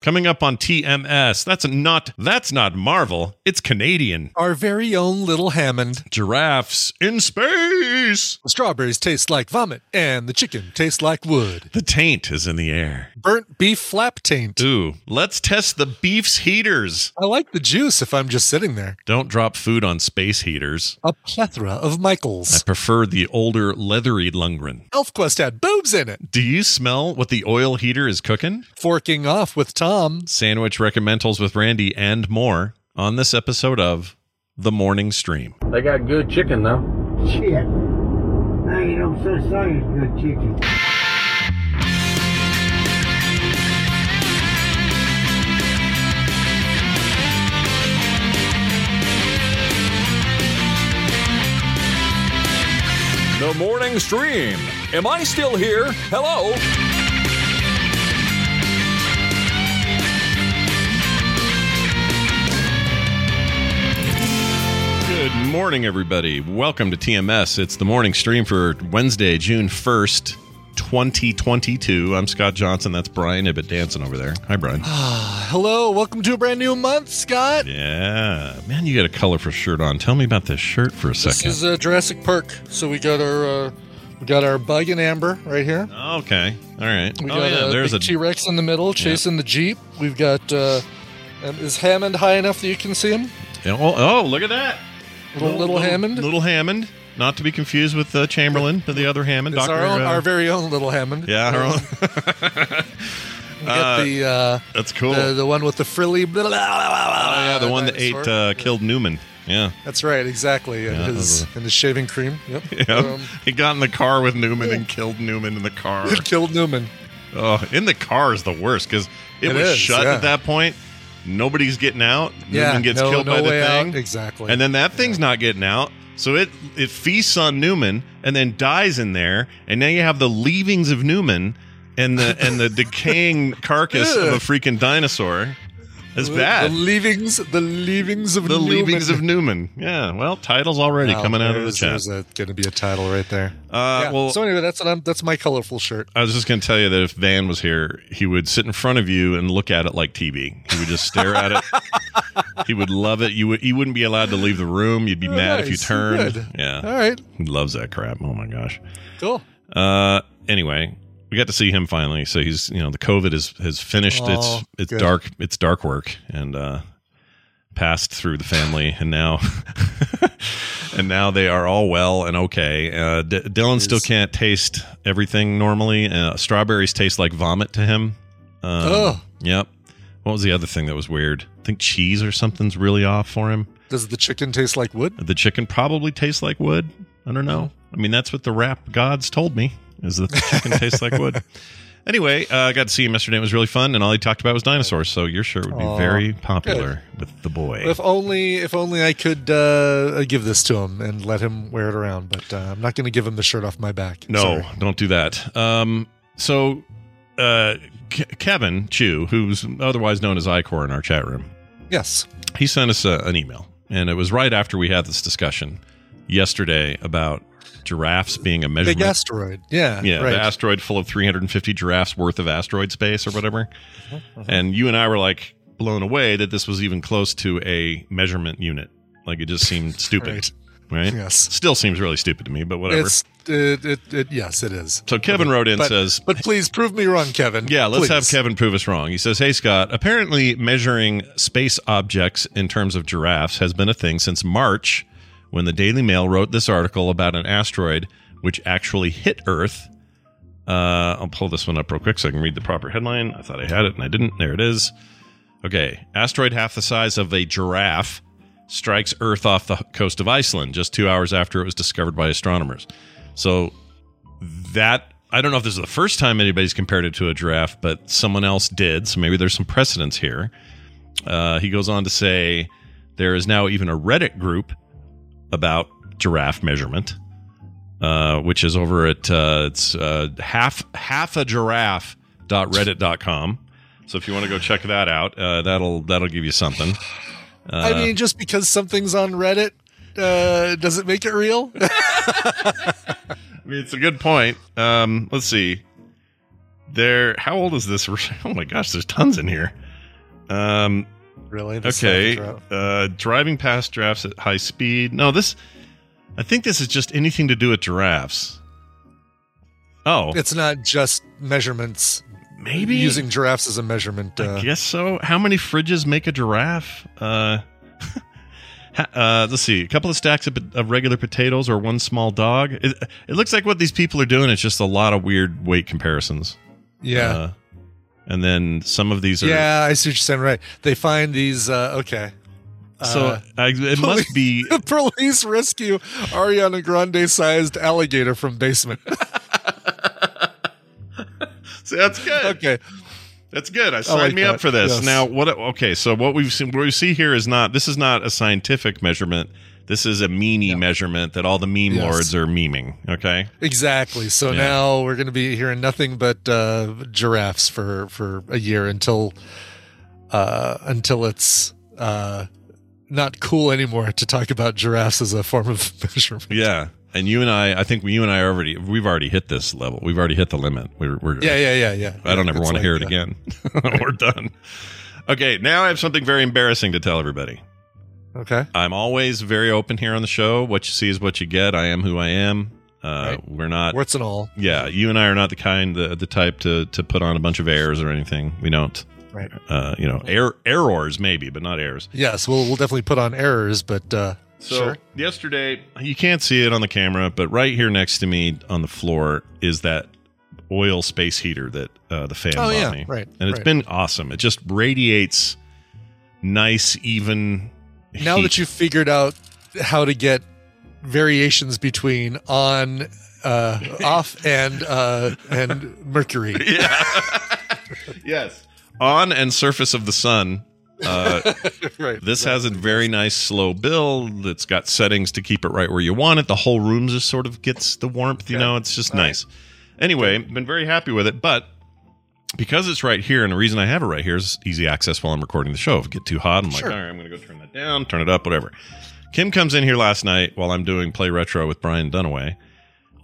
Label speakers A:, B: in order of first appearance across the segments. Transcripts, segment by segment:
A: Coming up on TMS, that's not that's not Marvel. It's Canadian.
B: Our very own little Hammond.
A: Giraffes in space.
B: The strawberries taste like vomit, and the chicken tastes like wood.
A: The taint is in the air.
B: Burnt beef flap taint.
A: Ooh, let's test the beef's heaters.
B: I like the juice if I'm just sitting there.
A: Don't drop food on space heaters.
B: A plethora of
A: I
B: Michaels.
A: prefer the older leathery Lundgren.
B: ElfQuest had boobs in it.
A: Do you smell what the oil heater is cooking?
B: Forking off with Tom.
A: Sandwich recommendals with Randy and more on this episode of The Morning Stream.
C: They got good chicken though.
D: Shit. I ain't no such thing as good chicken.
E: The morning stream. Am I still here? Hello.
A: Good morning, everybody. Welcome to TMS. It's the morning stream for Wednesday, June 1st, 2022. I'm Scott Johnson. That's Brian Ibbett dancing over there. Hi, Brian.
B: Hello, welcome to a brand new month, Scott.
A: yeah. Man, you got a colorful shirt on. Tell me about this shirt for a
B: This
A: second.
B: is a Jurassic Park. So we got our uh, we got our bug and amber right here.
A: okay. All right.
B: We
A: oh,
B: got
A: yeah.
B: a
A: There's a.
B: T Rex in the middle chasing the jeep. We've got uh, um, is Hammond high enough that you can see him?
A: oh, oh, look at that.
B: Little, little, Hammond.
A: Little Hammond. Not to be confused with uh, Chamberlain, but the other Hammond.
B: it's our own,
A: uh,
B: our very own little Hammond.
A: yeah, our own.
B: We got the, uh,
A: That's cool.
B: the the one with the frilly. Blah, blah, blah, blah,
A: oh, yeah, the one that ate
B: dinosaur.
A: uh, killed Newman. Yeah.
B: That's right, exactly. And
A: Yeah, that was
B: his and his shaving cream. Yep.
A: Yeah.
B: Um,
A: he got in the car with Newman and killed Newman in the car.
B: it killed Newman.
A: oh, in the car is the worst because it,
B: It
A: was
B: is,
A: shut
B: yeah.
A: at that point. Nobody's getting out.
B: yeah.
A: Newman gets
B: no,
A: killed
B: no
A: by the
B: way
A: thing.
B: Out. Exactly.
A: And then that thing's not getting out. So it it feasts on Newman and then dies in there. And now you have the leavings of Newman and the and the decaying carcass of a freaking dinosaur. It's
B: the,
A: bad.
B: The leavings. The leavings of
A: The
B: Newman.
A: leavings of Newman. Yeah. Well, title's already
B: Wow,
A: coming out of the
B: there's-
A: chat.
B: There's a, gonna be a title right there.
A: Uh,
B: Yeah,
A: well,
B: so anyway, that's what I'm, that's my colorful shirt.
A: I was just going to tell you that if Van was here, he would sit in front of you and look at it like TV. He would just stare at it. He would love it. You would. He wouldn't be allowed to leave the room. You'd be
B: Oh,
A: mad if you
B: nice.
A: turned.
B: Good. All
A: Yeah.
B: right,
A: He loves that crap. Oh my gosh.
B: cool.
A: Uh. Anyway, we got to see him finally. So he's you know the COVID has has finished
B: Oh,
A: its its
B: good.
A: dark its dark work and uh passed through the family and now and now they are all well and okay. Uh, D- Dylan still can't taste everything normally. Uh, strawberries taste like vomit to him. Um,
B: Oh.
A: Yep. What was the other thing that was weird? I think cheese or something's really off for him.
B: Does the chicken taste like wood?
A: The chicken probably tastes like wood. I don't know. I mean, that's what the rap gods told me is that the chicken tastes like wood. Anyway, uh, I got to see him yesterday. It was really fun, and all he talked about was dinosaurs. So your shirt would be
B: Aw,
A: very popular with the boy.
B: If only, if only I could uh, give this to him and let him wear it around. But uh, I'm not going to give him the shirt off my back.
A: No,
B: Sorry.
A: don't do that. Um, so, uh, Ke- Kevin Chu, who's otherwise known as Icor in our chat room,
B: Yes.
A: he sent us a, an email, and it was right after we had this discussion yesterday about giraffes being a measurement.
B: Big asteroid. Yeah.
A: yeah,
B: Right.
A: the asteroid full of 350 giraffes worth of asteroid space or whatever. And you and I were like blown away that this was even close to a measurement unit. Like it just seemed stupid, right?
B: Yes.
A: Still seems really stupid to me, but whatever.
B: It's it, it, it. Yes, it is.
A: so Kevin wrote in
B: But,
A: says,
B: but please prove me wrong, Kevin.
A: Yeah, let's
B: Please.
A: have Kevin prove us wrong. He says, Hey, Scott, apparently measuring space objects in terms of giraffes has been a thing since March when the Daily Mail wrote this article about an asteroid which actually hit Earth. Uh, I'll pull this one up real quick so I can read the proper headline. I thought I had it and I didn't. There it is. Okay. Asteroid half the size of a giraffe strikes Earth off the coast of Iceland just two hours after it was discovered by astronomers. So that I don't know if this is the first time anybody's compared it to a giraffe, but someone else did. So maybe there's some precedence here. Uh, he goes on to say there is now even a Reddit group about giraffe measurement, uh, which is over at uh, it's uh, half half a giraffe dot reddit dot com. So if you want to go check that out, uh, that'll that'll give you something.
B: I
A: uh,
B: mean, just because something's on Reddit, uh, does it make it real?
A: I mean, it's a good point. Um, let's see. There. How old is this? Oh my gosh, there's tons in here. Um,
B: Really? The
A: okay.
B: slide drop.
A: Uh, driving past giraffes at high speed. No, this. I think this is just anything to do with giraffes. Oh,
B: It's not just measurements.
A: maybe
B: using giraffes as a measurement.
A: I
B: Uh,
A: guess so. How many fridges make a giraffe? Uh, ha- uh, let's see. A couple of stacks of, of regular potatoes or one small dog. It, it looks like what these people are doing is just a lot of weird weight comparisons.
B: yeah.
A: Uh, and then some of these are.
B: yeah, I see what you're saying. Right. They find these. Uh, okay.
A: So
B: Uh,
A: I, it must be.
B: the police rescue Ariana Grande sized alligator from basement.
A: See, that's good.
B: okay.
A: That's good. I signed
B: like
A: me up
B: that.
A: for this.
B: Yes.
A: Now, what? Okay, so what we've seen, what we see here is not. This is not a scientific measurement. This is a meanie measurement that all the meme
B: Yes.
A: lords are memeing. Okay.
B: Exactly. So
A: Yeah.
B: now we're going to be hearing nothing but uh, giraffes for for a year until uh, until it's uh, not cool anymore to talk about giraffes as a form of measurement.
A: Yeah. And you and I, I think you and I already, we've already hit this level. We've already hit the limit. We're, we're
B: Yeah, yeah, yeah, yeah.
A: I don't
B: Yeah,
A: ever
B: it's
A: want
B: like,
A: to hear it
B: uh,
A: again. we're done. Okay. Now I have something very embarrassing to tell everybody.
B: Okay.
A: I'm always very open here on the show. What you see is what you get. I am who I am. Uh,
B: Right.
A: We're not.
B: Warts and all.
A: yeah, you and I are not the kind, the, the type to to put on a bunch of airs or anything. We don't,
B: Right.
A: uh, you know, air errors maybe, but not airs.
B: Yes, we'll we'll definitely put on errors, but uh,
A: So
B: sure.
A: yesterday, you can't see it on the camera, but right here next to me on the floor is that oil space heater that uh, the fan
B: Oh
A: bought
B: yeah,
A: me,
B: right.
A: and it's
B: right.
A: been awesome. It just radiates nice, even.
B: now
A: heat.
B: that you've figured out how to get variations between on uh off and uh and mercury
A: yes on and surface of the sun. Uh,
B: right
A: This has a very nice slow build. It's got settings to keep it right where you want it. The whole room just sort of gets the warmth, you know, it's just nice. Anyway, been very happy with it, but because it's right here, and the reason I have it right here is easy access while I'm recording the show. If it get too hot, I'm like,
B: Sure.
A: all right, I'm gonna go turn that down, turn it up, whatever. Kim comes in here last night while I'm doing play retro with Brian Dunaway,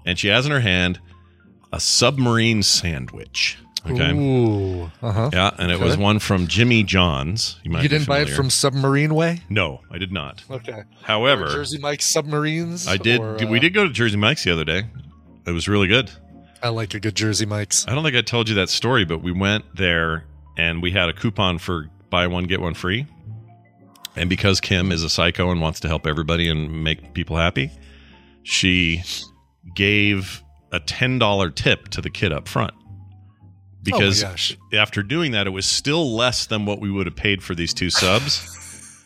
A: and she has in her hand a submarine sandwich. Okay.
B: Ooh, uh-huh
A: Yeah, and it was
B: Okay.
A: one from Jimmy John's. might
B: you
A: be
B: didn't buy it
A: familiar.
B: from submarine way
A: No, I did not.
B: okay
A: However,
B: jersey mike's submarines
A: I did.
B: or,
A: we
B: uh,
A: did go to Jersey Mike's the other day. It was really good.
B: i like a good jersey mike's
A: I don't think I told you that story, but we went there and we had a coupon for buy one get one free. And because Kim is a psycho and wants to help everybody and make people happy, she gave a ten dollar tip to the kid up front. Because
B: oh my gosh
A: after doing that, it was still less than what we would have paid for these two subs.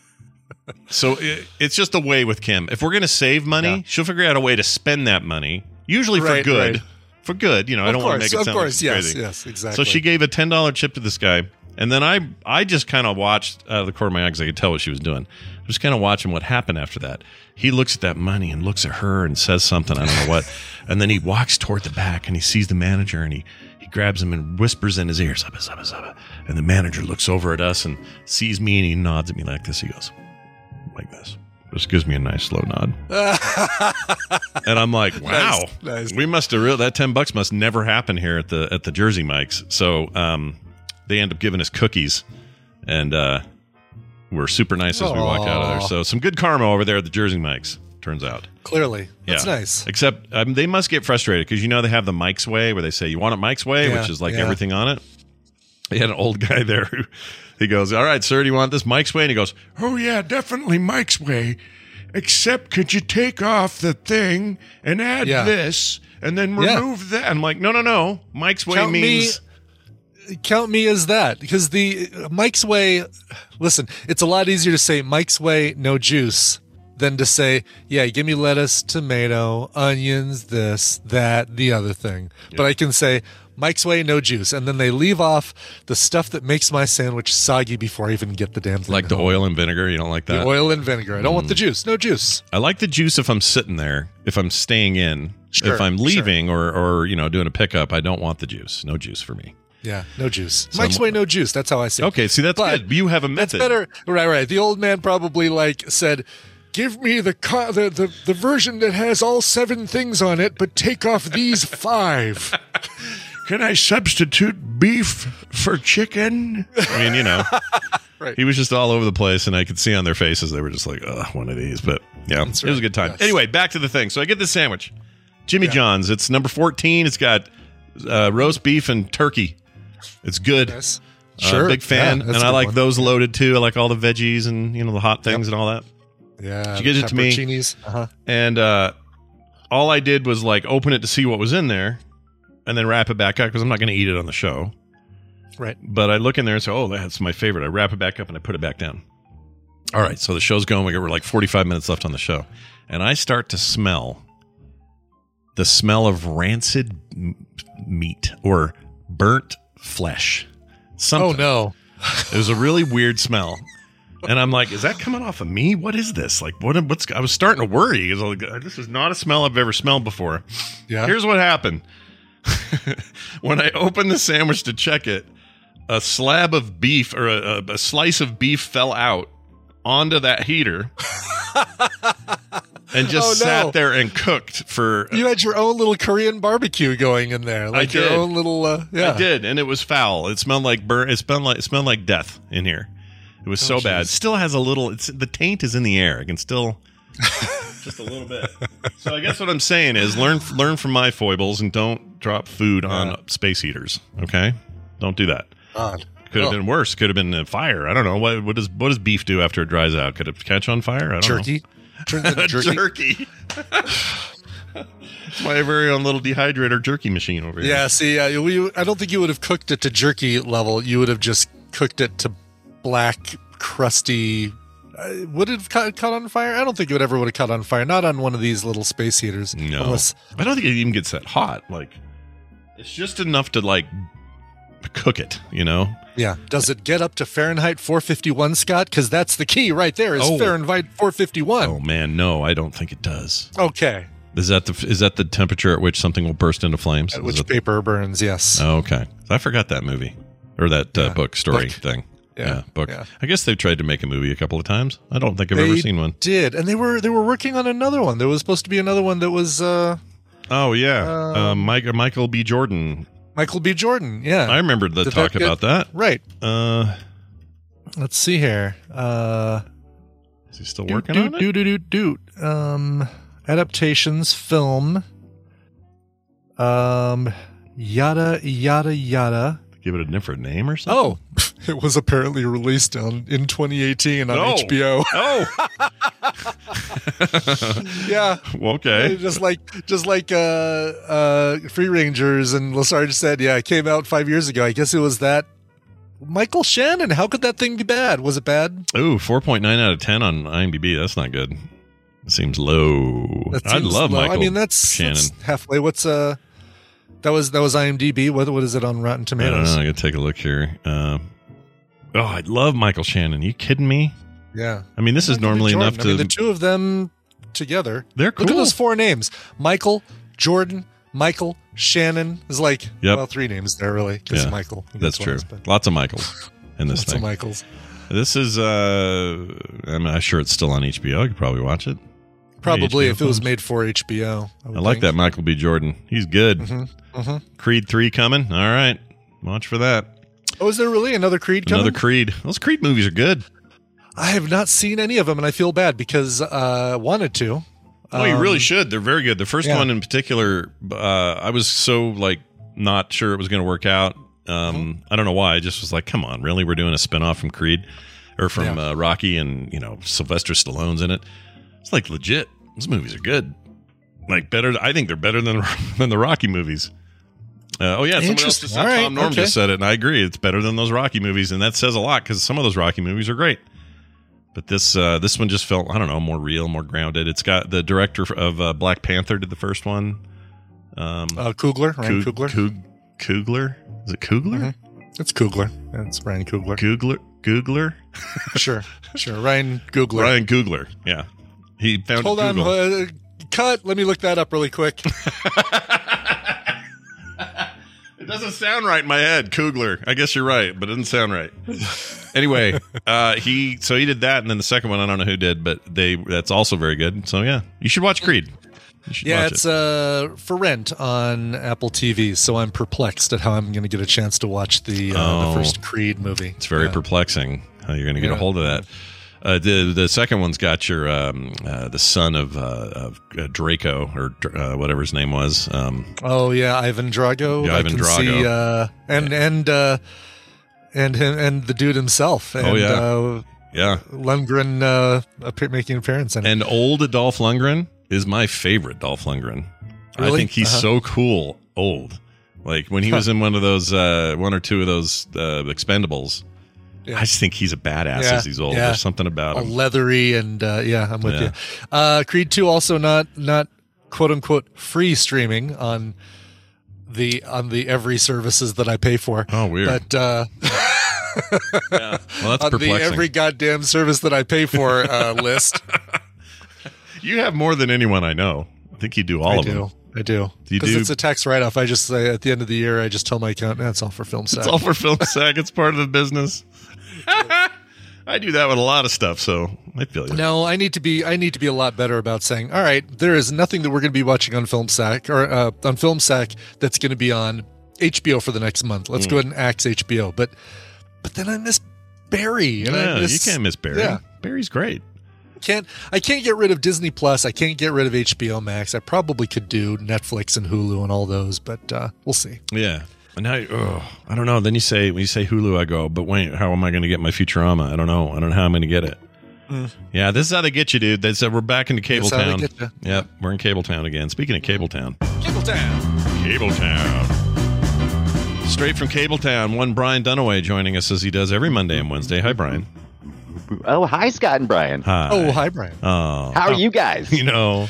A: so it, it's just a way with Kim. If we're going to save money,
B: Yeah.
A: she'll figure out a way to spend that money, usually for
B: Right,
A: good.
B: right.
A: For good, you know, I
B: of
A: don't
B: course
A: want to make it
B: of
A: sound like
B: course
A: it's
B: yes
A: crazy.
B: yes exactly
A: So she gave a ten dollar chip to this guy, and then I I just kind of watched out of the corner of my eye because I could tell what she was doing. I was kind of watching what happened after that. He looks at that money and looks at her and says something I don't know what, and then he walks toward the back and he sees the manager and he he grabs him and whispers in his ear, "Subba subba subba," and the manager looks over at us and sees me and he nods at me like this. He goes like this. Just gives me a nice slow nod, and I'm like, "Wow,
B: nice.
A: we must have real that ten bucks must never happen here at the at the Jersey Mikes. So um, they end up giving us cookies, and uh, we're super nice as we walk out of there.
B: Aw.
A: So some good karma over there at the Jersey Mikes. Turns out,
B: clearly that's
A: Yeah.
B: nice
A: except um, they must get frustrated because you know they have the Mike's way where they say you want it Mike's way,
B: Yeah,
A: which is like
B: yeah.
A: everything on it. They had an old guy there who he goes, "All right, sir, do you want this Mike's way?" And he goes, "Oh yeah, definitely Mike's way." Except, could you take off the thing and add
B: Yeah.
A: this and then
B: Yeah.
A: remove that? I'm like, no, no, no. Mike's way
B: Count me-
A: means
B: count me as that because the Mike's way. Listen, it's a lot easier to say Mike's way, no juice, than to say, yeah, give me lettuce, tomato, onions, this, that, the other thing. But I can say Mike's way, no juice, and then they leave off the stuff that makes my sandwich soggy before I even get the damn thing.
A: like the Mm.
B: home.
A: oil and vinegar. You don't like
B: The
A: that.
B: oil and vinegar. I don't want the juice. No juice.
A: I like the juice if I'm sitting there, if I'm staying in,
B: Sure,
A: if I'm
B: sure.
A: leaving or or you know doing a pickup. I don't want the juice. No juice for me.
B: Yeah, no juice.
A: So
B: Mike's
A: I'm-
B: way, no juice. That's how I say. it.
A: Okay, see that's
B: But
A: good. You have a method.
B: That's better. Right, right. The old man probably like said, "Give me the co- the, the the version that has all seven things on it, but take off these five.
A: Can I substitute beef for chicken? I mean, you know.
B: Right.
A: He was just all over the place, and I could see on their faces they were just like, Ugh, one of these. But yeah,
B: That's
A: it was a
B: right.
A: good time.
B: Yes.
A: Anyway, back to the thing. So I get this sandwich, Jimmy
B: Yeah.
A: John's. It's number fourteen. It's got uh, roast beef and turkey. It's good.
B: Yes.
A: Uh, big fan,
B: Yeah, that's a
A: and I
B: good
A: like
B: one.
A: those loaded too. I like all the veggies and you know the hot things and all that.
B: Yeah.
A: She gives it to me.
B: pepperoncinis. Uh-huh.
A: And uh, all I did was like open it to see what was in there, and then wrap it back up because I'm not going to eat it on the show.
B: Right.
A: But I look in there and say, "Oh, that's my favorite." I wrap it back up and I put it back down. All right, so the show's going. We got we're like 45 minutes left on the show, and I start to smell the smell of rancid m- meat or burnt flesh. Something.
B: Oh no.
A: It was a really weird smell. And I'm like, is that coming off of me? What is this? Like, what? What's? I was starting to worry. 'cause I was like, uh, this is not a smell I've ever smelled before.
B: Yeah.
A: Here's what happened. when I opened the sandwich to check it, a slab of beef or a, a, a slice of beef fell out onto that heater, and just
B: Oh, no.
A: sat there and cooked for.
B: you had your own little Korean barbecue going in there, like your
A: did.
B: own little. Uh, yeah.
A: I did, and it was foul. It smelled like burn. It smelled like it smelled like death in here. It was so
B: Oh,
A: bad.
B: jeez.
A: Still has a little. It's the taint is in the air. I can still just a little bit. So I guess what I'm saying is learn learn from my foibles and don't drop food
B: Yeah.
A: on space heaters. Okay, don't do that.
B: God.
A: Could have
B: Oh.
A: been worse. Could have been a fire. I don't know. What, what does what does beef do after it dries out? Could it catch on fire? I don't know.
B: Jerky. Turns into jerky.
A: jerky. it's my very own little dehydrator jerky machine over here.
B: Yeah. See, uh, we, I don't think you would have cooked it to jerky level. You would have just cooked it to black, crusty. Uh, would it have caught, caught on fire? I don't think it would ever would have caught on fire. Not on one of these little space heaters.
A: No,
B: Unless-
A: I don't think it even gets that hot. Like, it's just enough to like cook it. You know?
B: yeah. Does it get up to Fahrenheit 451, Scott? Because that's the key right there. Is
A: Oh.
B: Fahrenheit 451?
A: Oh man, no, I don't think it does.
B: Okay.
A: Is that the is that the temperature at which something will burst into flames?
B: At
A: Is
B: which
A: it-
B: paper burns? Yes.
A: oh, okay, I forgot that movie or that uh,
B: Yeah.
A: book story
B: Book.
A: thing. Yeah,
B: Yeah.
A: book.
B: Yeah.
A: I guess they've tried to make a movie a couple of times. I don't think I've ever
B: They
A: seen one.
B: Did and they were they were working on another one. There was supposed to be another one that was uh,
A: Oh yeah, uh,
B: Um,
A: Mike, Michael B. Jordan.
B: Michael B. Jordan. Yeah.
A: I remembered the
B: Did that
A: talk
B: get-
A: about that.
B: right.
A: Uh,
B: Let's see here. Uh,
A: is he still working on it?
B: do, do, do, do, do. Um, adaptations, film. Um, yada yada yada.
A: Give it a different name or something.
B: Oh, it was apparently released on in 2018 on
A: No.
B: HBO.
A: Oh,
B: yeah.
A: okay.
B: Just like just like uh uh Free Rangers and Lesarge said, yeah, it came out five years ago. I guess it was that Michael Shannon. How could that thing be bad? Was it bad?
A: Ooh, 4.9 out of 10 on IMDb. That's not good. Seems low.
B: That
A: I
B: seems
A: love
B: low.
A: Michael
B: I mean, that's,
A: Shannon.
B: that's halfway. What's uh that was that was IMDb. What what is it on Rotten
A: I don't
B: Tomatoes?
A: know. Uh, I gotta take a look here. Uh, oh, I love Michael Shannon. you kidding me?
B: Yeah,
A: I mean, this is
B: Michael B.
A: normally
B: Jordan.
A: enough
B: I mean,
A: to.
B: the two of them together.
A: they're cool.
B: Look at those four names: Michael, Jordan, Michael, Shannon. Is like
A: Yep.
B: well, three names there really because
A: Yeah,
B: Michael.
A: That's
B: one
A: true.
B: is, but
A: Lots of Michaels in this
B: lots of
A: thing.
B: Michaels.
A: this is. uh I'm not sure it's still on HBO. You could probably watch it.
B: Probably
A: HBO
B: if it was
A: films.
B: made for HBO. would
A: I like
B: think.
A: that Michael B. Jordan. He's good.
B: Mhm.
A: Creed 3 coming. All right. Watch for that.
B: Oh, is there really another Creed coming?
A: Another Creed. Those Creed movies are good.
B: I have not seen any of them, and I feel bad because uh, I wanted to.
A: Oh, you really
B: Um,
A: should. They're very good. The first
B: yeah.
A: one in particular, uh, I was so like not sure it was going to work out.
B: Mm-hmm.
A: Um, I don't know why. I just was like, come on, really? We're doing a spinoff from Creed or from
B: Yeah.
A: uh, Rocky, and you know Sylvester Stallone's in it. It's like legit. Those movies are good. Like better. I think they're better than than the Rocky movies. Uh, oh yeah, someone else
B: Interesting.
A: just said,
B: All right,
A: Tom Norm
B: okay.
A: just said it, and I agree. It's better than those Rocky movies, and that says a lot because some of those Rocky movies are great but this uh, this one just felt I don't know more real, more grounded. It's got the director of uh, Black Panther did the first one. Um,
B: Uh, Kugler, Ryan
A: Kug-
B: Kugler.
A: Kug- Kugler? Is it Kugler?
B: Mhm. It's Kugler. That's Ryan Kugler.
A: Kugler? Googler?
B: sure, sure. Ryan Googler.
A: Ryan Googler. Yeah, he found
B: Hold on.
A: Google.
B: Uh, cut. Let me look that up really quick.
A: It doesn't sound right in my head, Kugler. I guess you're right, but it doesn't sound right. anyway, uh, he so he did that, and then the second one I don't know who did, but they that's also very good. So yeah, you should watch Creed. You should
B: yeah,
A: watch
B: it's
A: it.
B: uh, for rent on Apple TV, so I'm perplexed at how I'm going to get a chance to watch the, uh,
A: Oh.
B: the first Creed movie.
A: it's very
B: Yeah.
A: perplexing how you're going to get a
B: Yeah.
A: hold of that. Uh, the the second one's got your um, uh, the son of, uh, of uh, Draco or Dr- uh, whatever his name was. Um,
B: Oh yeah, Ivan Drago.
A: Yeah,
B: I
A: Ivan
B: can
A: Drago.
B: see uh and and uh and him and the dude himself and
A: Oh, yeah.
B: uh
A: yeah,
B: Lundgren uh appear, making an appearance in it.
A: and old Dolph Lundgren is my favorite Dolph Lundgren. I
B: Really?
A: think he's
B: Uh-huh.
A: so cool old. Like when he was in one of those uh, one or two of those uh, Expendables.
B: Yeah.
A: I just think he's a badass
B: Yeah.
A: as he's old.
B: Yeah.
A: There's something about
B: All
A: him.
B: leathery and uh yeah, I'm with
A: Um, Yeah.
B: you. Uh Creed 2 also not not quote unquote free streaming on the on the every services that I pay for.
A: Oh, weird.
B: But uh
A: well, that's
B: on uh, the
A: perplexing.
B: every goddamn service that I pay for uh list.
A: you have more than anyone I know. I think you do all
B: I
A: of
B: do.
A: them.
B: I do.
A: You
B: Because
A: do-
B: it's a tax write off. I just say at the end of the year, I just tell my accountant, that's all for film sack.
A: It's all for film sack. It's part of the business. I do that with a lot of stuff, so I feel you.
B: no, I need to be. I need to be a lot better about saying, "All right, there is nothing that we're going to be watching on Film Sack or uh, on Film Sack that's going to be on HBO for the next month." Let's go
A: Mm.
B: ahead and axe HBO. But, but then I miss Barry. And
A: Yeah,
B: I miss,
A: you can't miss Barry.
B: Yeah.
A: Barry's great.
B: can't I can't get rid of Disney Plus. I can't get rid of HBO Max. I probably could do Netflix and Hulu and all those, but uh, we'll see.
A: Yeah. And now, ugh, I don't know. Then you say when you say Hulu, I go, but wait, how am I going to get my Futurama? I don't know. I don't know how I'm going to get it. Yeah, this is how they get you, dude. That's uh, we're back into Cable
B: That's Mm. how they
A: Town.
B: get ya.
A: Yep, we're in Cable Town again. Speaking of Cable Town,
B: Jingle down.
A: Cable Town. Straight from Cable Town, one Brian Dunaway joining us as he does every Monday and Wednesday. Hi, Brian.
F: Oh, hi, Scott and Brian.
A: Hi.
B: Oh, hi Brian.
A: Oh.
F: How are you guys?
A: You know.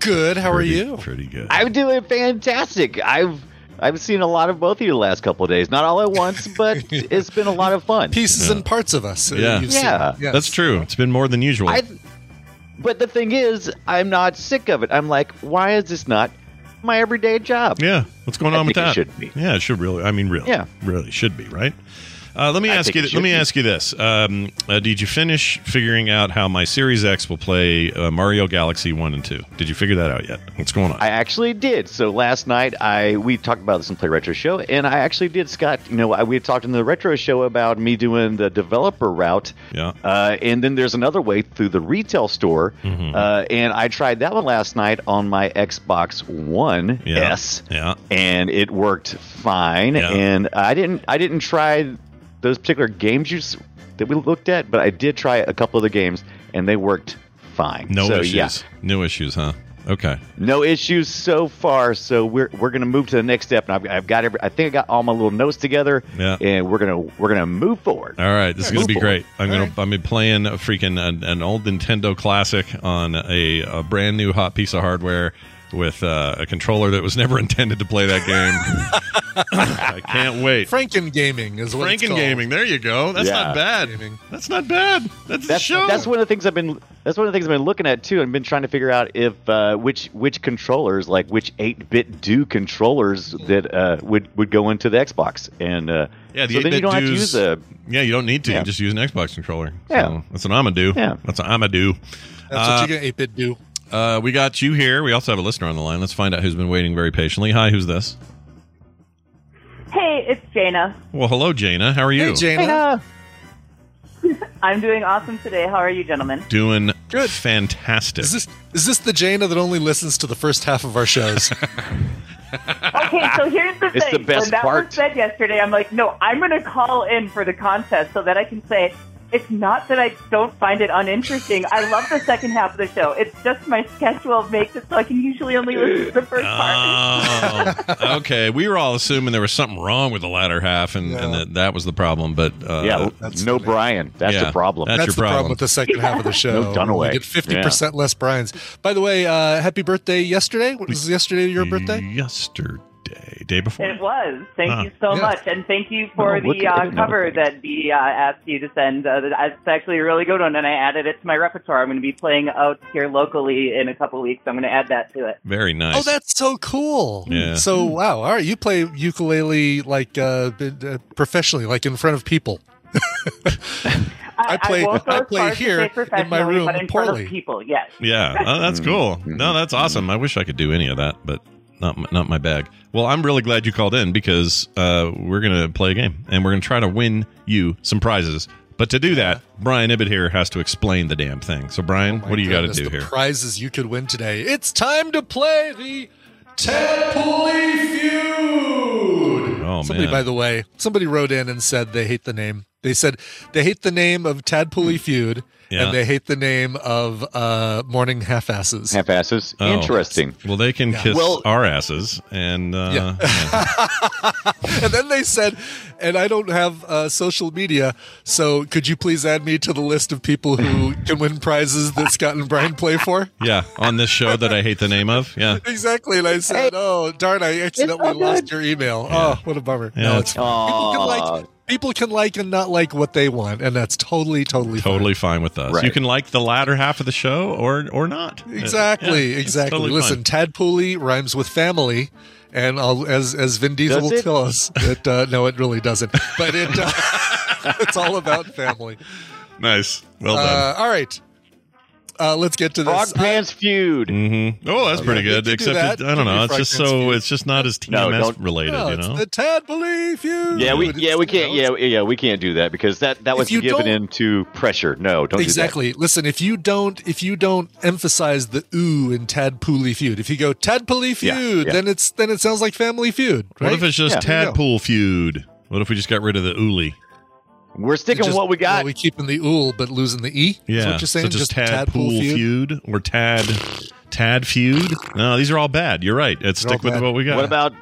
B: Good. How are
A: pretty-
B: you?
A: Pretty good.
F: I'm doing fantastic. I've I've seen a lot of both of you the last couple of days. Not all at once, but it's been a lot of fun.
B: pieces and parts of us. uh,
A: Yeah.
B: you've seen.
F: Yeah.
B: Yes.
A: That's true. It's been more than usual.
F: I, but the thing is, I'm not sick of it. I'm like, why is this not my everyday job?
A: yeah. What's going
F: I
A: on with
F: think it
A: that?
F: should be.
A: Yeah, it should really. I mean, really.
F: Yeah.
A: Really should be, right? Uh, let me
F: I
A: ask
F: think
A: you.
F: it
A: th-
F: should
A: Let me
F: be.
A: ask you this: um, uh, Did you finish figuring out how my Series X will play uh, Mario Galaxy One and Two? Did you figure that out yet? What's going on?
F: I actually did. So last night, I we talked about this in Play Retro Show, and I actually did, Scott. You know, I, we had talked in the Retro Show about me doing the developer route,
A: yeah.
F: uh, and then there's another way through the retail store,
A: Mm-hmm.
F: uh, and I tried that one last night on my Xbox One
A: Yeah.
F: S,
A: Yeah.
F: and it worked fine.
A: Yeah.
F: And I didn't I didn't try those particular games you s- that we looked at, but I did try a couple of the games, and they worked fine.
A: No
F: so,
A: issues.
F: Yeah,
A: No issues, huh? Okay.
F: no issues so far. So we're we're gonna move to the next step, and I've, I've got every, I think I got all my little notes together,
A: Yeah.
F: and we're gonna we're gonna move forward.
A: All right, this is going to be
F: move forward.
A: great. I'm going to I'm gonna be playing a freaking an, an old Nintendo classic on a, a brand new hot piece of hardware with uh, a controller that was never intended to play that game. I can't wait.
B: Franken Gaming is what it's
A: Franken
B: called.
A: Gaming, there you go. That's
F: Yeah.
A: not bad.
B: Gaming.
A: That's not bad. That's, the
F: That's
A: show.
F: that's one of the things I've been that's one of the things I've been looking at too, and been trying to figure out if uh, which which controllers like which eight bit do controllers that uh, would would go into the Xbox, and uh,
A: Yeah, the
F: so then you
A: 8-bit
F: don't have to
A: do's-
F: use a
A: yeah, you don't need to.
F: Yeah.
A: You just use an Xbox controller.
F: Yeah.
A: So that's what I'm going to do.
F: Yeah.
A: That's what I'm going to do.
B: That's what you get 8 bit do.
A: Uh, we got you here. We also have a listener on the line. Let's find out who's been waiting very patiently. Hi, who's this?
G: Hey, it's Jana.
A: Well, hello, Jana. How are you?
B: Hey, Jana.
G: I'm doing awesome today. How are you, gentlemen?
A: Doing
B: Good.
A: fantastic.
B: Is this is this the Jana that only listens to the first half of our shows?
G: Okay, so here's the
F: It's
G: thing.
F: the best
G: when that
F: part.
G: was said yesterday, I'm like, no, I'm going to call in for the contest so that I can say it's not that I don't find it uninteresting. I love the second half of the show. It's just my schedule makes it so I can usually only listen to the first part.
F: Uh.
A: Oh, okay. We were all assuming there was something wrong with the latter half, and, and
B: Yeah.
A: that, that was the problem. But uh,
F: yeah
B: that's
F: no
B: funny.
F: Brian that's
A: Yeah,
F: the problem
A: that's-
B: That's the
A: your
B: problem.
A: problem.
B: with the second half of the show.
F: No Dunaway.
B: You get fifty percent less Brian's. By the way, uh, happy birthday yesterday. Was yesterday your
A: Mm,
B: birthday?
A: yesterday, day before.
G: It was. Thank
A: Huh.
G: you so
B: Yeah.
G: much. And thank you for
F: No, look
G: the
F: at it,
G: uh,
F: another
G: cover
F: thing.
G: that Dee uh, asked you to send. Uh, that- it's actually a really good one, and I added it to my repertoire. I'm going to be playing out here locally in a couple weeks. I'm going to add that to it.
A: Very nice.
B: Oh, that's so cool.
A: Yeah.
B: So wow. All right, you play ukulele like uh, b- uh, professionally, like in front of people. I play-
G: won't go
B: I
G: as
B: play
G: far as to
B: here
G: say
B: in my
G: professionally,
B: room
G: but in front
B: poorly.
G: of people. Yes.
A: yeah, oh, that's cool.
G: Mm-hmm.
A: No, that's awesome. I wish I could do any of that, but not m- not my bag. Well, I'm really glad you called in because uh, we're gonna play a game, and we're gonna try to win you some prizes. But to do that, Brian Ibbett here has to explain the damn thing. So, Brian, what do you got to
B: Oh Goodness,
A: do
B: the
A: here?
B: Prizes you could win today. It's time to play the Teppley Feud.
A: oh,
B: somebody,
A: man.
B: by the way, somebody wrote in and said they hate the name. They said they hate the name of Tadpooly Feud,
A: Hmm. Yeah.
B: and they hate the name of uh, Morning Half Asses.
F: Half asses.
A: Oh.
F: Interesting.
A: Well, they can kiss
F: Well-
A: our asses. And uh, yeah.
B: and then they said, and I don't have uh, social media, so could you please add me to the list of people who can win prizes that Scott and Brian play for?
A: yeah, on this show that I hate the name of. Yeah.
B: Exactly. And I said, oh, darn, I accidentally
G: so good.
B: lost your email. Oh, what a bummer.
A: Yeah.
B: No, it's fine. People can,
F: Aw.
B: like, people can like and not like what they want, and that's totally, totally fine.
A: Totally fine with us.
F: Right.
A: You can like the latter half of the show or or not. Uh,
B: Exactly,
A: Yeah, it's
B: exactly.
A: totally
B: Listen,
A: fine.
B: tadpooly rhymes with family, and I'll, as as Vin Diesel
F: Does
B: will
F: it?
B: tell us, it, uh, no, it really doesn't. But it uh, it's all about family.
A: nice. Well done.
B: Uh, all right, uh, let's get to
F: Frog
B: this.
F: Pants feud.
A: Mm-hmm. Oh, that's pretty
B: you
A: good.
B: do
A: Except
B: that.
A: it, I
B: Give
A: don't
B: me
A: know. It's just
B: fragments,
A: so
B: dude.
A: it's just not as
F: No,
A: TMS
F: don't-
A: related,
B: No,
A: you
B: it's
A: know.
B: the Tadpooly feud.
F: Yeah, we
B: It's,
F: yeah we
B: you
F: can't
B: know, it's
F: yeah yeah we can't do that because that that was
B: If you
F: given
B: don't-
F: into pressure. No, don't
B: Exactly. Listen, if you don't if you don't emphasize the ooh in Tadpooly feud, if you go Tadpooly feud,
F: Yeah, yeah.
B: then it's then it sounds like Family Feud.
A: What
B: Right?
A: if it's just
F: Yeah.
B: There you go.
A: tadpool feud? What if we just got rid of the ooly?
F: do that. We're sticking with
B: Just-
F: what we got.
B: well, we keeping the ool but losing the e.
A: Yeah,
B: Is what you're saying?
A: such as
B: just
A: tadpool feud? or tad tad feud. No, these are all bad. You're right. Let's
B: They're all
A: stick with
B: bad.
A: what we got.
F: What about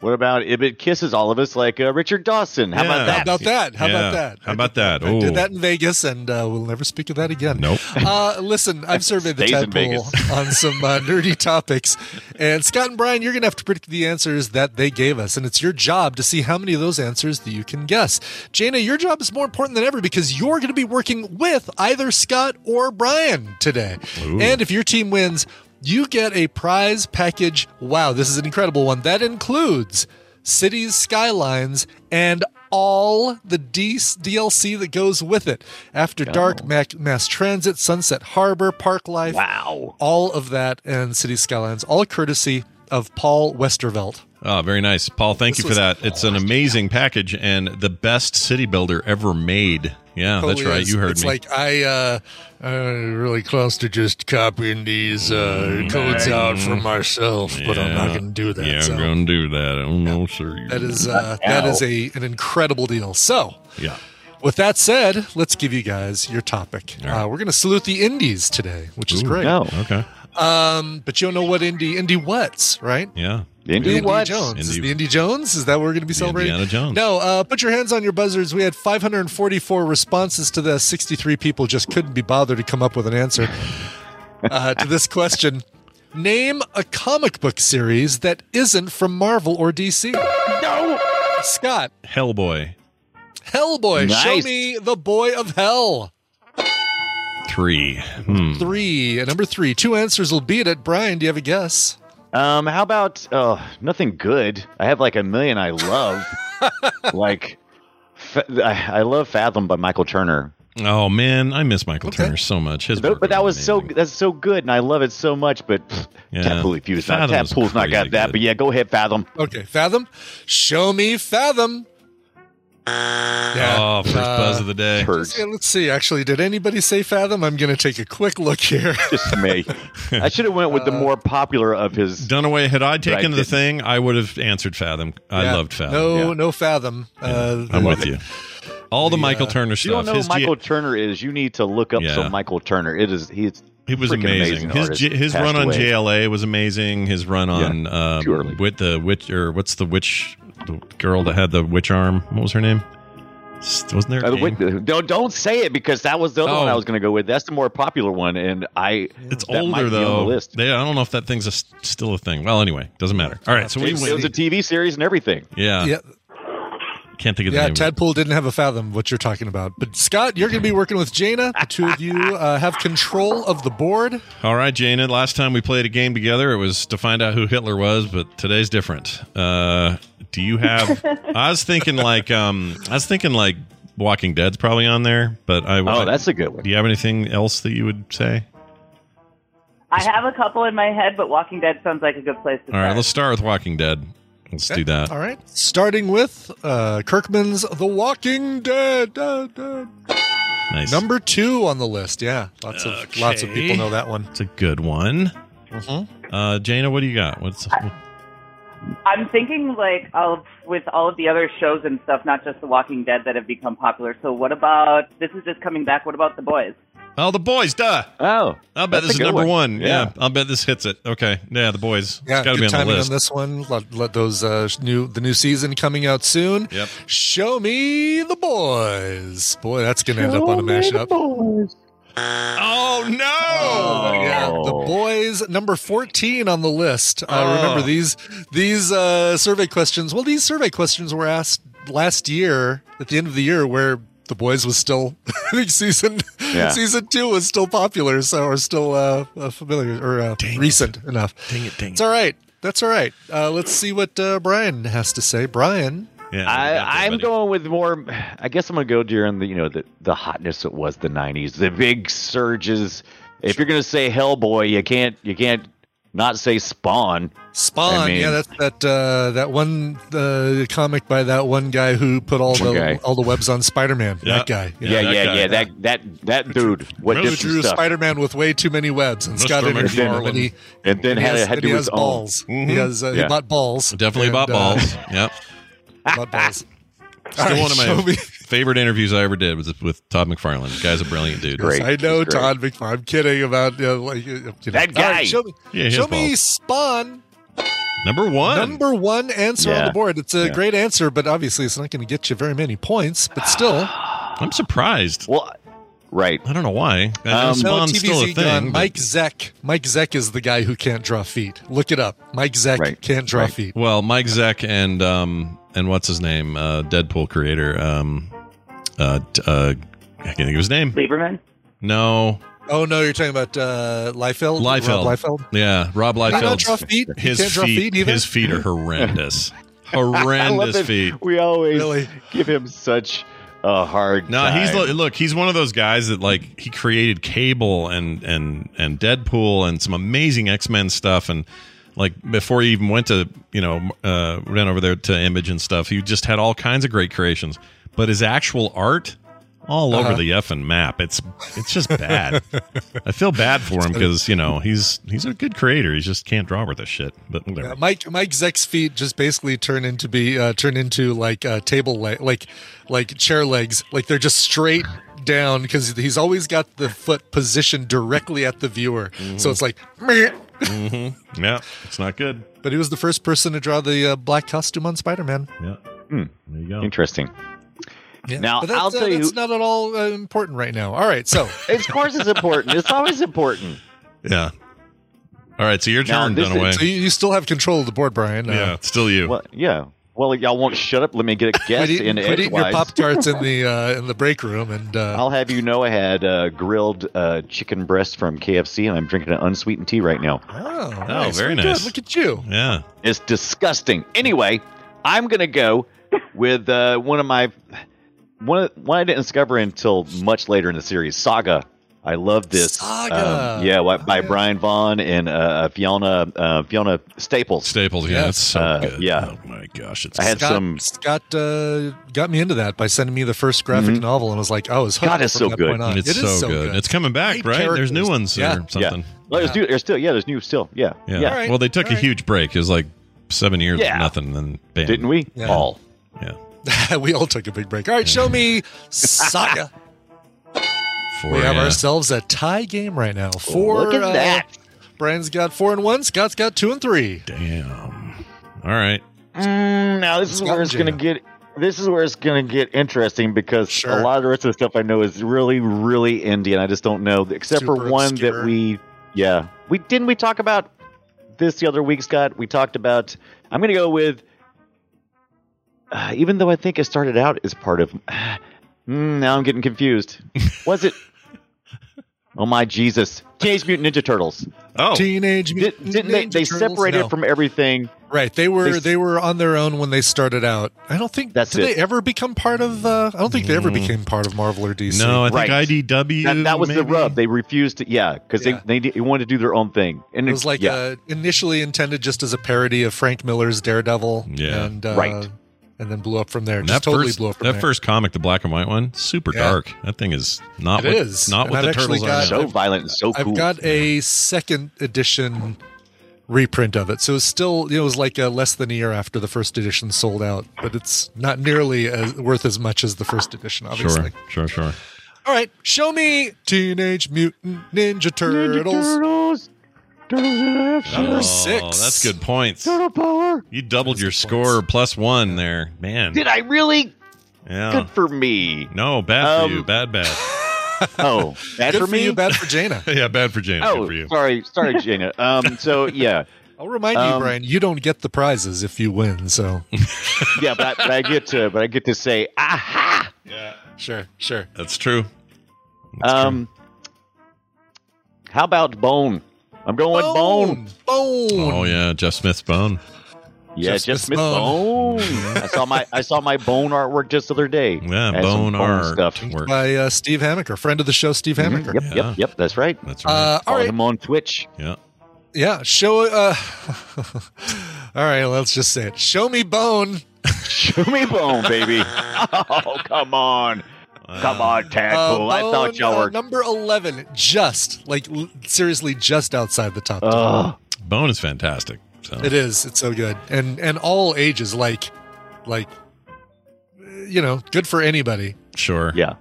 F: what about Ibit kisses all of us like uh, Richard Dawson? How
A: Yeah.
F: about
B: How
F: that?
B: about that? How
A: Yeah.
B: about that?
A: How
B: I
A: about
B: did-
A: that?
B: I
A: Ooh.
B: did that in Vegas, and uh, we'll never speak of that again.
A: Nope.
B: Uh, listen, I've surveyed the
F: Stays in
B: tadpole on some uh, nerdy topics, and Scott and Brian, you're going to have to predict the answers that they gave us, and it's your job to see how many of those answers that you can guess. Jana, your job is more important than ever because you're going to be working with either Scott or Brian today, and if your team wins. You get a prize package. Wow, this is an incredible one. That includes cities, skylines, and all the D- DLC that goes with it. After Dark, Mac- Mass Transit, Sunset Harbor, Park Life.
F: Wow.
B: All of that and City Skylines, all courtesy of Paul Westervelt.
A: Oh, very nice, Paul. Thank
B: This
A: you for
B: was-
A: that. It's an amazing package and the best city builder ever made. Yeah, Oh, that's
B: Totally
A: right.
B: is.
A: You heard
B: Oh, it's
A: me.
B: like I, uh, I'm really close to just copying these uh, codes out for myself, but I'm not
A: Mm-hmm. Yeah.
B: going to do that.
A: yeah,
B: so
A: I'm gonna do that. Oh no, sir. you-
B: that is uh, that is a an incredible deal. So
A: yeah.
B: With that said, let's give you guys your topic. Uh, we're going to salute the indies today, which is great.
F: No.
A: Okay.
B: Um, but you don't know what indie indie what's right?
A: Yeah.
F: Indy
B: Indy
F: what?
B: Jones is
A: Indie-
B: the Indy Jones. Is that what we're going to be celebrating?
A: Indiana Jones.
B: No, uh, put your hands on your buzzards. We had 544 responses to this. 63 people just couldn't be bothered to come up with an answer uh, to this question. Name a comic book series that isn't from Marvel or DC. No, Scott.
A: Hellboy
B: Hellboy, show
F: Nice.
B: me the boy of hell.
A: three. Hmm.
B: Three, uh, number three. Two answers will beat it. Brian, do you have a guess?
F: Um, how about oh nothing good? I have like a million I love. like fa- I I love Fathom by Michael Turner.
A: Oh man, I miss Michael
B: Okay.
A: Turner so much. His
F: But,
A: work
F: but that was so
A: amazing.
F: that's so good, and I love it so much. But pfft,
A: Yeah.
F: Tadpool if you was not
A: Fathom's
F: Tadpool's not
A: crazy
F: got that.
A: good.
F: But yeah, go ahead, Fathom.
B: Okay, Fathom. Show me Fathom. Yeah. Uh,
A: Oh, first buzz of the day.
F: Turds.
B: Yeah, let's see. Actually, did anybody say Fathom? I'm going to take a quick look here.
F: Just me. I should have went with the
A: Uh,
F: more popular of his.
A: Dunaway, had I taken the
F: didn't.
A: thing, I would have answered Fathom. I
B: Yeah.
A: loved Fathom.
B: No,
F: Yeah.
B: no Fathom. Uh,
A: I'm
B: the-
A: with you. All the,
B: uh,
A: Michael Turner
F: If you don't
A: stuff.
F: know who
A: His
F: Michael
A: G-
F: Turner is, you need to look up
A: Yeah.
F: some Michael Turner. It is he's
A: he was
F: freaking
A: amazing.
F: amazing
A: His
F: artist.
A: G- his
F: Passed
A: run on
F: away.
A: JLA was amazing. His run on
F: too
A: um,
F: early.
A: with the witch or what's the witch the girl that had the witch arm? What was her name? S- Wasn't there? a
F: Uh,
A: game?
F: wait, don't don't say it because that was the other
A: Oh.
F: one I was going to go with. That's the more popular one, and I
A: It's
F: that
A: older
F: might be
A: though.
F: on the list.
A: They, I don't know if that thing's a, s- still a thing. Well, anyway, doesn't matter. All right, so we
F: It, it
A: win.
F: was a TV series and everything.
A: Yeah,
B: Yeah,
A: can't think of the
B: yeah.
A: name. of it.
B: Tadpole didn't have a fathom. What you're talking about, but Scott, you're going to be working with Jaina. The two of you uh, have control of the board.
A: All right, Jana. Last time we played a game together, it was to find out who Hitler was, but today's different. Uh, do you have? I was thinking like um, I was thinking like Walking Dead's probably on there, but I.
F: Oh, that's a good one.
A: Do you have anything else that you would say?
G: I have a couple in my head, but Walking Dead sounds like a good place to
A: All right,
G: start.
A: let's start with Walking Dead. Let's do that.
B: All right. Starting with uh, Kirkman's The Walking Dead. Da, da.
A: Nice.
B: Number two on the list. Yeah, lots of lots of people know that one.
A: It's a good one.
B: Mhm.
A: Uh, Jana, what do you got? What's
G: I'm thinking like of with all of the other shows and stuff, not just The Walking Dead that have become popular. So what about this is just coming back? What about The Boys?
A: oh the boys? Duh.
F: Oh,
A: I'll bet
F: That's a
A: this is
F: good
A: number one. Yeah.
F: Yeah.
A: I'll bet this hits it. Okay. Yeah, the boys.
B: Yeah,
A: it's got
B: good
A: to be on the
B: timing
A: list.
B: on this one. Let, let those uh, sh- new the new season coming out soon.
A: Yep.
B: Show me the boys. Boy, that's gonna end up on a mashup.
A: Oh no!
B: Yeah, the
F: Oh.
B: boys number fourteen on the list. Uh, remember
A: Oh.
B: these these uh, survey questions. Well, these survey questions were asked last year at the end of the year where the boys was still I think season
F: Yeah.
B: season two was still popular, so or still uh, uh, familiar or uh, recent enough.
A: Dang it! Dang
B: It's all right. That's all right. Uh, let's see what uh, Brian has to say. Brian,
A: Yeah, we got
F: I,
A: there,
F: I'm
A: buddy.
F: going with more. I guess I'm gonna go during the you know the the hotness that was the '90s, the big surges. If you're gonna say Hellboy, you can't you can't not say Spawn.
B: Spawn.
F: I mean-
B: yeah, that's that uh, that one uh, comic by that one guy who put all the
F: One guy.
B: all the webs on Spider Man.
A: Yeah.
B: That guy.
A: Yeah,
F: Yeah,
A: that
F: yeah,
A: guy.
F: yeah. That that that dude. What
A: Really
F: did
A: Some
B: drew
F: some stuff?
B: Spider-Man with way too many webs, and
A: Mr.
B: Scott interviewed him,
A: McFarlane.
B: and he,
F: and then
B: and he
F: had,
B: has,
F: had
B: and
F: to
B: he
F: do
B: has
F: his own.
B: balls.
A: Mhm.
B: He has uh, he
F: Yeah.
B: bought balls.
A: Definitely
B: And,
A: bought
B: uh,
A: balls. yep.
B: bought balls.
A: Still
B: All right,
A: one of
B: show
A: my
B: me-
A: favorite interviews I ever did was with Todd McFarlane. The guy's a brilliant dude.
F: Great.
B: I know
F: He's great.
B: Todd McFarlane. I'm kidding about uh, like, uh, you know.
F: That
B: All right,
F: guy.
B: show me,
A: Yeah, he
B: show
A: has
B: me
A: balls.
B: Spawn.
A: Number one.
B: Number one answer on
F: Yeah.
B: the board. It's a
F: Yeah.
B: great answer, but obviously it's not going to get you very many points. But still,
A: I'm surprised.
F: Well, right.
A: I don't know why. I know
F: Um,
A: Spawn's
B: no,
A: still a
B: TVZ gone.
A: thing. but-
B: Mike Zeck. Mike Zeck is the guy who can't draw feet. Look it up. Mike Zeck
F: Right,
B: can't draw
F: right.
B: feet.
A: Well, Mike Zeck and um and what's his name? Uh, Deadpool creator. Um, uh, t- uh, I can't think of his name.
G: Lieberman.
A: No,
B: Oh no, you're talking about uh, Liefeld. Rob
A: Liefeld.
B: Liefeld.
A: yeah, Rob
B: Can I not
A: Liefeld.
B: draw feet? You
A: His
B: can't draw
A: feet,
B: feet either?
A: his feet are horrendous.
F: I love
A: horrendous
F: that
A: feet.
F: We always
B: Really?
F: give him such a hard.
A: No, he's
F: time.
A: lo- look. He's one of those guys that like he created Cable and and and Deadpool and some amazing X Men stuff and like before he even went to you know uh, ran over there to Image and stuff. He just had all kinds of great creations, but his actual art all over
B: Uh-huh.
A: the effing map. It's it's just bad. I feel bad for him because you know he's he's a good creator. He just can't draw with this shit. But whatever.
B: Yeah, Mike Mike Zeck's feet just basically turn into be uh, turn into like uh, table leg, like like chair legs, like they're just straight down because he's always got the foot positioned directly at the viewer. So it's like, meh.
A: yeah, it's not good.
B: but he was the first person to draw the uh, black costume on Spider Man.
A: Yeah.
F: Hmm.
A: There you go.
F: Interesting.
B: Yeah.
F: Now,
B: but that's, uh,
F: I'll tell you-
B: that's not at all uh, important right now. All right, so
F: Of course, it's important. It's always important.
A: Yeah. All right, so your
F: Now,
A: turn,
F: this is-
A: Dunaway.
B: so you, you still have control of the board, Brian. Uh,
A: yeah, it's still you.
F: Well, yeah. Well, y'all won't shut up. Let me get a guess
B: Quit eating,
F: in
B: quit eating your
F: edgewise.
B: pop tarts in the uh, in the break room, and uh,
F: I'll have you know I had uh, grilled uh, chicken breast from KFC, and I'm drinking an unsweetened tea right now.
B: Oh,
A: very
B: Good.
A: nice.
B: Look at you.
A: Yeah.
F: It's disgusting. Anyway, I'm gonna go with uh, one of my one one I didn't discover until much later in the series, Saga. I love this.
B: Saga.
F: um, yeah, by, by
B: Yeah.
F: Brian Vaughn and uh, Fiona uh, Fiona Staples.
A: Staples, yeah,
B: Yeah.
A: it's so
F: Uh,
A: good.
F: yeah.
A: Oh my gosh, it's
F: I had
B: Scott,
F: some.
B: Scott uh, got me into that by sending me the first graphic novel, and I was like, "I was hooked."
F: Mm-hmm. God, it's
B: from
F: so
B: that
F: good.
B: point on.
A: it's
B: It
A: so,
B: is
A: good. It's coming back,
B: Great
A: right? There's new
B: characters.
A: ones
B: Yeah.
A: or something.
F: Yeah. Well, there's new. There's still. Yeah, there's new still. Yeah.
A: Yeah.
F: Yeah.
B: right.
A: Well, they took
B: All
A: a
B: right.
A: huge break. It was like seven years, of
F: Yeah.
A: nothing, and bam.
F: Didn't we
B: Yeah.
F: all?
A: Yeah.
B: we all took a big break. All right, show me Saga.
A: Four,
B: we have
A: yeah.
B: ourselves a tie game right now. Four.
F: Oh, Look at
B: uh,
F: that.
B: Brian's got four and one. Scott's got two and three.
A: Damn. All right.
F: Mm, now this is
B: Scott
F: where it's
B: Jam.
F: gonna get. This is where it's gonna get interesting because
B: Sure.
F: a lot of the rest of the stuff I know is really, really indie, and I just don't know, except
B: Super
F: for one
B: obscure.
F: that we, yeah, we didn't we talk about this the other week, Scott. We talked about. I'm gonna go with. Uh, even though I think it started out as part of. Mm, now I'm getting confused. Was it? oh my Jesus! Teenage Mutant Ninja Turtles.
A: Oh,
B: Teenage
F: Did,
B: Mutant
F: didn't they?
B: Ninja
F: They
B: Turtles?
F: separated
B: No.
F: from everything.
B: Right. They were
F: they
B: they,
F: s-
B: were on their own when they started out. I don't think
F: That's
B: did
F: it.
B: they ever become part of uh, I don't think they ever became part of Marvel or DC.
A: Mm. no, I think
F: Right.
A: IDW.
F: that, that was the
A: maybe?
F: rub. They refused to, yeah, because
B: Yeah.
F: they, they they wanted to do their own thing. And
B: It was like
F: yeah,
B: uh, initially intended just as a parody of Frank Miller's Daredevil.
A: Yeah.
B: And, uh,
F: Right.
B: and then blew up from there.
A: And
B: Just
A: that
B: totally
A: first,
B: blew up from
A: that
B: there.
A: first comic, the black and white one, super
B: Yeah.
A: dark. That thing is not
B: It
A: what
B: is.
A: not
B: And
A: what
B: I've
A: the
B: actually
A: turtles
B: got-
A: are now.
F: so violent and so
B: I've
F: cool.
B: got a second edition reprint of it, so it's still it was like a less than a year after the first edition sold out, but it's not nearly as worth as much as the first edition, obviously.
A: Sure, sure, sure.
B: All right, show me Teenage Mutant Ninja Turtles.
F: Turtles. Turtles in action.
A: Oh,
B: six.
A: that's good points.
F: Turtle power.
A: You doubled
B: That is
A: your
B: the
A: score
B: points.
A: plus one there, man.
F: Did I really?
A: Yeah.
F: Good for me.
A: No, bad for
F: Um,
A: you. Bad, bad.
F: Oh, bad
B: Good
F: for
B: for
F: me.
B: you, bad for Jaina.
A: yeah, bad for James.
F: oh,
A: good for you.
F: sorry, sorry, Jana. Um, so yeah,
B: I'll remind you,
F: Um,
B: Brian, you don't get the prizes if you win. So
F: yeah, but I, but I get to, but I get to say, aha.
B: sure, sure.
A: That's true.
F: Um, how about bone? I'm going with bone.
B: bone.
A: Oh yeah, Jeff Smith's bone.
F: Yeah,
B: Just
F: just,
B: miss
F: miss bone. I saw my I saw my bone artwork just the other day.
A: Yeah,
F: Had some
A: bone art
F: stuff.
A: work.
B: By uh, Steve Hammaker, friend of the show, Steve Hammaker.
F: Mm-hmm. Yep,
A: Yeah.
F: yep, yep. That's right.
A: That's right.
B: Uh, all
F: Follow
B: right,
F: him on Twitch.
A: yeah.
B: Yeah, show. Uh, all right, let's just say it. Show me bone.
F: Show me bone, baby. oh, come on, come on,
B: Uh,
F: Tadpool. I
B: Bone,
F: thought y'all
B: uh,
F: were.
B: number eleven, just like l- seriously, just outside the top.
F: Oh,
B: ten.
F: Ugh.
A: Bone is fantastic. So
B: It is. It's so good, and and all ages. Like, like, you know, good for anybody.
A: sure.
F: yeah.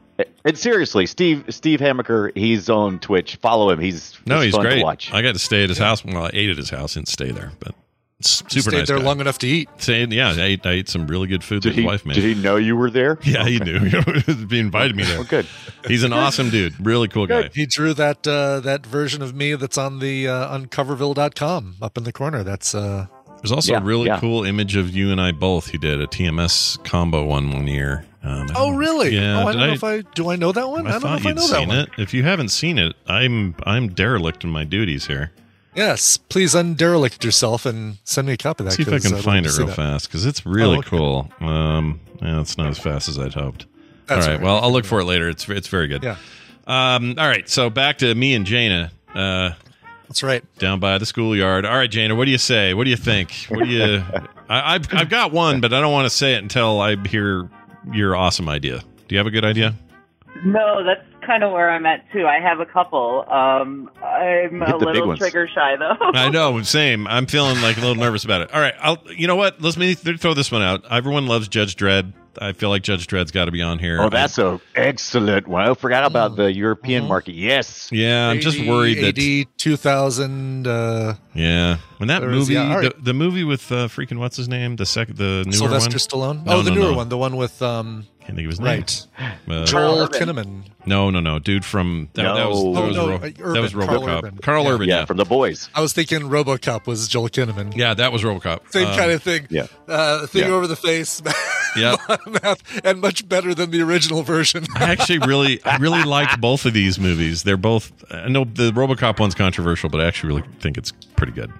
F: And seriously, Steve Steve Hammaker, he's on Twitch. Follow him. He's
A: No, he's
F: fun
A: great.
F: To watch.
A: I got to stay at his house. Well, I ate at his house. Didn't stay there, but super
B: Stayed
A: nice.
B: there
A: guy.
B: long enough to eat.
A: Stayed- yeah, I ate, I ate some really good food
F: did
A: that his
F: he,
A: wife made.
F: did he know you were there?
A: yeah, he knew. he invited me there.
F: Oh, good.
A: He's an awesome dude. Really cool guy.
B: He drew that uh, that version of me that's on the uh, uncoverville.com up in the corner. That's uh,
A: There's also a
F: Yeah,
A: really
F: yeah.
A: cool image of you and I both. He did a TMS combo one one year. Um, I
B: oh
A: don't-
B: really?
A: Yeah,
B: oh, I
A: did
B: don't know if I do. I know that one.
A: I
B: don't know
A: thought
B: if I
A: you'd
B: know that
A: seen
B: one.
A: it. If you haven't seen it, I'm I'm derelict in my duties here.
B: Yes, please underlict yourself and send me a copy of that.
A: see if I
B: 'cause
A: can
B: I'd love
A: find
B: to
A: it
B: see
A: real
B: that.
A: fast because it's really
B: Oh, okay.
A: cool. Um, yeah, it's not as fast as I'd hoped.
B: That's
A: all right,
B: all right.
A: Well, I'll look for it later. It's it's very good.
B: Yeah.
A: Um. All right. So back to me and Jana. Uh,
B: That's right.
A: down by the schoolyard. All right, Jana. What do you say? What do you think? What do you? I, I've I've got one, but I don't want to say it until I hear your awesome idea. Do you have a good idea?
G: No, that's kind of where I'm at too. I have a couple. Um, I'm
F: Hit
G: a
F: the big
G: little
F: ones.
G: trigger shy though.
A: I know, same. I'm feeling like a little nervous about it. All right, I'll. You know what? Let's me th- throw this one out. Everyone loves Judge Dredd. I feel like Judge Dredd's got to be on here.
F: Oh, that's a excellent one. I forgot about the European
B: Mhm.
F: market. Yes.
A: I- Oh. Uh-huh. yeah. I'm just worried that.
B: AD 2000 uh,
A: Yeah, when that
B: There is-
A: movie,
B: yeah, all right.
A: the, the movie with uh, freaking what's his name, the second, the newer
B: Sylvester
A: one.
B: Stallone.
A: No,
B: oh, the
A: no,
B: newer
A: no.
B: one, the one with um,
A: Can't think of his name.
B: right
A: Uh,
G: Charles
B: Joel
G: Urban.
B: Kinnaman.
A: no, no, no, dude from that, that was, that
F: No.
B: Oh,
A: was
B: no,
A: Ro-
B: uh,
A: that
B: Urban,
A: was
B: Carl
A: RoboCop.
B: Urban.
A: Carl
B: Yeah.
A: Urban,
F: Yeah,
A: yeah,
F: from the boys.
B: I was thinking RoboCop was Joel Kinnaman.
A: yeah, that was RoboCop.
B: Same
A: Um,
B: kind of thing.
F: yeah.
B: Uh, thing
F: Yeah.
B: over the face.
A: Yeah.
B: Mouth, and much better than the original version.
A: I actually really, I really liked both of these movies. They're both. I know the RoboCop one's controversial, but I actually really think it's pretty good.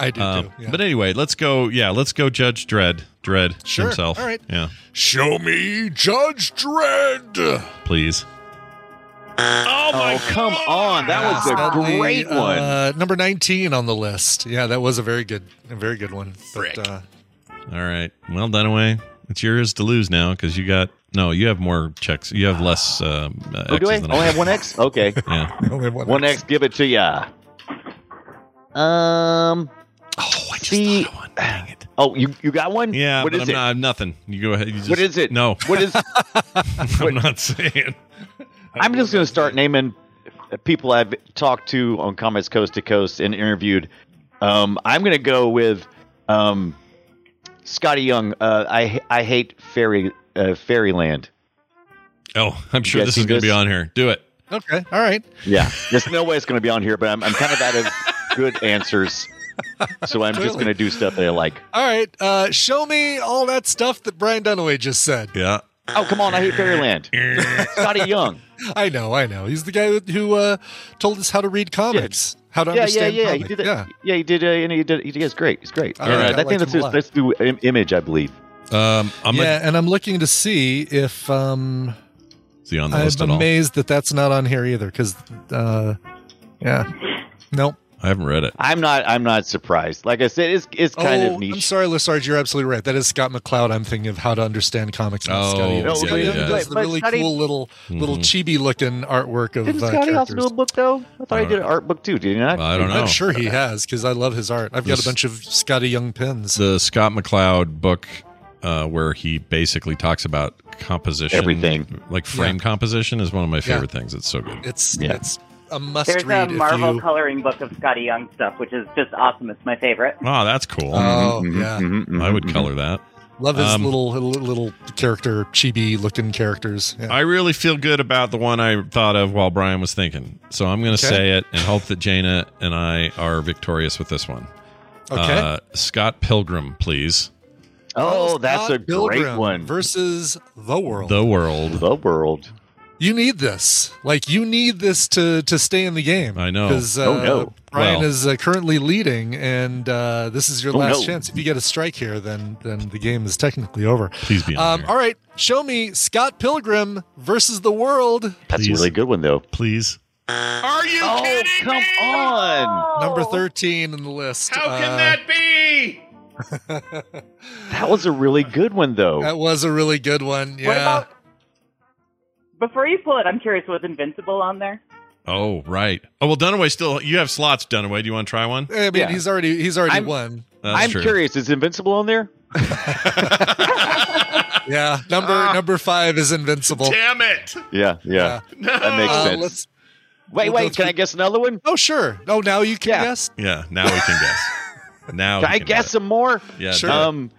B: I do
A: Um,
B: too. Yeah.
A: But anyway, let's go. Yeah, let's go. Judge Dredd, Dredd
B: Sure.
A: himself.
B: All right.
A: Yeah,
B: Show me Judge Dredd.
A: please.
F: Oh, come on. That was a
B: Sadly,
F: great one.
B: Uh, number 19 on the list. Yeah, that was a very good, a very good one. Frick. But, uh,
A: All right. Well, Dunaway, it's yours to lose now because you got no. You have more checks. You have less. Um, uh,
F: oh, do I
A: X's than
F: only have one X? Okay.
A: Yeah.
B: I only have one
F: one X, give it to ya. Um.
A: Oh, I just
F: See-
A: thought of one. Dang it.
F: Oh, you, you got one?
A: Yeah,
F: What
A: but
F: is
A: I'm,
F: it?
A: Not, I'm nothing. You go ahead. You just,
F: What is it?
A: No,
F: What is?
A: I'm not saying.
F: I'm just going to start naming uh, people I've talked to on comments coast to coast and interviewed. Um, I'm going to go with um, Scotty Young. Uh, I I hate fairy uh, fairyland.
A: Oh, I'm sure
F: guys
A: this is
F: see
A: going to be
F: this?
A: on here. Do it.
B: Okay. All right.
F: Yeah, there's no way it's going to be on here, but I'm I'm kind of out of good answers, so I'm just
B: Clearly.
F: going to do stuff that I like.
B: All right. Uh, show me all that stuff that Brian Dunaway just said.
A: Yeah.
F: Oh come on, I hate fairyland. Scotty Young.
B: I know. I know. He's the guy who uh, told us how to read comics, how to
F: Yeah, yeah,
B: understand
F: yeah. He
B: comics.
F: did it.
B: Yeah.
F: Yeah, he did. Uh, and he did. He did. It's great. He's great.
B: All
F: And,
A: right,
F: uh,
A: I
F: that
B: liked
F: thing that's
B: him a lot.
F: that's through Im- image, I believe.
A: Um, I'm
B: yeah,
A: yeah.
B: and I'm looking to see if um,
A: see on the
B: I'm
A: list at all.
B: amazed that that's not on here either. Because, uh, yeah, nope.
A: I haven't read it.
F: I'm not. I'm not surprised. Like I said, it's it's kind
B: oh,
F: of
B: I'm
F: niche.
B: sorry, Lesarge. You're absolutely right. That is Scott McCloud. I'm thinking of how to understand comics. and
A: Oh,
B: Scotty Evans.
F: yeah,
B: Scotty
F: yeah.
B: Evans does the
F: But- but
B: really
F: Scotty-
B: cool little little
A: Mm-hmm.
B: chibi looking artwork of
F: Didn't
B: uh,
F: Scotty also do
B: characters.
F: a book though? I thought
A: I
F: he did
A: don't-
F: an art book too. Did he not?
A: I don't know.
B: I'm sure he has because I love his art. I've got
A: This-
B: a bunch of Scotty Young pins.
A: The Scott McCloud book uh, where he basically talks about composition.
F: Everything.
A: Like frame composition is one of my favorite things. It's so good.
B: it's
F: Yeah.
B: it's a must
G: There's a
B: read if
G: Marvel
B: you.
G: coloring book of Scotty Young stuff, which is just awesome. It's my favorite.
A: Oh, that's cool.
B: Oh
F: Mhm,
B: yeah,
F: mhm, mhm,
A: I would
F: mhm.
A: color that.
B: love his
A: Um,
B: little little little character chibi looking characters. Yeah.
A: I really feel good about the one I thought of while Brian was thinking. So I'm going to
B: Okay.
A: say it and hope that Jaina and I are victorious with this one.
B: Okay.
A: Uh, Scott Pilgrim, please.
F: Oh, that's
B: Scott
F: a
B: Pilgrim
F: great one.
B: Versus the world.
A: The world.
F: the world.
B: you need this. Like you need this to to stay in the game.
A: I know.
B: Because uh,
F: Oh, no.
B: Brian
A: Well-
B: is uh, currently leading, and uh, this is your
F: Oh,
B: last
F: no.
B: chance. If you get a strike here, then then the game is technically over.
A: Please be on
B: Um,
A: there.
B: all right, show me Scott Pilgrim versus the world,
F: That's
A: Please.
F: a really good one though.
A: Please. Are you
F: Oh, come on!
B: number thirteen in the list. Uh, How can
A: be?
B: that?
F: That was a really good one though.
B: that was a really good one. Yeah.
G: What about before you pull it? I'm curious. Was Invincible on there?
A: Oh, right. Oh, well, Dunaway still, you have slots, Dunaway. Do you want to try one?
B: I mean,
F: Yeah.
B: he's already he's already
F: I'm-
B: won.
A: That's
F: I'm
A: true.
F: curious. Is Invincible on there?
B: Yeah, number
F: Ah.
B: number five is invincible.
A: Damn it.
F: Yeah, yeah. That makes
B: Uh,
F: sense.
B: let's-
F: wait,
B: we'll go
F: wait. Can
B: through-
F: I guess another one?
B: oh sure. Oh, now you can
F: Yeah.
B: guess.
A: Yeah, now we can guess. Now
F: Can
A: we
F: I
A: can
F: guess some more?
A: Yeah,
B: Sure.
A: do it.
F: Um,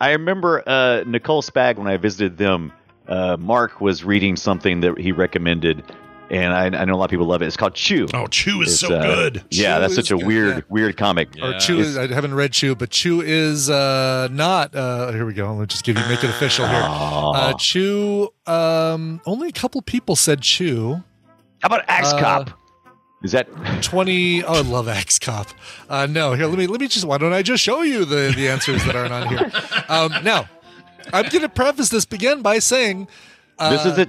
F: I remember uh, Nicole Spag when I visited them. Uh, Mark was reading something that he recommended, and I, I know a lot of people love it. It's called Chew.
A: oh, Chew is
F: It's,
A: so
F: uh,
A: good.
F: Yeah,
B: Chew
F: that's
B: is
F: such a
B: good,
F: weird,
B: yeah.
F: weird comic.
B: Or
A: Yeah.
B: Chew is, I haven't read Chew, but Chew is uh, not. Uh, here we go. Let me just give you, make it official here.
F: Aw.
B: Uh, Chew, um, only a couple people said Chew.
F: How about Axe
B: uh,
F: Cop? Is that
B: 20, oh, I love X Cop. Uh, no, here, let me, let me just, why don't I just show you the, the answers that aren't on here? Um, now, I'm going to preface this again by saying uh,
F: this is it?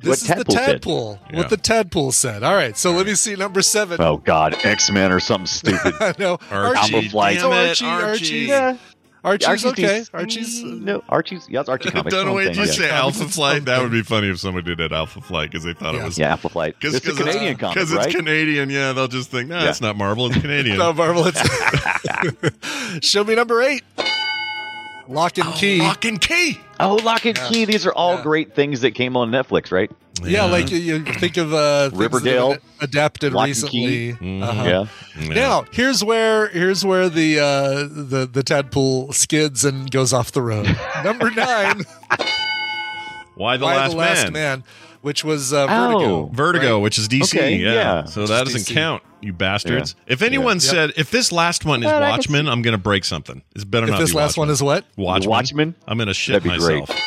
B: this is
F: what
B: the
F: Tadpole said.
B: tadpole,
A: Yeah.
B: what the tadpole said. All right, so let me see number seven.
F: Oh God, X Men or something stupid.
B: I know.
A: Archie,
F: Alpha Flight.
A: damn it,
B: Archie,
A: Archie.
B: Archie.
F: yeah,
B: Archie's, okay.
F: dec-
B: Archie's, uh,
F: no Archie's. Yeah, it's Archie comic.
A: Dunaway,
F: Same
A: did
F: thing,
A: you
F: yeah.
A: say Alpha Flight? That would be funny if somebody did it Alpha Flight because they thought it
B: Yeah.
A: was
F: Yeah, Alpha Flight.
A: Cause,
F: It's a
A: cause
F: Canadian comic,
A: Because
F: right?
A: it's Canadian, yeah. They'll just think, no,
F: Yeah.
A: it's not Marvel, it's Canadian.
B: No, Marvel. It's Show me number eight. Lock and key.
A: Oh, Lock and key.
F: Oh, Lock and
B: Yeah.
F: Key. These are all
B: Yeah.
F: great things that came on Netflix, right?
B: yeah, like you, you think of uh, things that have been
F: Riverdale.
B: adapted
F: Lock and Mm-hmm.
B: recently.
A: Key.
B: Uh-huh.
F: yeah.
B: Now here's where here's where the uh, the the tadpole skids and goes off the road. Number nine,
A: why the
B: Why
A: last,
B: the Last
A: man?
B: Man, which was uh, Vertigo.
F: Oh.
A: Vertigo, which is DC,
F: Okay,
A: yeah.
F: yeah.
A: So that
B: Just
A: doesn't
B: DC.
A: count, you bastards. If anyone
B: Yeah.
A: said, if this last one is
F: But I can
A: Watchmen, I'm going to break something. It's better
B: If
A: not
B: this
A: be
B: last one is what?
A: Watchmen.
F: Watchmen?
A: I'm going to shit
F: That'd be great.
A: myself.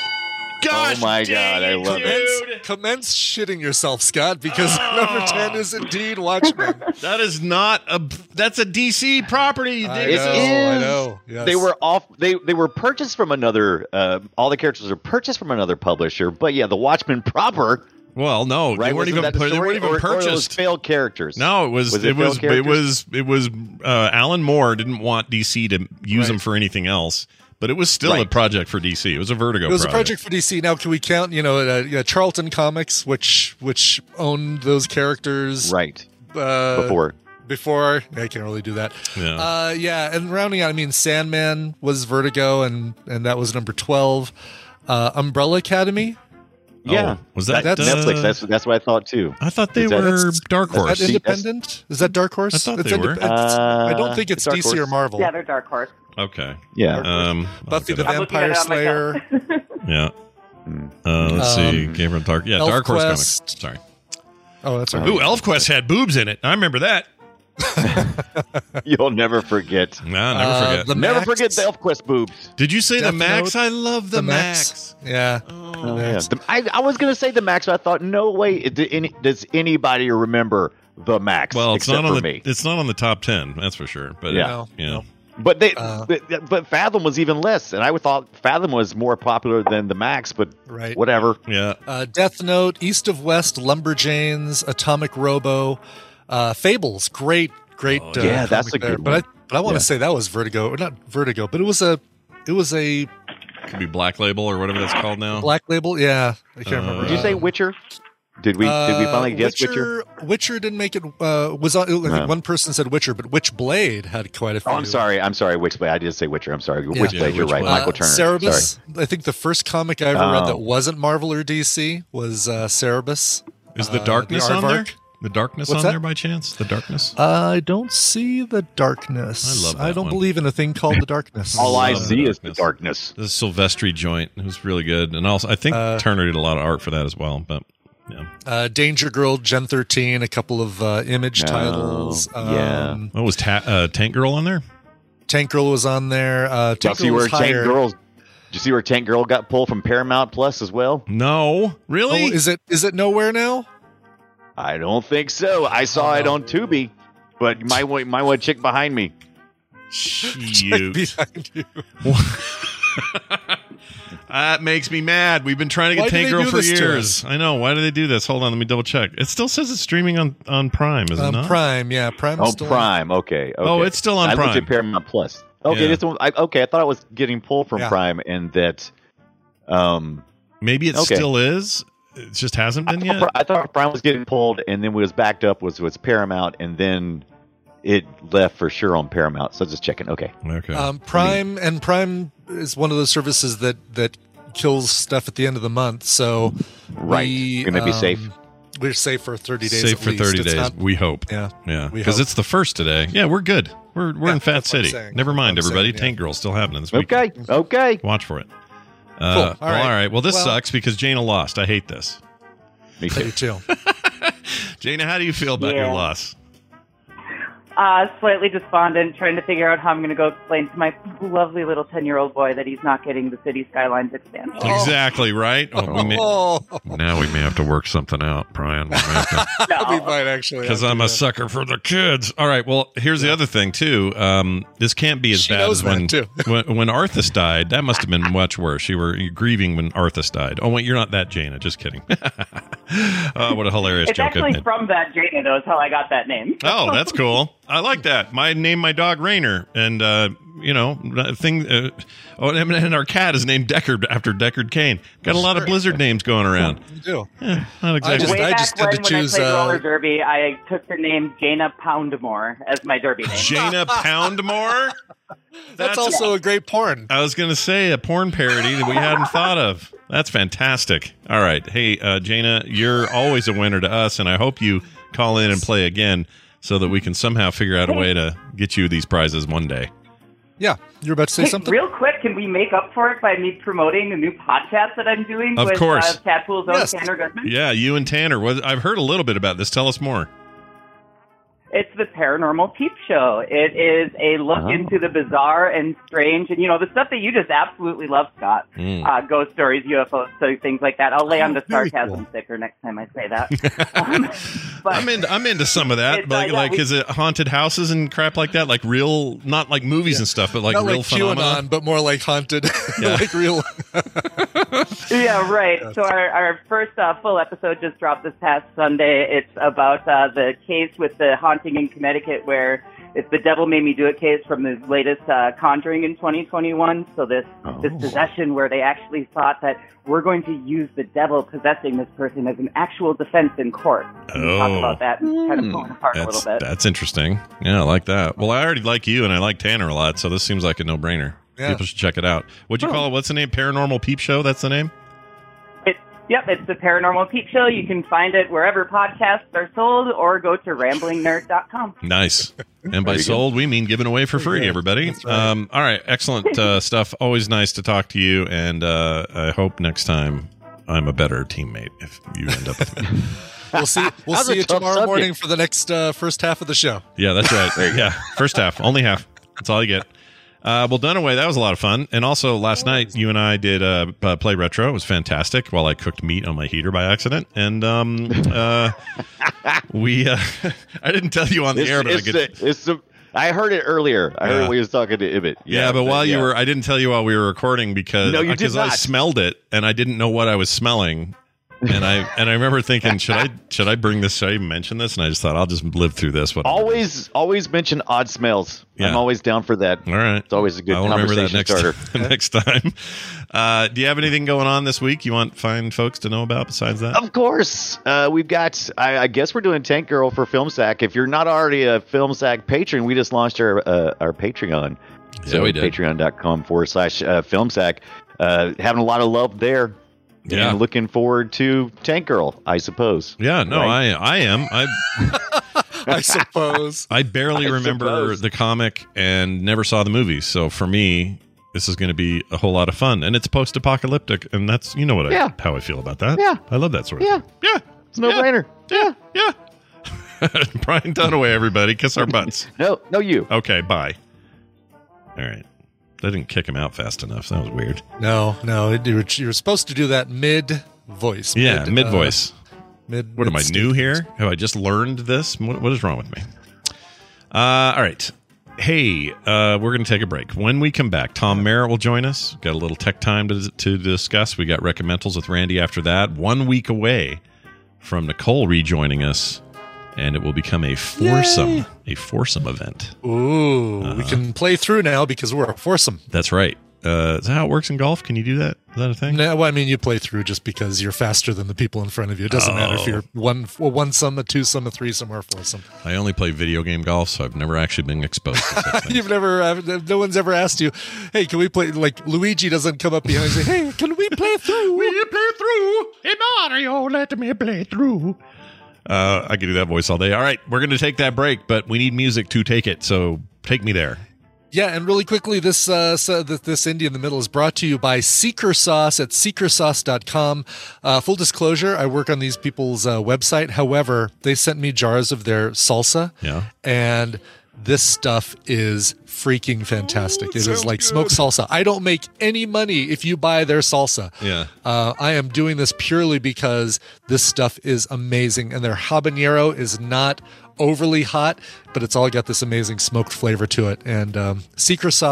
F: oh my God, I love it.
B: Commence, commence shitting yourself, Scott, because number ten is indeed Watchmen.
A: That is not a. That's a DC property.
B: I
A: This
B: know,
A: is-
B: I
F: is-
B: know. Yes.
F: They were off. They they were purchased from another. Uh, all the characters are purchased from another publisher. But yeah, the Watchmen proper,
A: Well, no,
F: right?
A: they weren't
F: Wasn't
A: even.
F: that the
A: put- They
F: story?
A: weren't even
F: Or- or those
A: purchased.
F: failed characters.
A: No, it was,
F: Was it
A: it, was
F: failed
A: it was it was uh, Alan Moore didn't want DC to use him for anything else, but it was still a
F: Right.
A: project for DC. It was a Vertigo.
B: It was a project for DC. Now, can we count? You know, uh, yeah, Charlton Comics, which which owned those characters
F: right
B: uh,
F: before.
A: Oh.
B: Before I can't really do that.
A: Yeah.
B: Uh, yeah, and rounding out, I mean, Sandman was Vertigo, and and that was number twelve. Uh, Umbrella Academy.
F: yeah,
A: was that,
F: that's
A: uh,
F: Netflix? That's that's what I thought too.
A: I thought they
F: Is that-
A: were
B: that's-
A: Dark
B: Is
A: Horse.
B: that
F: See, that's-
B: independent? Is that Dark Horse?
A: I thought
B: It's
A: they
B: inde-
A: were.
B: it's- I don't think
F: Uh,
B: it's
F: Dark
B: DC or
F: Horse.
B: Marvel.
G: Yeah, they're Dark Horse.
A: okay.
F: Yeah,
A: Um,
B: Buffy the
A: I'll look
G: I'm looking at
B: Vampire
G: it on my
B: Slayer.
G: phone.
A: it up. yeah.
F: Hmm.
A: Uh, let's see.
B: Um,
A: Game from Dark. Yeah,
B: Elf
A: Dark Horse comics.
B: Quest.
A: Sorry.
B: Oh, that's right.
F: Um,
A: Ooh, ElfQuest had boobs in it. I remember that.
F: you'll never forget.
A: Nah, never
B: Uh,
A: forget.
B: the
F: Never
B: Max,
F: forget the ElfQuest boobs.
A: Did you say the
B: Death
A: Max?
B: Note,
A: I love the,
B: the
A: Max.
B: Max. Yeah.
F: Oh, yeah. The- I, I was gonna say the Max, but I thought no way. it- did any- does anybody remember the Max?
A: Well, it's
F: except
A: not on
F: for
A: the
F: me.
A: it's not on the top ten, that's for sure. But
F: Yeah.
B: No,
A: you know,
F: But they,
B: Uh,
F: but, but Fathom was even less, and I would thought Fathom was more popular than the Max. But
B: Right.
F: whatever.
A: yeah.
B: Uh, Death Note, East of West, Lumberjanes, Atomic Robo, uh, Fables. Great, Great.
E: Oh,
B: uh,
F: yeah, that's
B: comic
F: a good
B: there. But I, but I want to
F: Yeah.
B: say that was Vertigo, or not Vertigo, but it was a, it was a
A: Could be Black Label or whatever that's called now.
B: black label. Yeah, I can't remember.
F: Oh. Did you say
A: Uh,
F: Witcher? Did we did we
B: Uh,
F: finally guess Witcher?
B: Witcher? Witcher didn't make it. Uh, was on, I think
F: No.
B: one person said Witcher, but Witchblade had quite a few.
F: Oh, I'm sorry. I'm sorry. Witchblade. I did say Witcher. I'm sorry. Witchblade.
A: Yeah,
F: you're right.
A: Witchblade.
B: Uh,
F: Michael Turner. sorry.
B: Cerebus. I think the first comic I ever read
F: Oh.
B: that wasn't Marvel or DC was uh, Cerebus.
A: Is the
B: Uh,
A: darkness
B: the
A: on there?
B: aardvark?
A: The darkness
B: What's
A: on
B: that?
A: there by chance? The darkness.
B: I don't see the darkness.
A: I love
B: I
A: that
B: don't
A: one.
B: believe in a thing called the darkness. Uh,
F: All I
A: Love
F: see
A: the
F: is the darkness.
A: the Silvestri joint it was really good, and also I think
B: Uh,
A: Turner did a lot of art for that as well. But
B: uh, Danger Girl, Gen 13, a couple of uh, image
F: Oh,
B: titles. Um,
F: yeah.
A: what was ta- uh, Tank Girl on there?
B: Tank Girl was on there. Uh,
F: Did you
B: Tank
F: see
B: Girl
F: where
B: was
F: Tank
B: higher.
F: Girls? Did you see where Tank Girl got pulled from Paramount Plus as well?
A: No,
B: Oh,
A: really?
B: is it is it nowhere now?
F: I don't think so. I
A: Oh,
F: saw it on Tubi, but my one- my one chick behind me.
A: Shoot.
B: Behind you.
A: that makes me mad. We've been trying to get
B: Why do
A: Tank
B: they
A: Girl
B: do
A: for
B: this to
A: years. I know. Why do they do this? Hold on, let me double check. It still says it's streaming on on Prime, is it
B: Um,
A: not?
B: Prime, yeah, Prime. is
F: Oh,
B: still-
F: Prime. Okay, okay.
A: Oh, it's still on
F: I
A: Prime.
F: looked at Paramount Plus. Okay,
A: Yeah.
F: this one. I, okay, I thought I was getting pulled from
B: Yeah.
F: Prime, and that. Um,
A: Maybe it
F: Okay.
A: still is. It just hasn't
F: I
A: been yet.
F: thought, I thought Prime was getting pulled, and then was backed up was was Paramount, and then it left for sure on Paramount. So just checking. Okay,
A: Okay.
B: Um, Prime and Prime is one of those services that that kills stuff at the end of the month. So
F: right.
B: we,
F: We're gonna be
B: um,
F: safe.
B: We're safe for thirty days.
A: Safe
B: at
A: for
B: least.
A: 30
B: It's
A: days.
B: not-
A: we hope.
B: yeah,
A: Yeah,
B: We
A: because
B: hope.
A: it's the first today. Yeah, we're good. We're we're
B: Yeah,
A: in Fat
B: that's what I'm
A: City.
B: saying.
A: Never mind,
B: That's what I'm
A: everybody.
B: saying,
A: Tank Girl's still happening this week.
F: Okay. Okay.
A: Watch for it. Uh,
B: Cool.
A: well, all,
B: All right.
A: right. Well, this
B: Well-
A: sucks because Jaina lost. I hate this.
F: Me
B: I
F: too.
B: do too.
A: Jaina, how do you feel about your
G: Yeah.
A: loss?
G: Uh, slightly despondent, trying to figure out how I'm going to go explain to my lovely little 10 year old boy that he's not getting the city skylines expansion.
A: Exactly right. Oh, we may,
B: Oh,
A: now we may have to work something out, Brian. We may have to
B: we might actually
A: because
B: have to
A: I'm
B: do
A: a
B: that.
A: sucker for the kids. All right. Well, here's the other thing too. Um, this can't be as
B: She
A: bad
B: knows
A: as
B: that,
A: when,
B: too.
A: when when Arthas died. That must have been much worse. You were grieving when Arthas died. Oh wait, you're not that Jaina. Just kidding. oh, what a hilarious
G: It's
A: joke I
G: actually
A: made.
G: from that Jada, though, is how I got that name.
A: Oh, that's cool. I like that. My name, my dog Rainer, and uh, you know, thing. Uh, oh, and- and our cat is named Deckard after Deckard Kane. Got a lot of Blizzard names going around.
B: You do.
A: Eh, not exactly.
B: just-
G: Way
B: I
G: back
B: just had
G: when,
B: to choose,
G: when I played
B: uh,
G: roller derby, I took the name Jana Poundmore as my derby name.
A: Jaina Poundmore.
B: That's,
A: That's-
B: also a great porn.
A: I was going to say a porn parody that we hadn't thought of. That's fantastic. All right. Hey, uh, Jaina, you're always a winner to us, and I hope you call in and play again so that we can somehow figure out a way to get you these prizes one day.
B: Yeah, you're about to say
G: Hey,
B: something.
G: real quick, can we make up for it by me promoting a new podcast that I'm doing
A: Of
G: with
A: course.
G: Uh, Tadpool's own
B: Yes.
G: Tanner Goodman?
A: Yeah, you and Tanner. What, I've heard a little bit about this. Tell us more.
G: It's the Paranormal Peep Show. It is a look
B: Ah.
F: Oh.
G: into the bizarre and strange, and you know the stuff that you just absolutely love, Scott.
A: Mm.
G: Uh, ghost stories, UFOs, so things like that. I'll lay on the
B: Oh, very
G: sarcasm
B: cool.
G: sticker next time I say that. Um, but
A: I'm into I'm into some of that,
G: It's, uh,
A: like
G: yeah,
A: like
G: we-
A: is it haunted houses and crap like that, like real, not like movies and stuff, but like
B: Not
A: real
B: like
A: phenomena.
B: QAnon, but more like haunted, like real.
G: yeah, right. So our, our first uh, full episode just dropped this past Sunday. It's about uh, the case with the haunting in Connecticut, where it's the Devil Made Me Do It case from the latest uh, Conjuring in 2021. So this
A: Oh.
G: this possession where they actually thought that we're going to use the devil possessing this person as an actual defense in court. And we talk
A: Oh.
G: about that and kind of pulling apart a
A: That's
G: little bit.
A: that's interesting. Yeah, I like that. Well, I already like you and I like Tanner a lot, so this seems like a no brainer.
B: Yeah.
A: People should check it out. What'd you call it? What's the name? Paranormal Peep Show. That's the name.
G: It's, yep, it's the Paranormal Peep Show. You can find it wherever podcasts are sold or go to ramblingnerd.com.
A: Nice. And by
F: There you go.
A: sold, we mean given away for free,
B: Yeah,
A: everybody.
B: that's right.
A: Um, all right, excellent uh, stuff. Always nice to talk to you, and uh, I hope next time I'm a better teammate if you end up with me.
B: We'll see. We'll
F: That's a
B: see you
F: tough
B: tomorrow
F: subject.
B: morning for the next uh, first half of the show.
A: Yeah, that's right. yeah, first half, only half. That's all you get. Uh, well, Dunaway, that was a lot of fun. And also, last night you and I did uh, uh, play retro. It was fantastic. While I cooked meat on my heater by accident, and um, uh, we uh, I didn't tell you on the
F: It's-
A: air, but I
F: it's
A: could.
F: a- it's a- I heard it earlier. I
A: Yeah.
F: heard when he was talking to Ibbot.
A: yeah, but while you
F: yeah.
A: were, I didn't tell you while we were recording because
F: No, you did
A: because I
F: not.
A: smelled it and I didn't know what I was smelling, and I and I remember thinking, should I should I bring this? Should I even mention this? And I just thought I'll just live through this. Whatever.
F: Always, always mention odd smells.
A: Yeah.
F: I'm always down for that.
A: All right.
F: It's always a good
A: I'll remember that
F: conversation
A: next
F: starter.
A: time, next time. Uh, do you have anything going on this week you want fine folks to know about besides that?
F: Of course, uh, we've got. I, I guess we're doing Tank Girl for Film Sack. If you're not already a Film Sack patron, we just launched our uh, our Patreon.
A: Yeah,
F: so
A: we did.
F: Patreon.com forward slash uh, Film Sack. Uh, having a lot of love there.
A: Yeah.
F: And looking forward to Tank Girl, I suppose.
A: Yeah, no,
F: Right.
A: I I am. I
B: I suppose.
A: I barely
F: I
A: remember
F: suppose.
A: the comic and never saw the movie. So for me, this is going to be a whole lot of fun, and it's post-apocalyptic, and that's you know what
F: Yeah.
A: I how I feel about that.
F: Yeah.
A: I love that sort of
F: Yeah.
A: thing. Yeah,
F: It's no
A: Yeah.
F: brainer.
A: yeah, yeah. Brian Dunaway, everybody, kiss our butts.
F: No, no, you.
A: Okay, bye. All right, they didn't kick him out fast enough. That was weird.
B: No, no, it- you were, you were supposed to do that mid voice.
A: Yeah,
B: uh,
A: mid voice.
B: mid.
A: What am I
B: mid-state
A: new
B: voice.
A: here? Have I just learned this? What, what is wrong with me? Uh, all right. Hey, uh, we're going to take a break. When we come back, Tom Merritt will join us. Got a little tech time to, to discuss. We got recommendals with Randy after that. One week away from Nicole rejoining us, and it will become a foursome, a foursome event.
B: Ooh, we
A: Uh-huh.
B: can play through now because we're a foursome.
A: That's right. Uh, is that how it works in golf? Can you do that? Is that a thing?
B: No, well, I mean, you play through just because you're faster than the people in front of you. It doesn't matter
A: Oh.
B: if you're one, well, one sum, a two sum, a three sum, or a four sum.
A: I only play video game golf, so I've never actually been exposed to such things.
B: You've never, uh, no one's ever asked you, hey, can we play? Like, Luigi doesn't come up behind and say, hey, can we play through?
A: Will you play through? Hey, Mario, let me play through. Uh, I could do that voice all day. All right, we're going to take that break, but we need music to take it. So take me there.
B: Yeah, and really quickly, this uh, so th- this indie in the middle is brought to you by Seeker Sauce at seekersauce.com. Uh, full disclosure, I work on these people's uh, website. However, they sent me jars of their salsa.
A: Yeah.
B: And this stuff is freaking fantastic. it is like smoked salsa. I don't make any money if you buy their salsa.
A: Yeah.
B: Uh, I am doing this purely because this stuff is amazing, and their habanero is not overly hot, but it's all got this amazing smoked flavor to it. And um,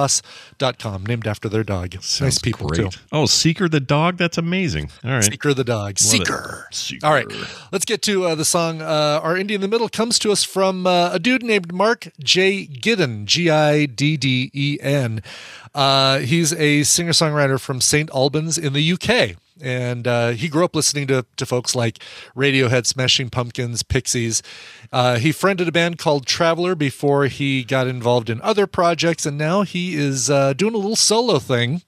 B: seekersauce.com, named after their dog. nice people,
A: Great.
B: too.
A: Oh, Seeker the dog? That's amazing. All right.
B: Seeker the dog. Seeker. All right, let's get to uh, the song. Uh, Our Indie in the Middle comes to us from uh, a dude named Mark J. Giddon, G I D D E N. Uh, he's a singer songwriter from St. Albans in the UK. And uh, he grew up listening to, to folks like Radiohead, Smashing Pumpkins, Pixies. Uh, he friended a band called Traveler before he got involved in other projects. And now he is uh, doing a little solo thing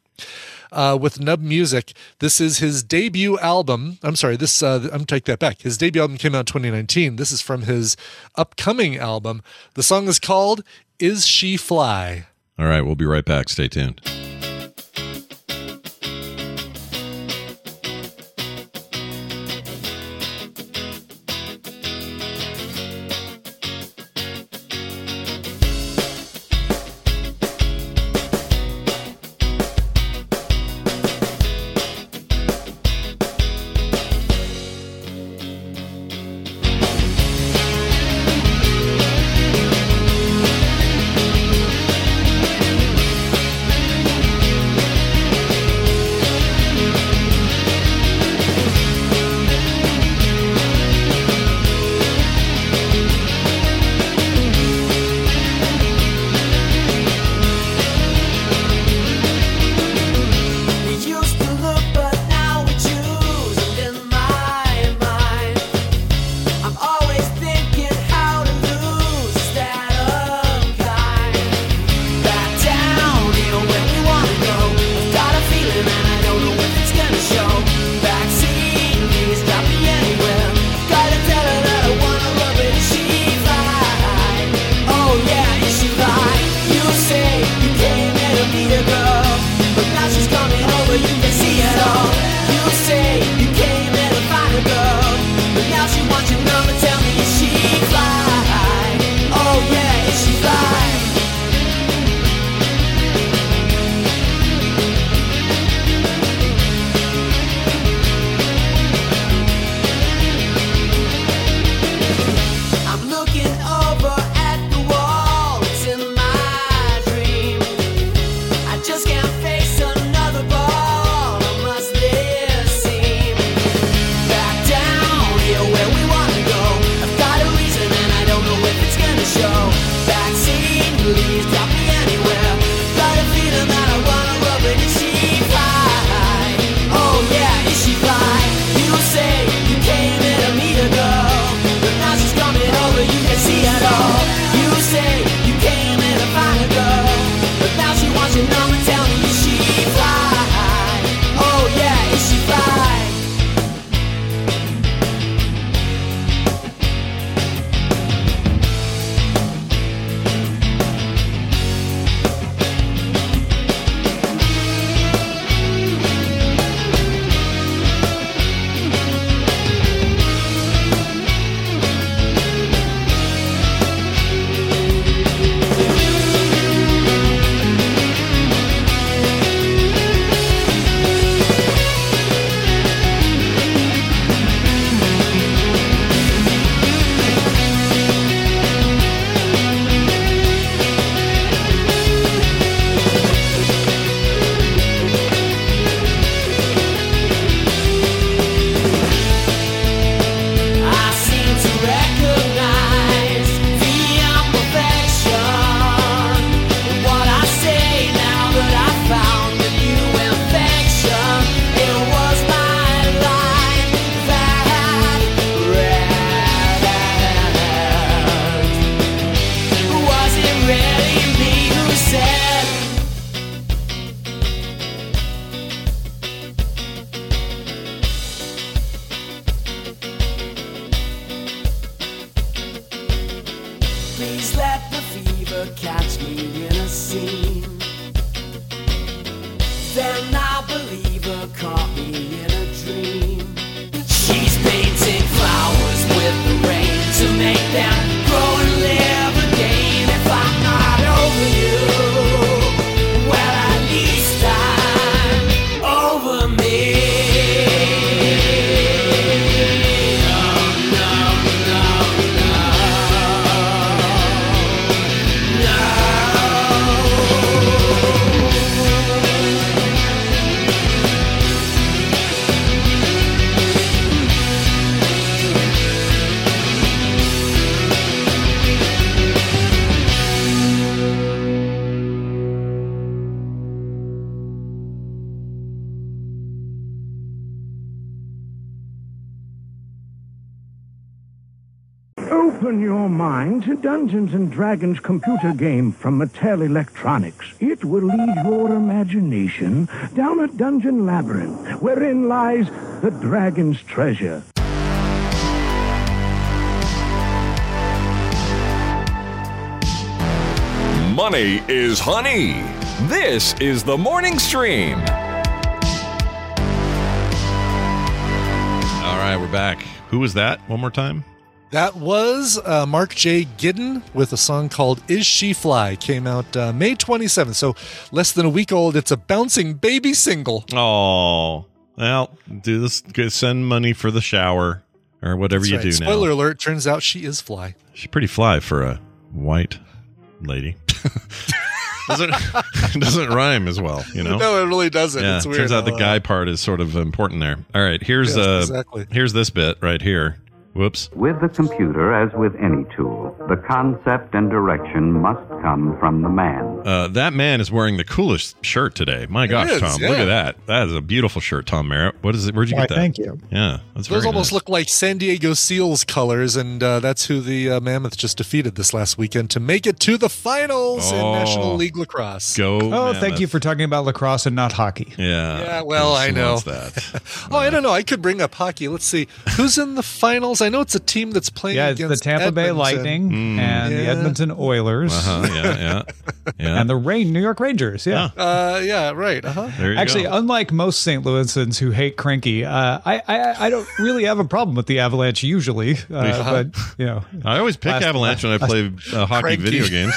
B: uh, with Nub Music. This is his debut album. I'm sorry, this uh, I'm take that back. His debut album came out in 2019. This is from his upcoming album. The song is called "Is She Fly."
A: All right, we'll be right back. Stay tuned.
H: Is Oh, Oh, Oh, Oh, Please let the fever catch me in a scene. Then I believe her caught me in a dream. She's painting flowers with the rain to make them grow and live again. If I'm not over you, well, at least I'm over me.
D: Open your mind to Dungeons and Dragons computer game from Mattel Electronics. It will lead your imagination down a dungeon labyrinth wherein lies the dragon's treasure.
E: Money is honey. This is the morning stream.
A: All right, we're back. Who was that? One more time.
B: That was uh, Mark J. Giddon with a song called Is She Fly? Came out uh, May 27th. So less than a week old. It's a bouncing baby single.
A: Oh, well, do this. go- Send money for the shower or whatever
B: That's
A: you
B: right.
A: do
B: Spoiler
A: now.
B: alert, turns out she is fly.
A: She's pretty fly for a white lady. doesn't doesn't rhyme as well, you know.
B: No, it really doesn't.
A: yeah,
B: it's weird.
A: turns out the
B: how, uh,
A: guy part is sort of important there. All right, here's
B: Yes,
A: uh
B: exactly.
A: here's this bit right here. Whoops.
I: With the computer, as with any tool, the concept and direction must come from the man.
A: Uh, that man is wearing the coolest shirt today. My gosh,
B: is,
A: Tom, look
B: yeah.
A: at that. That is a beautiful shirt, Tom Merritt. What is it? Where'd you
J: Why,
A: get that?
J: thank you.
A: Yeah, that's
B: Those
A: very
B: almost
A: nice.
B: look like San Diego Seals colors, and uh, that's who the uh, Mammoth just defeated this last weekend to make it to the finals
A: Oh.
B: in National League Lacrosse.
A: go.
J: Oh, thank you for talking about lacrosse and not hockey.
A: Yeah.
B: Yeah, well,
A: Who
B: I know.
A: wants that.
B: Oh, I don't know. I could bring up hockey. Let's see who's in the finals. I know it's a team that's playing
J: Yeah, it's
B: against
J: the Tampa Bay
B: Edmonton.
J: Lightning
A: Mm.
J: and the
B: Yeah.
J: Edmonton Oilers
A: Uh-huh, yeah, yeah, yeah.
J: and the Rain New York Rangers. Yeah.
A: Yeah.
B: Uh, yeah, right. Uh huh.
A: There you
J: Actually,
A: go.
J: unlike most St. Louisans who hate Cranky, uh, I, I I don't really have a problem with the Avalanche usually, uh, but you know,
A: I always pick
J: Last-
A: Avalanche when I play uh, hockey
B: Cranky.
A: video games.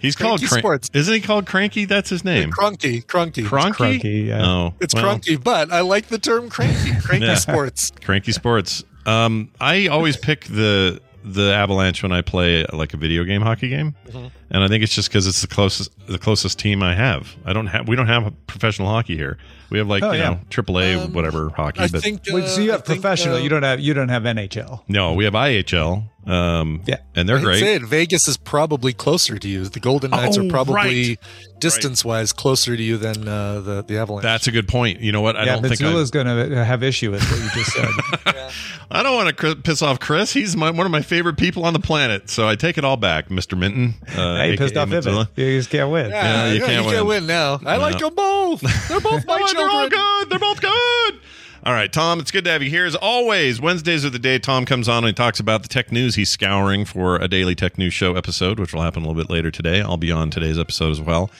A: He's called
B: Cranky
A: Cranky.
B: Sports.
A: Isn't he called Cranky? That's his name.
B: Crunky, crunky,
A: Cronky?
J: Cranky, yeah.
A: Oh,
B: It's
A: well,
B: crunky, but I like the term cranky. Cranky
A: Yeah.
B: sports.
A: Cranky Sports. Um, I always pick the the Avalanche when I play like a video game hockey game,
B: Mm-hmm.
A: and I think it's just because it's the closest the closest team I have. I don't have we don't have professional hockey here. We have like
J: Oh,
A: you
J: yeah.
A: know AAA whatever hockey.
B: Um, I
A: but
B: think. Uh,
J: Wait, so you have
B: I think,
J: professional.
B: uh,
J: you don't have you don't have NHL.
A: no, we have IHL. Um,
J: Yeah.
A: and they're
B: I'd say it.
A: great.
B: Vegas is probably closer to you. The Golden Knights
A: Oh,
B: are probably
A: right.
B: distance-wise closer to you than uh, the the Avalanche.
A: That's a good point. You know what? I
J: yeah,
A: don't think I, Uh,
J: Missoula's going to have issue with what you just said.
A: I don't want to piss off Chris. He's my, one of my favorite people on the planet. So I take it all back, Mister Minton. Uh,
J: hey,
A: aka
J: pissed off
A: Mozilla.
J: Ivan. You just can't win.
A: Yeah, you can't win.
B: now. I like them both. They're both my
A: Oh,
B: children.
A: They're all good. They're both good. All right, Tom, it's good to have you here as always. Wednesdays are the day Tom comes on and he talks about the tech news he's scouring for a daily tech news show episode, which will happen a little bit later today. I'll be on today's episode as well.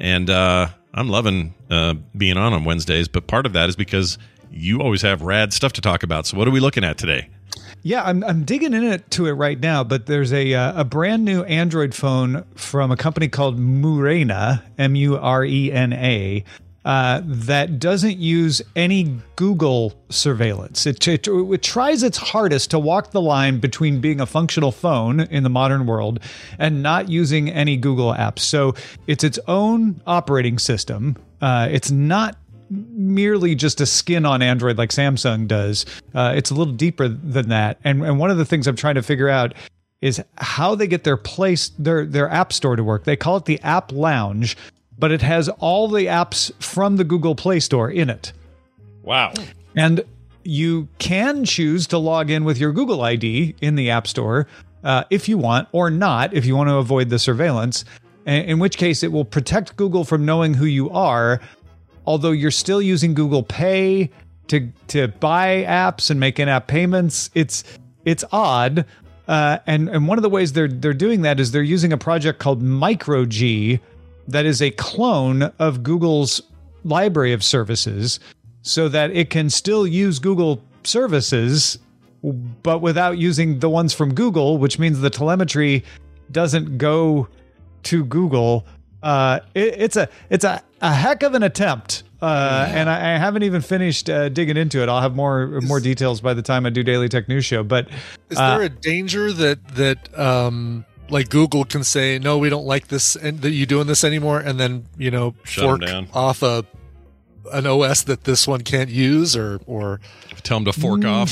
A: And uh, I'm loving uh, being on on Wednesdays, but part of that is because you always have rad stuff to talk about. So, what are we looking at today?
J: Yeah, I'm, I'm digging in it to it right now, but there's a uh, a brand new Android phone from a company called Murena, M U R E N A, uh, that doesn't use any Google surveillance. It, it, it tries its hardest to walk the line between being a functional phone in the modern world and not using any Google apps. So it's its own operating system. Uh, it's not merely just a skin on Android like Samsung does. Uh, it's a little deeper than that. And and one of the things I'm trying to figure out is how they get their place their their app store to work. They call it the App Lounge, but it has all the apps from the Google Play Store in it.
A: Wow.
J: And you can choose to log in with your Google ID in the App Store uh, if you want, or not, if you want to avoid the surveillance, i- in which case it will protect Google from knowing who you are, although you're still using Google Pay to, to buy apps and make in app payments. It's, it's odd. Uh, and and one of the ways they're they're doing that is they're using a project called MicroG, that is a clone of Google's library of services, so that it can still use Google services, but without using the ones from Google, which means the telemetry doesn't go to Google. Uh, it, it's a it's a, a heck of an attempt. Uh, and I, I haven't even finished uh, digging into it. I'll have more more details by the time I do Daily Tech News Show. But
B: Is
J: uh,
B: there a danger that that um like Google can say no, we don't like this, and that you doing this anymore, and then you know
A: Shut 'em
B: fork
A: down.
B: off a an OS that this one can't use, or or
A: Tell them to fork off.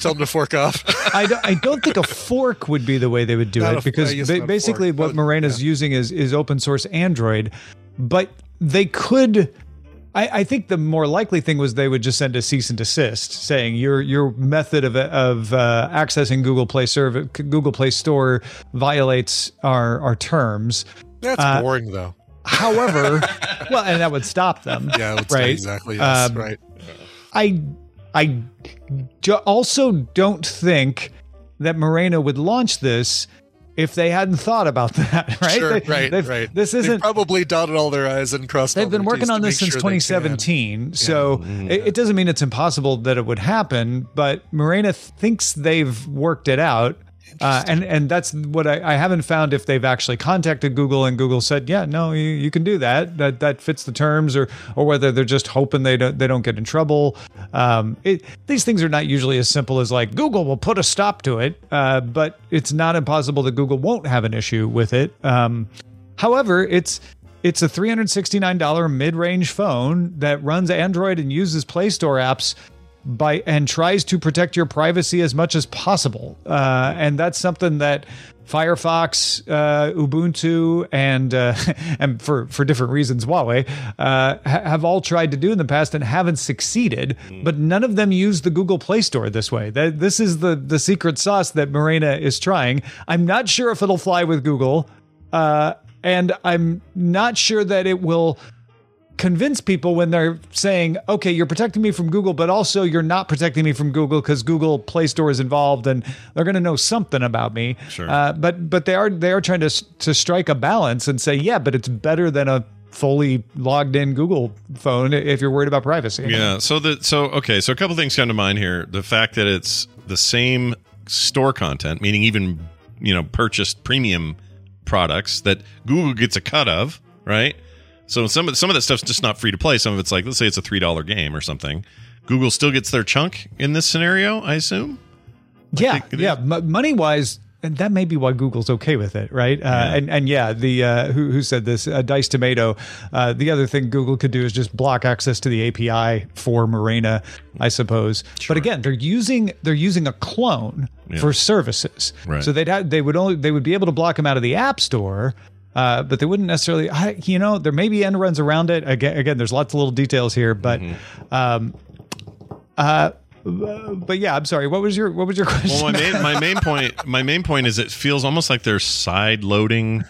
B: tell them to fork off.
J: I, don't, I don't think a fork would be the way they would do
B: Not
J: it
B: a-
J: because
B: I guess
J: ba-
B: not a
J: basically
B: fork,
J: what
B: but-
J: Morena's using is is open source Android, but they could. I, I think the more likely thing was they would just send a cease and desist, saying your your method of of uh, accessing Google Play Serv Google Play Store violates our our terms.
B: That's
J: Uh,
B: boring, though.
J: However, well, and that would stop them.
B: Yeah, that's
J: right.
B: exactly. Yes,
J: Um,
B: right.
J: I I do- also don't think that Moreno would launch this if they hadn't thought about that. Right?
B: Sure,
J: They-
B: right,
J: they've-
B: right.
J: This
B: They've
J: isn't.
B: probably dotted all their I's and crossed. all
J: They've been
B: their T's
J: working
B: to
J: on this
B: make
J: since
B: sure they can.
J: 2017,
B: Mm-hmm.
J: so it, it doesn't mean it's impossible that it would happen. But Morena thinks they've worked it out, uh, and and that's what I, I haven't found if they've actually contacted Google and Google said, yeah, no, you, you can do that. That that fits the terms, or or whether they're just hoping they don't they don't get in trouble. Um, it, these things are not usually as simple as like Google will put a stop to it, uh, but it's not impossible that Google won't have an issue with it. Um, However, it's it's a $369 mid-range phone that runs Android and uses Play Store apps by and tries to protect your privacy as much as possible. Uh, and that's something that Firefox, uh, Ubuntu, and uh, and for for different reasons, Huawei uh, ha- have all tried to do in the past and haven't succeeded. But none of them use the Google Play Store this way. That, this is the the secret sauce that Morena is trying. I'm not sure if it'll fly with Google uh, and I'm not sure that it will convince people when they're saying, "Okay, you're protecting me from Google, but also you're not protecting me from Google because Google Play Store is involved, and they're going to know something about me."
A: Sure.
J: Uh, but but they are they are trying to s- to strike a balance and say, "Yeah, but it's better than a fully logged in Google phone if you're worried about privacy."
A: Yeah. So the so okay. So a couple things come to mind here. The fact that it's the same store content, meaning even you know purchased premium products that Google gets a cut of, right? So some of some of that stuff's just not free to play. Some of it's like let's say it's a three dollar game or something. Google still gets their chunk in this scenario, I assume.
J: yeah,
A: think it
J: yeah. money wise, and that may be why Google's okay with it, right? Uh, and and yeah, the uh, who who said this? Uh, Dice Tomato. Uh, the other thing Google could do is just block access to the API for Marina, I suppose. But again, they're using they're using a clone for services,
A: Right.
J: so they'd have, they would only they would be able to block them out of the App Store. Uh, but they wouldn't necessarily, I, you know, there may be end runs around it. Again, again, there's lots of little details here, but,
A: Mm-hmm.
J: um, uh, but yeah, I'm sorry. What was your what was your question?
A: Well, my main my main point my main point is it feels almost like they're side loading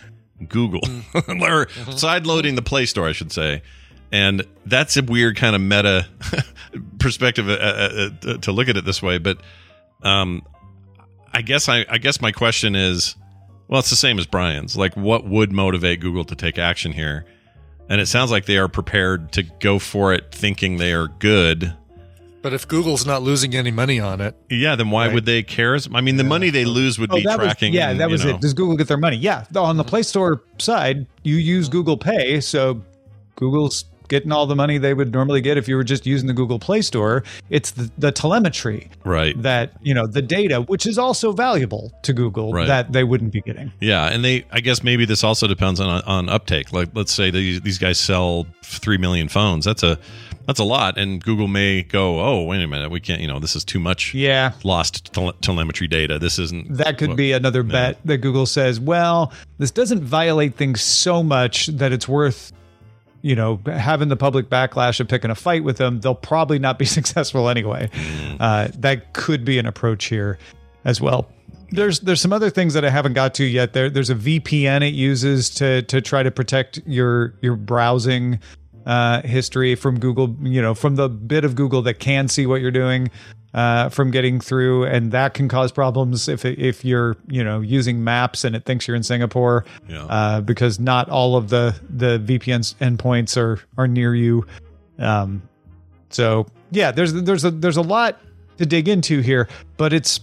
A: Google or side loading the Play Store, I should say, and that's a weird kind of meta perspective uh, uh, uh, to look at it this way. But um, I guess I, I guess my question is, well, it's the same as Brian's. Like, what would motivate Google to take action here? And it sounds like they are prepared to go for it, thinking they are good.
B: But if Google's not losing any money on it,
A: Yeah, then why would they care? as- I mean, the money they lose would be
J: Oh, that
A: tracking.
J: Was, yeah,
A: and,
J: that
A: you
J: was
A: know. Mm-hmm.
J: it. Does Google get their money? Yeah, the- on the Play Store side, you use Google Pay, so Google's getting all the money they would normally get if you were just using the Google Play Store. It's the, the telemetry
A: Right.
J: that you know the data, which is also valuable to Google,
A: Right.
J: that they wouldn't be getting.
A: Yeah, and they I guess maybe this also depends on on uptake. Like let's say these these guys sell 3 million phones. That's a that's a lot and Google may go, "Oh, wait a minute. We can't, you know, this is too much
J: Yeah,
A: lost tele- telemetry data. This isn't
J: that could
A: what-
J: be another bet that Google says, well, this doesn't violate things so much that it's worth, you know, having the public backlash of picking a fight with them. They'll probably not be successful anyway. Uh, that could be an approach here as well. There's there's some other things that I haven't got to yet. There there's a VPN it uses to to try to protect your your browsing uh, history from Google. You know, from the bit of Google that can see what you're doing. uh, from getting through, and that can cause problems if it, if you're you know using maps and it thinks you're in Singapore,
A: Yeah.
J: uh, because not all of the the VPN s- endpoints are are near you. Um, so yeah, there's there's a there's a lot to dig into here, but it's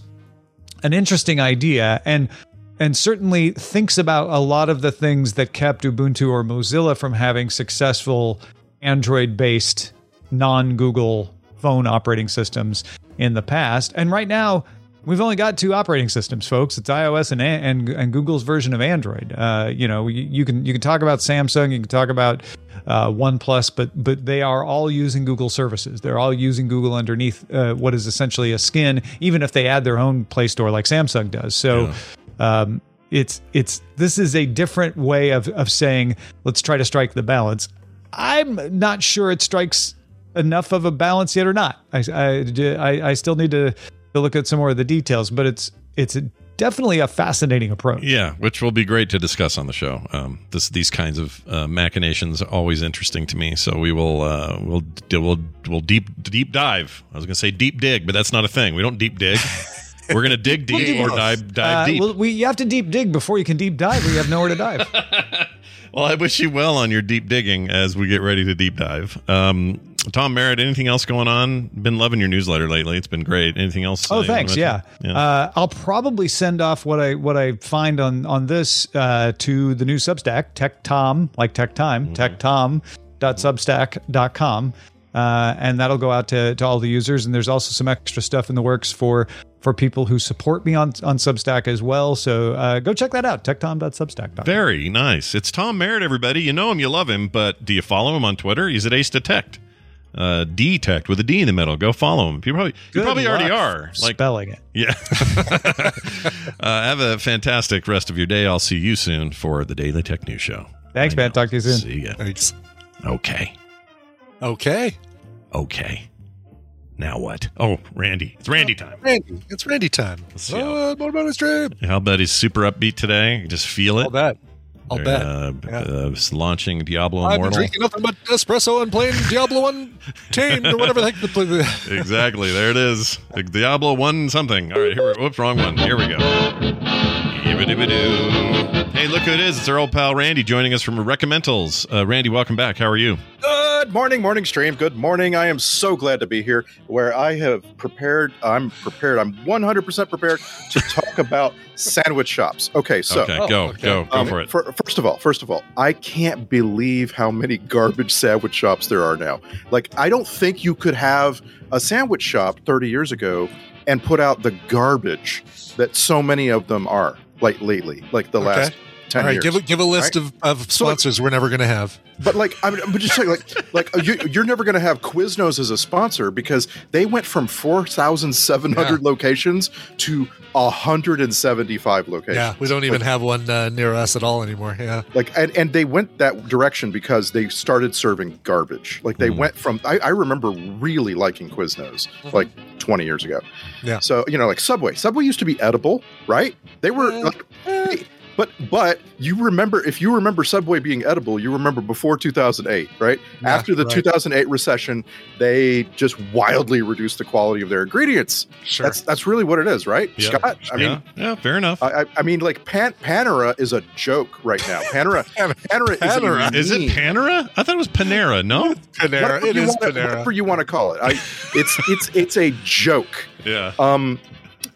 J: an interesting idea and and certainly thinks about a lot of the things that kept Ubuntu or Mozilla from having successful Android based non Google phone operating systems in the past. And right now, we've only got two operating systems, folks. It's iOS and and, and Google's version of Android. Uh, you know, you, you can you can talk about Samsung, you can talk about uh, OnePlus, but but they are all using Google services. They're all using Google underneath uh, what is essentially a skin, even if they add their own Play Store like Samsung does. So um, it's it's this is a different way of of saying let's try to strike the balance. I'm not sure it strikes enough of a balance yet or not. I I, I, I still need to, to look at some more of the details, but it's it's definitely a fascinating approach.
A: Yeah, which will be great to discuss on the show. Um, this, these kinds of uh, machinations are always interesting to me. So we will uh, we'll we'll we'll deep deep dive. I was going to say deep dig, but that's not a thing. We don't deep dig. We're going to dig
J: We'll
A: deep
J: do
A: or
J: both.
A: dive dive
J: Uh,
A: deep.
J: well, we, you have to deep dig before you can deep dive, or you have nowhere to dive.
A: Well, I wish you well on your deep digging as we get ready to deep dive. Um, Tom Merritt, anything else going on? Been loving your newsletter lately. It's been great. Anything else? uh,
J: Oh,
A: you wanna
J: thanks. Yeah,
A: mention?
J: Uh, I'll probably send off what I what I find on on this uh, to the new Substack Tech Tom, like Tech Time,
A: Mm-hmm.
J: Tech Tom. Substack.com, uh, and that'll go out to, to all the users. And there's also some extra stuff in the works for for people who support me on on Substack as well. So uh, go check that out. TechTom.substack.com.
A: Very nice. It's Tom Merritt, everybody. You know him, you love him, but do you follow him on Twitter? He's at Ace Detect. Uh, detect with a D in the middle. Go follow him. You probably, you
J: Good
A: probably already
J: luck
A: are. Like,
J: spelling it.
A: yeah. uh, have a fantastic rest of your day. I'll see you soon for the Daily Tech News Show.
J: Thanks, man. Talk to you soon.
A: See ya.
B: Thanks.
A: Okay.
B: Okay.
A: Okay. Now what? Oh, Randy. It's Randy time.
B: Randy. It's Randy time.
A: see
B: Oh, more bonus trip.
A: I'll bet he's super upbeat today. You Just feel it.
B: I'll bet. I'll
A: They're,
B: bet.
A: Uh,
B: Yeah.
A: uh, launching Diablo
B: I've been
A: Immortal.
B: drinking nothing but espresso and playing Diablo Untamed or whatever the heck the play. The,
A: exactly. There it is. Like Diablo one something. All right. Here. We, whoops. Wrong one. Here we go. Yibbidi-bidoo. Hey, look who it is! It's our old pal Randy joining us from Recommendals. Uh, Randy, welcome back. How are you?
K: Good morning, morning stream. Good morning. I am so glad to be here where I have prepared. I'm prepared. I'm 100% prepared to talk about sandwich shops. Okay, so.
A: okay. Go. Go. Go
K: Um,
A: for it.
K: fir- first of all, first of all, I can't believe how many garbage sandwich shops there are now. Like, I don't think you could have a sandwich shop 30 years ago and put out the garbage that so many of them are, like lately, like the
B: Okay.
K: last 10
B: all right,
K: years.
B: give a, give a list
K: Right?
B: of, of
K: So, like-
B: sponsors we're never going to have.
K: But like, I'm, I'm just saying, like, like you, you're never going to have Quiznos as a sponsor because they went from 4,700 locations to 175 locations.
B: Yeah, we don't even have one uh, near us at all anymore. Yeah.
K: Like, and, and they went that direction because they started serving garbage. Like,
B: Hmm.
K: they went from, I, I remember really liking Quiznos like 20 years ago.
B: Yeah.
K: So, you know, like Subway, Subway used to be edible, right? They were like, hey, but, but you remember, if you remember Subway being edible, you remember before 2008, right?
B: Yeah,
K: After the
B: right.
K: 2008 recession, they just wildly reduced the quality of their ingredients.
B: Sure.
K: That's, that's really what it is, right?
A: Yeah.
K: Scott, I mean, uh,
A: yeah. Yeah. Fair enough.
K: I, I- I mean, like Pan- Panera is a joke right now. Panera, Panera,
B: Panera.
K: is,
A: is it Panera? I thought it was Panera. No.
B: Panera.
K: Whatever
B: It
K: you
B: is
K: wanna-
B: Panera.
K: Whatever you want to call it, I, it's it's it's a joke.
A: Yeah.
K: Um,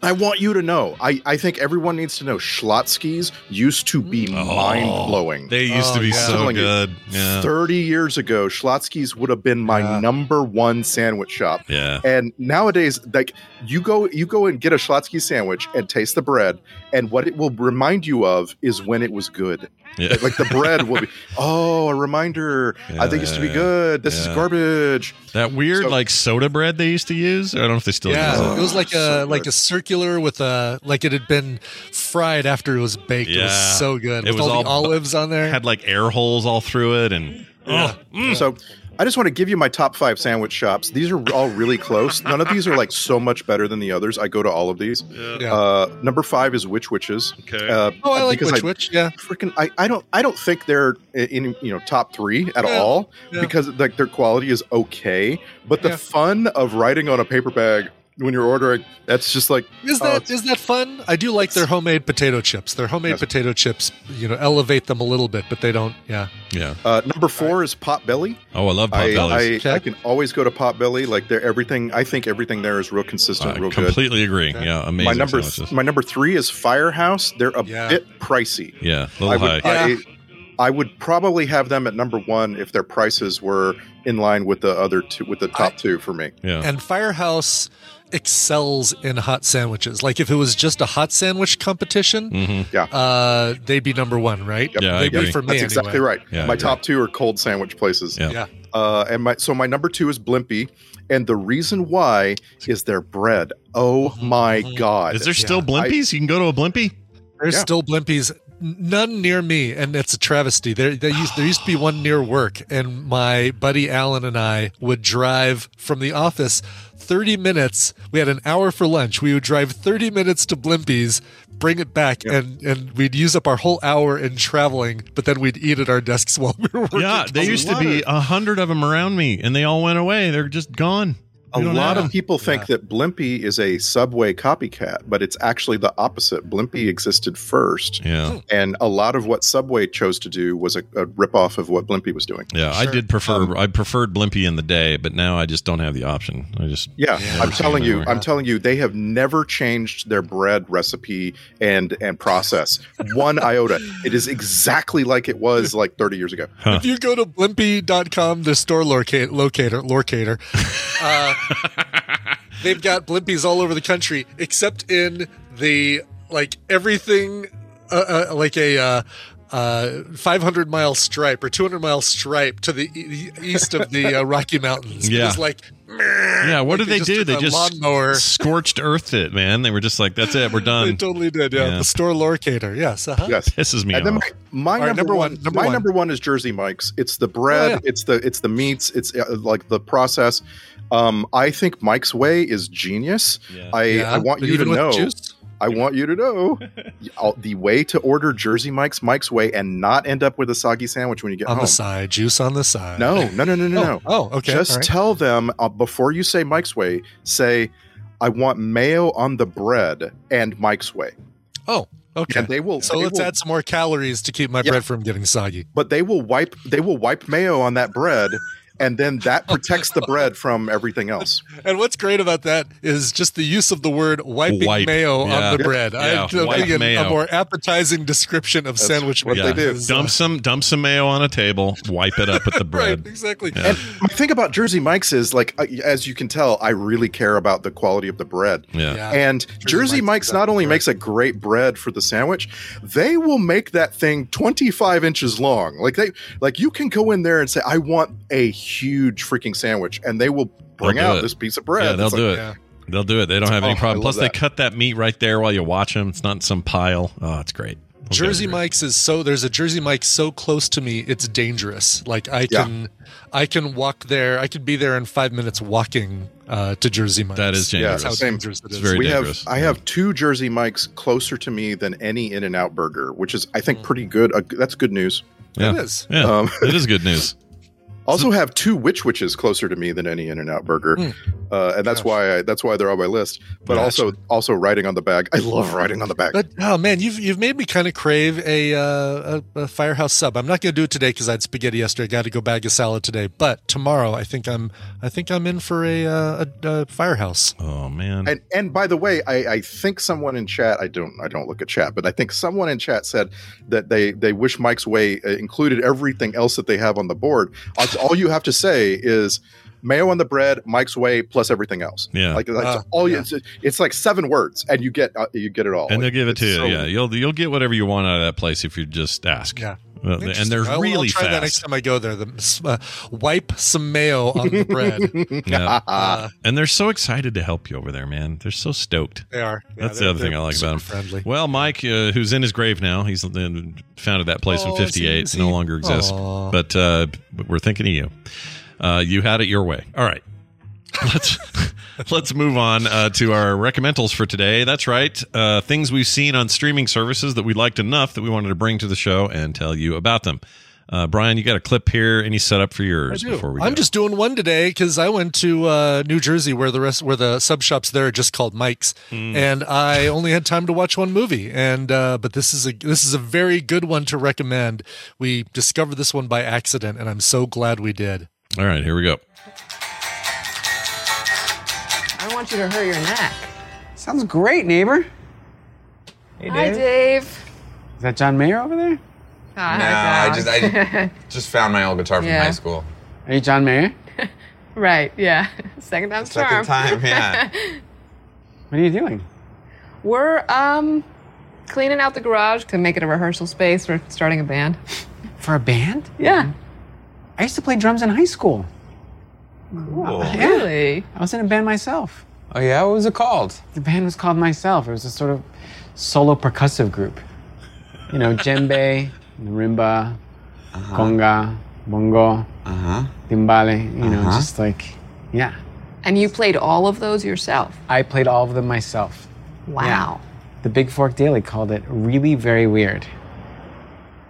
K: I want you to know. I I think everyone needs to know. Schlotsky's used to be mind blowing.
A: Mm. They used to
B: Oh,
A: be
B: yeah.
A: so
K: Telling you.
A: good. Yeah.
K: 30 years ago, Schlotsky's would have been my
B: Yeah.
K: number one sandwich shop.
A: Yeah.
K: And nowadays, like you go, you go and get a Schlotsky sandwich and taste the bread, and what it will remind you of is when it was good.
A: Yeah.
K: Like the bread will be, oh, a reminder. I think it used to be
A: Yeah,
K: good. This
A: yeah.
K: is garbage.
A: That weird
K: So-
A: like soda bread they used to use. I don't know if they still use it.
B: Yeah, it was like a
K: Oh, So
B: like
K: good.
B: a circular with a like it had been fried after it was baked. It
A: Yeah.
B: was so good
A: It
B: with
A: was
B: all the
A: all bu-
B: olives on there.
A: had like air holes all through it and oh, mm.
K: So I just want to give you my top five sandwich shops. These are all really close. None of these are like so much better than the others. I go to all of these.
B: yeah.
K: Uh, number five is Witch Witches.
A: Okay.
K: Uh,
B: oh, I like
K: because
B: Witch Witch. Yeah,
K: freaking I, I don't I don't think they're in you know top three at
B: Yeah,
K: all
B: yeah.
K: because like their quality is okay, but the
B: Yeah.
K: fun of writing on a paper bag when you're ordering. That's just like
B: Is
K: oh,
B: that is that fun? I do like their homemade potato chips. Their homemade potato chips, you know, elevate them a little bit, but they don't. Yeah.
A: Yeah.
K: Uh, number four is Potbelly.
A: Oh, I love
K: I,
A: Potbellies.
K: I,
A: Okay.
K: I can always go to Potbelly. Like they're everything. I think everything there is real consistent, real good.
A: Completely agree. Yeah, amazing.
K: my number
A: sandwiches.
K: my number three is Firehouse. They're a bit pricey.
A: yeah, a
K: I
A: little high.
K: would, I, I would probably have them at number one if their prices were in line with the other two, with the top two for me.
A: Yeah.
B: And Firehouse excels in hot sandwiches. Like if it was just a hot sandwich competition,
A: Mm-hmm.
K: Yeah.
B: uh, they'd be number one, right? they'd be for me.
K: That's exactly
B: anyway.
K: right. my top two are cold sandwich places.
B: Yeah.
K: Uh, and my so my number two is Blimpie, and the reason why is their bread. Oh my god!
A: Mm-hmm, Is there still Blimpies? you can go to a Blimpie.
B: There's
K: Yeah.
B: still blimpies. N- None near me, and it's a travesty. There, there used there used to be one near work, and my buddy Alan and I would drive from the office thirty minutes. We had an hour for lunch. We would drive thirty minutes to Blimpies, bring it back, and and we'd use up our whole hour in traveling. But then we'd eat at our desks while we were working.
A: Yeah, they used to be a hundred of them around me, and they all went away. They're just gone.
K: A
A: We don't
K: lot
A: have
K: of
A: them.
K: people think that Blimpie is a Subway copycat, but it's actually the opposite. Blimpie existed first,
A: Yeah.
K: and a lot of what Subway chose to do was a, a ripoff of what Blimpie was doing.
A: Yeah, I did prefer.
K: Um,
A: I preferred Blimpie in the day, but now I just don't have the option. I just
K: Yeah,
A: never
K: I'm
A: see
K: telling
A: it
K: you,
A: anywhere.
K: I'm telling you, they have never changed their bread recipe and and process one iota. It is exactly like it was like 30 years ago.
B: If you go to blimpy.com, the store locate, locator, locator, uh, they've got blimpies all over the country, except in the like everything, uh, uh, like a uh, uh, 500 mile stripe or 200 mile stripe to the e- e- east of the uh, Rocky Mountains. It
A: Yeah.
B: was like
A: Yeah, what
B: Like
A: did they,
B: they just
A: do?
B: took
A: They
B: a
A: just
B: lawnmower.
A: scorched earthed it, man. They were just like, "That's it, we're done."
B: they totally did. Yeah,
A: Yeah.
B: the store locator. Yes. Uh-huh.
K: Yes.
A: Pisses me
K: And then
A: off.
K: my, my
B: All right,
K: number,
B: number
K: one,
B: one, number
K: my
B: one. Oh,
K: number one is Jersey Mike's. It's the bread,
B: yeah.
K: it's the it's the meats, it's uh, like the process. Um, I think Mike's way is genius. I, I
B: Yeah,
K: want you
B: but
K: to
B: even with
K: know.
B: juice?
K: I want you to know uh, the way to order Jersey Mike's Mike's way and not end up with a soggy sandwich when you get
B: On
K: home.
B: the side, juice on the side.
K: oh. No, no, no, no, no,
B: Oh,
K: no.
B: oh, okay,
K: Just
B: all right.
K: tell them uh, before you say Mike's Way, say, I want mayo on the bread and Mike's Way.
B: Oh, okay.
K: And they will-
B: So
K: they
B: let's
K: will-
B: add some more calories to keep my bread from getting soggy.
K: But they will wipe they will wipe mayo on that bread and then that protects the bread from everything else.
B: And what's great about that is just the use of the word wiping
A: Wipe.
B: mayo
A: Yeah.
B: on the bread.
A: Yeah,
B: I don't
A: wipe
B: think an-
A: mayo.
B: a more appetizing description of sandwich
K: what
B: mayo
K: they do.
B: is, uh,
A: Dump some dump some mayo on a table, wipe it up with the
B: right,
A: bread.
B: exactly.
A: Yeah.
K: My thing about Jersey Mike's is like I- as you can tell, I really care about the quality of the bread.
A: Yeah.
B: Yeah.
K: And Jersey, Mike's, not only makes a great bread for the sandwich, they will make that thing 25 inches long. Like they like you can go in there and say, I want a huge freaking sandwich, and they will bring
A: do
K: out
A: it.
K: this piece of bread.
A: Yeah, they'll
K: It's
A: do
K: like,
A: it. They'll do it. They don't have
K: Oh,
A: any
K: I
A: problem.
K: love
A: Plus, they
K: that.
A: cut that meat right there while you watch them. It's not in some pile. Oh, it's great. Those guys
B: Jersey
A: are great.
B: Mike's is so there's a Jersey Mike so close to me it's dangerous. Like I
K: Yeah.
B: can I can walk there. I could be there in 5 minutes walking uh, to Jersey Mike's.
A: That is
K: Yeah,
A: dangerous.
B: That's how
K: same.
B: dangerous it
A: It's
B: is.
A: very
K: we
A: dangerous.
K: have I have two Jersey Mike's closer to me than any In and Out burger, which is I
A: Mm.
K: think pretty good. Uh, that's good news.
A: yeah.
B: It is.
A: Yeah.
K: Um,
A: it is good news.
K: Also have two witch witches closer to me than any In and Out burger,
A: Hmm.
K: uh, and that's why I, that's why they're on my list. But also also riding on the bag. I love riding on the bag.
B: But oh man, you've you've made me kind of crave a, uh, a a firehouse sub. I'm not going to do it today because I had spaghetti yesterday. Got to go bag a salad today. But tomorrow, I think I'm I think I'm in for a uh, a, a firehouse.
A: Oh man.
K: And and by the way, I, I think someone in chat. I don't I don't look at chat, but I think someone in chat said that they they wish Mike's way uh, included everything else that they have on the board. All- All you have to say is mayo on the bread, Mike's way, plus everything else.
A: Yeah.
K: like that's
B: Ah,
K: all. You,
B: yeah.
K: it's, it's like seven words, and you get uh, you get it all.
A: and they'll give it to you.
K: so-
A: yeah, you'll you'll get whatever you want out of that place if you just ask.
B: Yeah.
A: Uh, and they're
B: Interesting. I'll-
A: really
B: I'll try that next
A: fast.
B: time I go there. The, uh, wipe some mayo on the bread.
A: Yeah.
B: Uh,
A: and they're so excited to help you over there, man. They're so stoked.
B: they are. Yeah,
A: That's the
B: they're-
A: other thing I
B: they're
A: like
B: super
A: about him.
B: Friendly.
A: Well, Mike, uh, who's in his grave now, he's uh, founded that place
B: Oh,
A: in
B: is he-
A: '58,
B: is he-
A: no longer exists.
B: Aw.
A: But uh, but we're thinking of you. Uh, you had it your way. All right, let's let's move on uh, to our recommendals for today. That's right, uh, things we've seen on streaming services that we liked enough that we wanted to bring to the show and tell you about them. Uh, Brian, you got a clip here? Any setup for yours before we?
B: I'm
A: go?
B: just doing one today because I went to uh, New Jersey where the rest where the sub shops there are just called Mike's,
A: Mm.
B: and I only had time to watch one movie. And uh, but this is a this is a very good one to recommend. We discovered this one by accident, and I'm so glad we did.
A: All right, here we go.
L: I want you to hurt your neck. Sounds great, neighbor. Hey,
M: Hi, Dave.
L: Is that John Mayer over there?
M: Hi,
L: No,
M: Zach.
L: I just- I-
N: Just found my old guitar from
M: Yeah.
N: high school.
L: Are you John Mayer?
M: right, yeah. Second time's
N: Second
M: charm.
N: time, yeah.
L: What are you doing?
M: We're um cleaning out the garage to make it a rehearsal space. We're starting a band.
L: For a band?
M: Yeah.
L: I used to play drums in high school.
M: Really?
L: I was in a band myself.
N: Oh yeah, what was it called?
L: The band was called Myself. It was a sort of solo percussive group. You know, djembe, marimba, conga, bongo, timbale. You know,
M: Uh-huh.
L: just like yeah.
M: And you played all of those yourself.
L: I played all of them myself.
M: Wow.
L: The Big Fork Daily called it really very weird.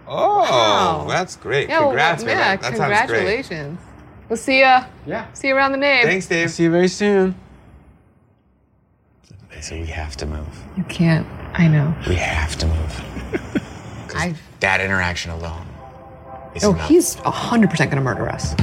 N: Oh,
M: Wow.
N: that's great.
M: Yeah, well,
N: Congrats,
M: yeah,
N: man. That, that sounds great.
M: congratulations. We'll see ya.
L: Yeah.
M: See you around the nave.
N: Thanks, Dave.
L: See you very soon.
N: So we have to move.
M: You can't. I know.
N: We have to move.
M: I.
N: That interaction alone. is
M: Oh,
N: enough.
M: he's hundred percent gonna murder us.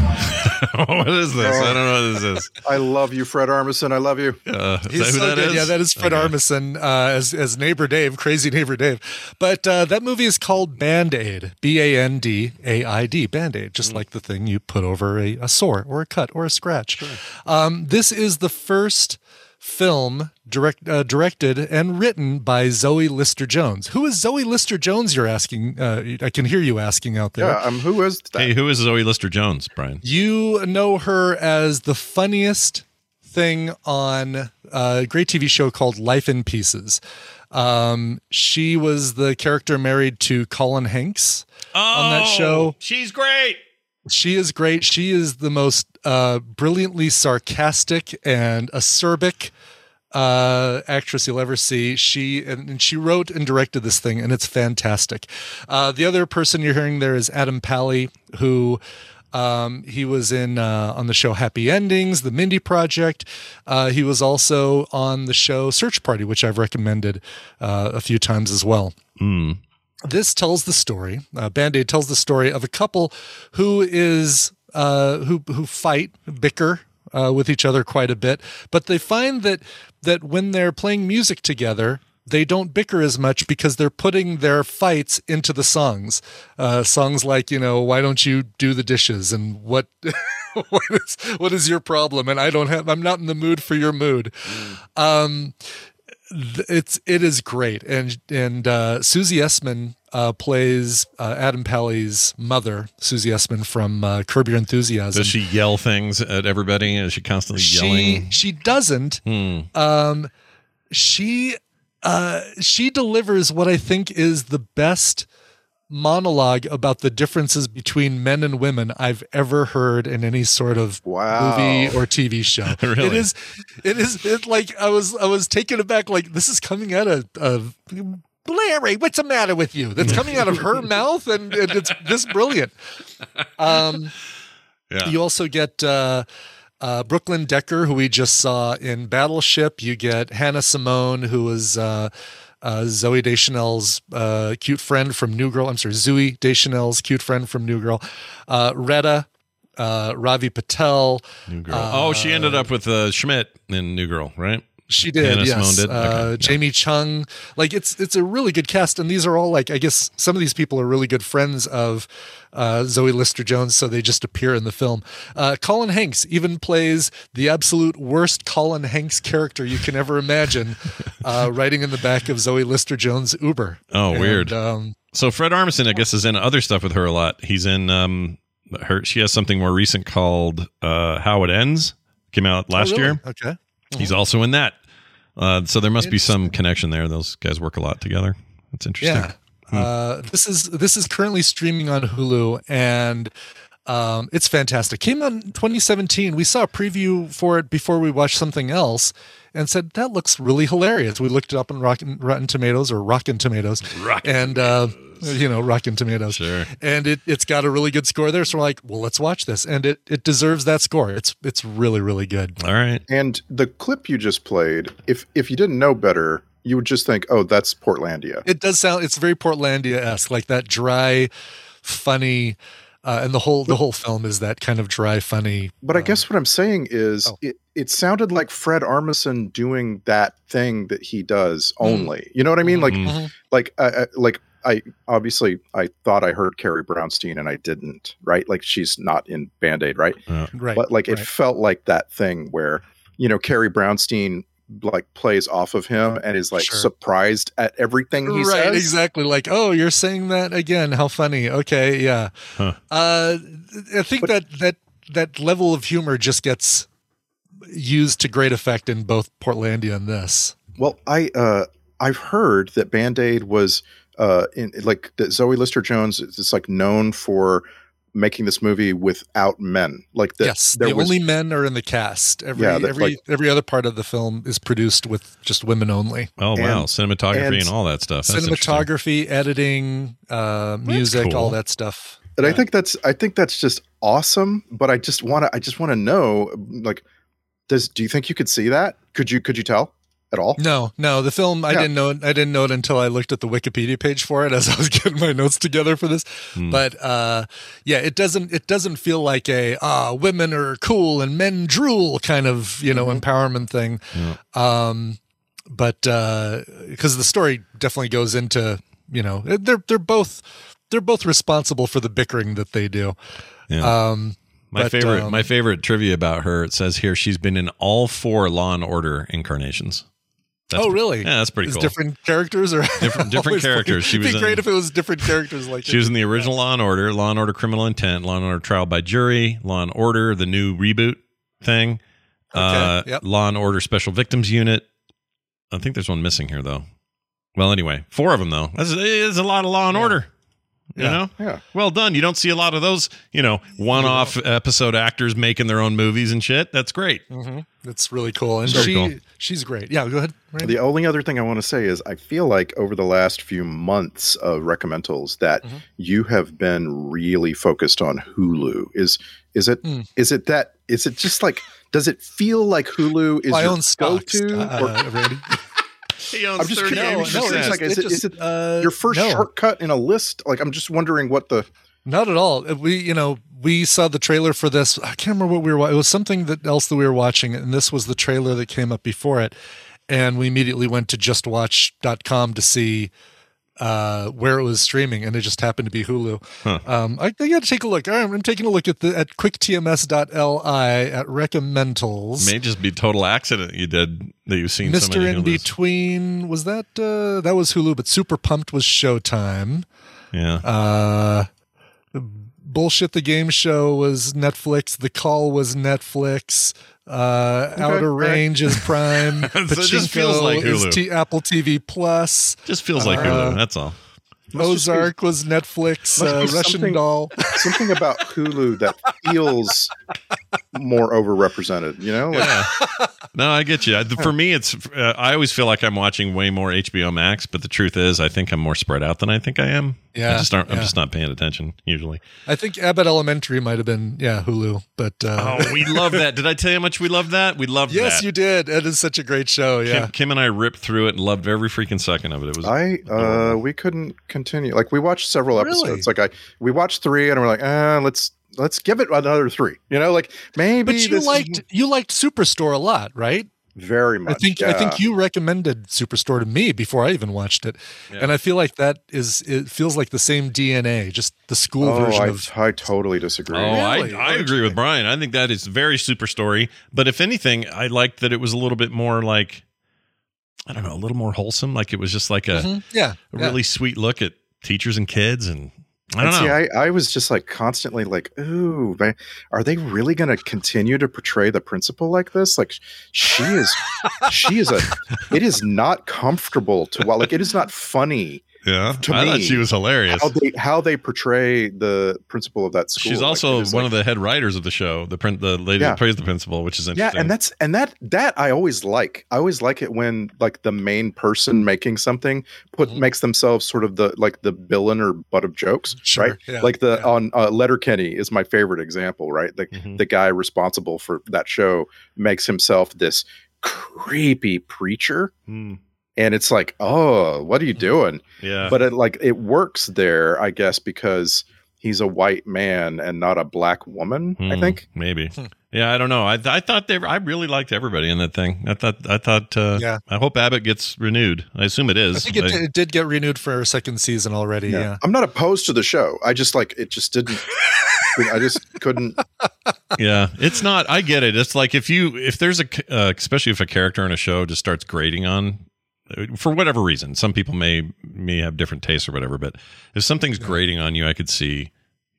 A: what is this? I don't know what this is.
K: I love you, Fred Armisen. I love you.
A: Uh,
K: Is that who that is?
B: Yeah, that is Fred Armisen uh, as as neighbor Dave, crazy neighbor Dave. But uh, that movie is called Band Aid, B A N D A I D, Band Aid,
K: Hmm.
B: just like the thing you put over a, a sore or a cut or a scratch. Um, this is the first film direct, uh, directed and written by Zoe Lister Jones. Who is Zoe Lister Jones? You're asking. Uh, I can hear you asking out there.
K: Yeah, um, who is that?
A: Hey, who is Zoe Lister Jones, Brian?
B: You know her as the funniest thing on a great TV show called Life in Pieces. Um, she was the character married to Colin Hanks on that show.
A: Oh, she's great.
B: She is great. She is the most uh, brilliantly sarcastic and acerbic uh, actress you'll ever see. She and, and she wrote and directed this thing, and it's fantastic. Uh, the other person you're hearing there is Adam Pally, who. Um, he was in uh, on the show Happy Endings, The Mindy Project. Uh, he was also on the show Search Party, which I've recommended uh, a few times as well
A: Mm.
B: this tells the story. Uh, Band Aid tells the story of a couple who is uh, who who fight bicker uh, with each other quite a bit, but they find that that when they're playing music together. They don't bicker as much because they're putting their fights into the songs. Uh, songs like, you know, why don't you do the dishes and what what is what is your problem? And I don't have I'm not in the mood for your mood. Um th- it's it is great and and uh susie essman uh plays uh, adam pally's mother susie essman from uh, curb your enthusiasm
A: Does she yell things at everybody? Is she constantly yelling?
B: she she doesn't
A: Hmm.
B: um she uh she delivers what i think is the best monologue about the differences between men and women I've ever heard in any sort of movie or TV show.
A: Really?
B: It is it is it like I was I was taken aback like this is coming out of, of Larry, what's the matter with you? That's coming out of her mouth and, and it's this brilliant. Um
A: Yeah.
B: you also get uh, uh, Brooklyn Decker, who we just saw in Battleship. You get Hannah Simone, who was uh, uh, Zoe Deschanel's uh, cute friend from New Girl. I'm sorry, Zoe Deschanel's cute friend from New Girl. Uh, Retta, uh, Ravi Patel.
A: New Girl. oh, she ended up with uh, Schmidt in New Girl, right?
B: She did,
A: Hannah Simone
B: yes.
A: did?
B: Uh,
A: Okay, yeah.
B: Jamie Chung, like it's it's a really good cast, and these are all like I guess some of these people are really good friends of uh, Zoe Lister Jones, so they just appear in the film. Uh, Colin Hanks even plays the absolute worst Colin Hanks character you can ever imagine, uh, riding in the back of Zoe Lister Jones' Uber.
A: Oh,
B: And,
A: weird.
B: Um,
A: So Fred Armisen, I guess, is in other stuff with her a lot. He's in um her. She has something more recent called uh How It Ends. Came out
B: oh,
A: last
B: really?
A: year.
B: okay.
A: He's also in that. Uh, so there must be some connection there. Those guys work a lot together. That's interesting. Hmm.
B: Yeah. Uh, this is this is currently streaming on Hulu and um, it's fantastic. Came out in 2017. We saw a preview for it before we watched something else and said that looks really hilarious. We looked it up on Rock, Rotten Tomatoes or Rockin' Tomatoes.
A: Rotten
B: and uh,
A: Tomatoes.
B: you know, Rockin' Tomatoes.
A: Sure.
B: And it, it's got a really good score there. So we're like, well, let's watch this. And it, it deserves that score. It's it's really, really good.
A: All right.
K: And the clip you just played, if if you didn't know better, you would just think, "Oh, that's Portlandia."
B: It does sound it's very Portlandia esque, like that dry, funny uh, and the whole the whole film is that kind of dry, funny
K: But I guess what I'm saying is
B: oh.
K: it, it sounded like Fred Armisen doing that thing that he does
B: Mm.
K: only. You know what I mean?
A: Mm,
K: Like
B: Mhm.
K: like I I- like I obviously I thought I heard Carrie Brownstein and I didn't, right? Like she's not in Band-Aid, right?
B: Right,
K: But like it
B: right.
K: felt like that thing where, you know, Carrie Brownstein like plays off of him and is like
B: Sure.
K: surprised at everything he
B: right,
K: says.
B: exactly. Like, oh, you're saying that again. How funny. Okay, yeah.
A: Huh.
B: Uh, I think that that that level of humor just gets used to great effect in both Portlandia and this.
K: Well, I uh, I've heard that Band Aid was uh, in like that Zoe Lister Jones is is, like known for making this movie without men. Like that,
B: yes,
K: there
B: the
K: was,
B: only men are in the cast. Every
K: Yeah, that,
B: every
K: like-
B: every other part of the film is produced with just women only.
A: Oh wow, cinematography and,
K: and
A: all that stuff. That's interesting.
B: cinematography, editing, uh, music,
A: cool.
B: all that stuff.
K: and I think that's I think that's just awesome. But I just want to I just want to know like does do you think you could see that? Could you could you tell at all?
B: No, no, the film I
K: Yeah.
B: didn't know I didn't know it until I looked at the Wikipedia page for it as I was getting my notes together for this.
A: Hmm.
B: But uh yeah, it doesn't it doesn't feel like a ah women are cool and men drool kind of, you
A: Mm-hmm.
B: know, empowerment thing. Um but uh cuz the story definitely goes into, you know, they're they're both they're both responsible for the bickering that they do.
A: Yeah.
B: Um
A: My
B: but,
A: favorite,
B: um,
A: my favorite trivia about her. It says here she's been in all four Law and Order incarnations. That's
B: oh,
A: pre-
B: really?
A: Yeah, that's pretty
B: Is
A: cool.
B: Different characters or
A: Different- different
B: Always like-
A: characters. She
B: It'd
A: was
B: be
A: in-
B: great if it was different characters like
A: She
B: it.
A: was in the original Law and Order, Law and Order: Criminal Intent, Law and Order: Trial by Jury, Law and Order: The New Reboot thing, uh,
B: yep.
A: Law and Order: Special Victims Unit. I think there's one missing here though. Well, anyway, four of them though. That's, it's a lot of Law and Order. You
B: Yeah.
A: know,
K: Yeah.
A: well done. You don't see a lot of those, you know, one-off episode actors making their own movies and shit. That's great.
B: hmm That's really cool. And
A: Very
B: she
A: cool.
B: she's great. Yeah, go ahead. Randy.
K: The only other thing I want to say is I feel like over the last few months of recommendals that
B: Mm-hmm.
K: you have been really focused on Hulu. Is is it
B: Hmm.
K: is it that is it just like does it feel like Hulu is
B: My
K: your
B: own stocks,
K: go-to? or-
B: uh, Randy.
A: He owns
K: I'm just curious.
B: No,
K: I'm just
B: no, it
K: like, is
B: just- it
K: it, is
B: just,
K: it
B: uh,
K: your first
B: no.
K: shortcut in a list? Like, I'm just wondering what the
B: Not at all. Uh, We you know we saw the trailer for this. I can't remember what we were. wa- It was something that else that we were watching, and this was the trailer that came up before it. And we immediately went to justwatch.com to see uh, where it was streaming, and it just happened to be Hulu.
A: Huh.
B: Um, I, I got to take a look. All right, I'm taking a look at the at quicktms.li at recommendals.
A: May just be total accident you did that you've seen so
B: Mr.
A: many
B: In
A: Hulus.
B: Between was that uh that was Hulu, but Super Pumped was Showtime.
A: Yeah.
B: Uh Bullshit the Game Show was Netflix, The Call was Netflix, uh Outer
A: okay.
B: Range is Prime,
A: So it just feels
B: Pachinko
A: like Hulu.
B: is T- Apple TV Plus.
A: Just feels like Hulu. That's all.
B: Ozark was Netflix,
K: must
B: uh,
K: be
B: Russian
K: something-
B: Doll.
K: something about Hulu that feels more overrepresented. You know, like,
A: No, I get you. I- For me, it's uh, I always feel like I'm watching way more HBO Max, but the truth is, I think I'm more spread out than I think I am.
B: Yeah,
A: I just aren't, I'm
B: yeah.
A: just not paying attention usually.
B: I think Abbott Elementary might have been yeah Hulu, but uh,
A: Oh, we love that. Did I tell you how much we loved that? We loved
B: yes,
A: that.
B: you did. It is such a great show. Yeah,
A: Kim, Kim and I ripped through it and loved every freaking second of it. It was
K: I uh we couldn't continue. Like we watched several episodes. Like I we watched three and we're like, uh, let's let's give it another three. You know, like maybe
B: but you
K: this is
B: liked you liked Superstore a lot, right?
K: very much. uh,
B: I think I think
K: yeah.
B: you recommended Superstore to me before I even watched it, and I feel like that is it feels like the same DNA, just the school
K: Oh,
B: version
K: I,
B: of.
K: I totally disagree.
A: Oh, I, I agree with Brian. I think that is very super story. But if anything, I liked that it was a little bit more like, I don't know, a little more wholesome. Like it was just like a,
B: Mhm. Yeah,
A: a
B: yeah.
A: really sweet look at teachers and kids. And I
K: And
A: don't know.
K: see, I, I was just like constantly like, ooh, man, are they really going to continue to portray the principal like this? Like, she is, she is a, it is not comfortable to watch. Like, it is not funny
A: Yeah,
K: to
A: I
K: me,
A: thought she was hilarious.
K: How they, how they portray the principal of that school.
A: She's
K: like,
A: also
K: it is
A: one
K: like-
A: of the head writers of the show. The print, the lady
K: Yeah.
A: that plays the principal, which is
K: yeah,
A: interesting.
K: and that's and that that I always like. I always like it when like the main person making something put
A: Mm-hmm.
K: makes themselves sort of the like the villain or butt of jokes, right?
B: yeah,
K: like the on uh, Letterkenny is my favorite example, right? The
A: Mm-hmm.
K: the guy responsible for that show makes himself this creepy preacher. and it's like oh what are you doing
A: Hmm. Mm-hmm. Yeah.
K: but it like it works there i guess because he's a white man and not a black woman i
A: Hmm,
K: think
A: maybe. Yeah, I don't know. I I thought they. I really liked everybody in that thing. I thought. I thought. Uh,
B: Yeah.
A: I hope Abbott gets renewed. I assume it is.
B: I think it,
A: I-
B: did- it did get renewed for a second season already. Yeah.
K: i'm not opposed to the show i just like it just didn't i just couldn't
A: yeah it's not i get it it's like if you if there's a c- uh, especially if a character in a show just starts grading on uh, for whatever reason some people may may have different tastes or whatever but if something's grating on you i could see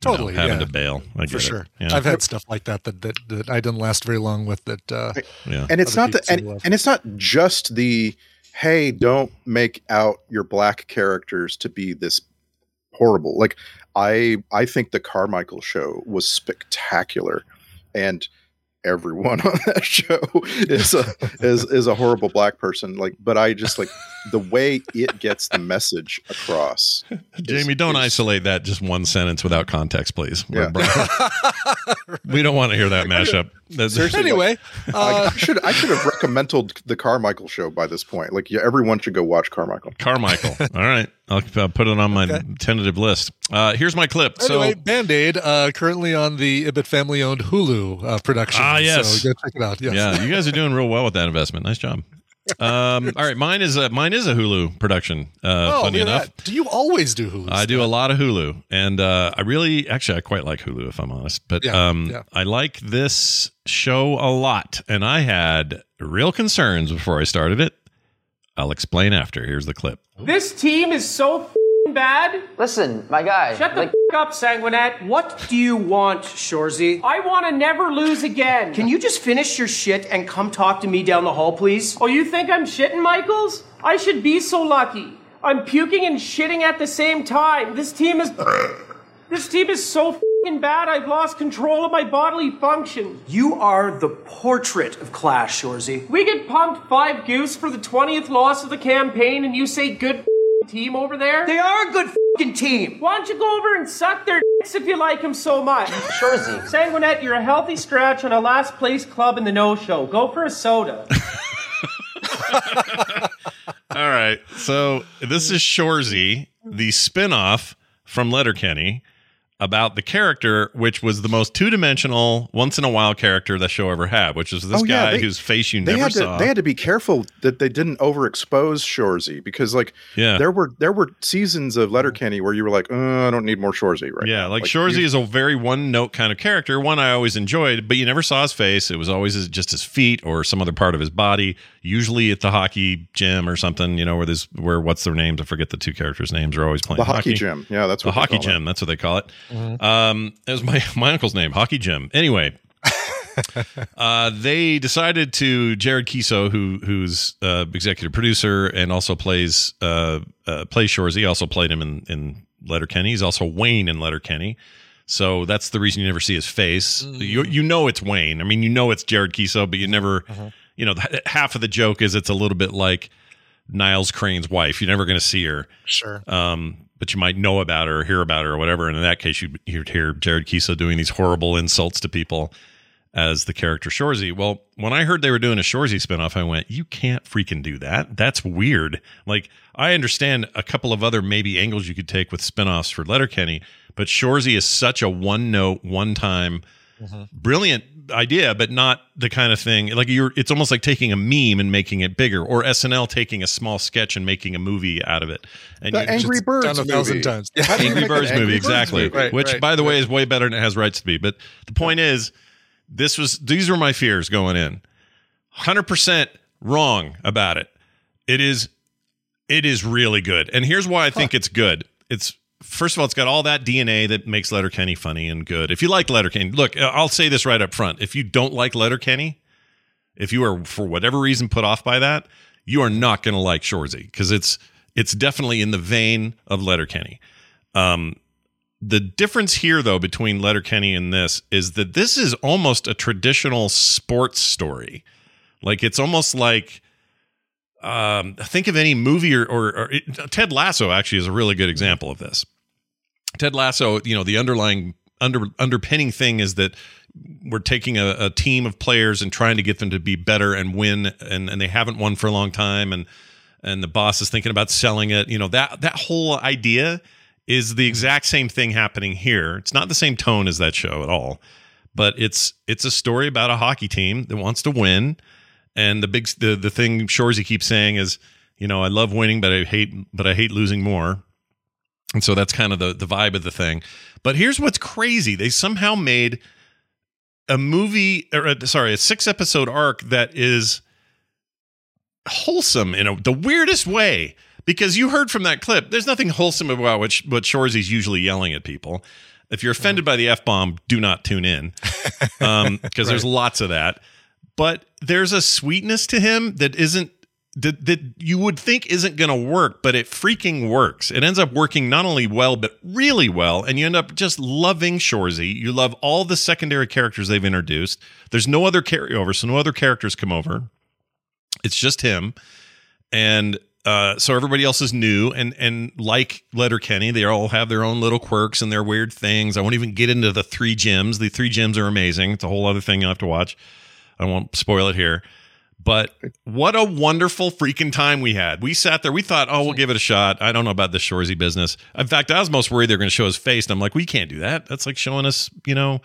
A: you know,
B: Totally,
A: having
B: yeah.
A: to bail I
B: for
A: get it.
B: sure.
A: yeah.
B: I've had stuff like that that, that that I didn't last very long with. That uh,
A: yeah.
K: and it's not
B: other
K: the
B: people seem to
K: and,
B: love.
K: and it's not just the hey don't make out your black characters to be this horrible like i i think the carmichael show was spectacular and everyone on that show is a is is a horrible black person like but i just like the way it gets the message across
A: jamie don't isolate that just one sentence without context please We're bro- we don't want to hear that mashup That's-
K: Seriously, like,
B: uh,
K: I, I should I should have recommended the Carmichael show by this point. Like, yeah, everyone should go watch Carmichael.
A: carmichael all right I'll, I'll put it on my tentative list uh here's my clip
B: anyway,
A: so
B: Band Aid uh, currently on the Ibit family owned Hulu uh, production.
A: Ah, yes.
B: So go check it out. Yes.
A: Yeah, you guys are doing real well with that investment. Nice job. Um, all right, mine is a mine is a Hulu production. Uh,
B: oh,
A: funny
B: look at
A: enough,
B: that. Do you always do Hulu?
A: I do a lot of Hulu, and uh, I really, actually, I quite like Hulu if I'm honest. But
B: Yeah,
A: um,
B: yeah.
A: I like this show a lot, and I had real concerns before I started it. I'll explain after. Here's the clip.
O: This team is so f bad. Listen, my guy. Shut the f up, Sanguinet. What do you want, Shorzy? I want to never lose again. Can you just finish your shit and come talk to me down the hall, please? Oh, you think I'm shitting, Michaels? I should be so lucky. I'm puking and shitting at the same time. This team is. This team is so fing bad, I've lost control of my bodily functions. You are the portrait of Clash, Shorzy. We get pumped five goose for the 20th loss of the campaign, and you say good f***ing team over there? They are a good fing team. Why don't you go over and suck their dicks if you like them so much? Shorzy. Sanguinet, you're a healthy scratch on a last place club in the no show. Go for a soda.
A: All right. So this is Shorzy, the spin-off from Letterkenny about the character, which was the most two-dimensional, once in a while character that show ever had, which is this
K: Oh, yeah,
A: guy
K: they-
A: whose face you
K: They
A: never
K: had to
A: saw.
K: they had to be careful that they didn't overexpose Shorzy because like
A: Yeah. Mm-hmm.
K: there were there were seasons of Letterkenny where you were like, uh, I don't need more Shorzy right
A: yeah,
K: now.
A: like, Shorzy
K: you-
A: is a very one-note kind of character, one I always enjoyed, but you never saw his face. It was always his, just his feet or some other part of his body, usually at the hockey gym or something, you know, where there's where what's their names? I forget the two characters' names are always playing
K: the hockey, gym. Yeah, that's
A: the
K: what they
A: hockey
K: call it.
A: gym. That's what they call it. Um, it was my my uncle's name, hockey gym. Anyway, uh, they decided to Jared Kiso, who who's uh, executive producer and also plays uh, uh, plays Shores. He also played him in in Letterkenny. He's also Wayne in Letterkenny. So that's the reason you never see his face. You you know it's Wayne. I mean, you know it's Jared Kiso, but you never. You know, th- half of the joke is it's a little bit like Niles Crane's wife. You're never going to see her
B: Sure.
A: um, but you might know about her or hear about her or whatever. And in that case, you'd, you'd hear Jared Kiso doing these horrible insults to people as the character Shorzy. Well, when I heard they were doing a Shorzy spinoff, I went, you can't freaking do that. That's weird. Like, I understand a couple of other maybe angles you could take with spinoffs for Letterkenny, but Shorzy is such a one note, one time brilliant idea, but not the kind of thing like you're. It's almost like taking a meme and making it bigger, or SNL taking a small sketch and making a movie out of it. And
K: The
A: you-
K: Angry
A: just-
K: Birds
B: done a thousand
K: movie.
B: times.
K: How do you make
A: Angry
K: an
A: Birds movie,
K: Angry Birds
A: exactly.
K: movie?
A: Which, by the way, is way better than it has rights to be. But the point is, this was these were my fears going in. Hundred percent wrong about it. It is, it is really good. And here's why I think it's good. It's first of all, it's got all that DNA that makes Letterkenny funny and good. If you like Letterkenny, look, uh, I'll say this right up front. If you don't like Letterkenny, if you are for whatever reason put off by that, you are not going to like Shorzy because it's It's definitely in the vein of Letterkenny. Um, the difference here, though, between Letterkenny and this is that this is almost a traditional sports story. Like it's almost like um, think of any movie or, or, or it, Ted Lasso actually is a really good example of this. Ted Lasso, you know, the underlying under underpinning thing is that we're taking a, a team of players and trying to get them to be better and win, and and they haven't won for a long time, and and the boss is thinking about selling it. You know that that whole idea is the exact same thing happening here. It's not the same tone as that show at all, but it's it's a story about a hockey team that wants to win, and the big the the thing Shorzy keeps saying is, you know, I love winning, but I hate but I hate losing more. And so that's kind of the the vibe of the thing. But here's what's crazy: they somehow made a movie, or a, sorry, a six episode arc that is wholesome in a, the weirdest way. Because you heard from that clip, there's nothing wholesome about what, Sh- what Shorzy's usually yelling at people. If you're offended by the f bomb, do not tune in, because there's lots of that. But there's a sweetness to him that isn't that that you would think isn't going to work, but it freaking works. It ends up working not only well but really well, and you end up just loving Shorzy. You love all the secondary characters they've introduced. There's no other carryover, so no other characters come over. It's just him, and uh, so everybody else is new. And and like Letterkenny, they all have their own little quirks and their weird things. I won't even get into the three gyms. The three gyms are amazing. It's a whole other thing you'll have to watch. I won't spoil it here. But what a wonderful freaking time we had. We sat there. We thought, oh, we'll give it a shot. I don't know about the Shorzy business. In fact, I was most worried they were going to show his face. And I'm like, we can't do that. That's like showing us, you know,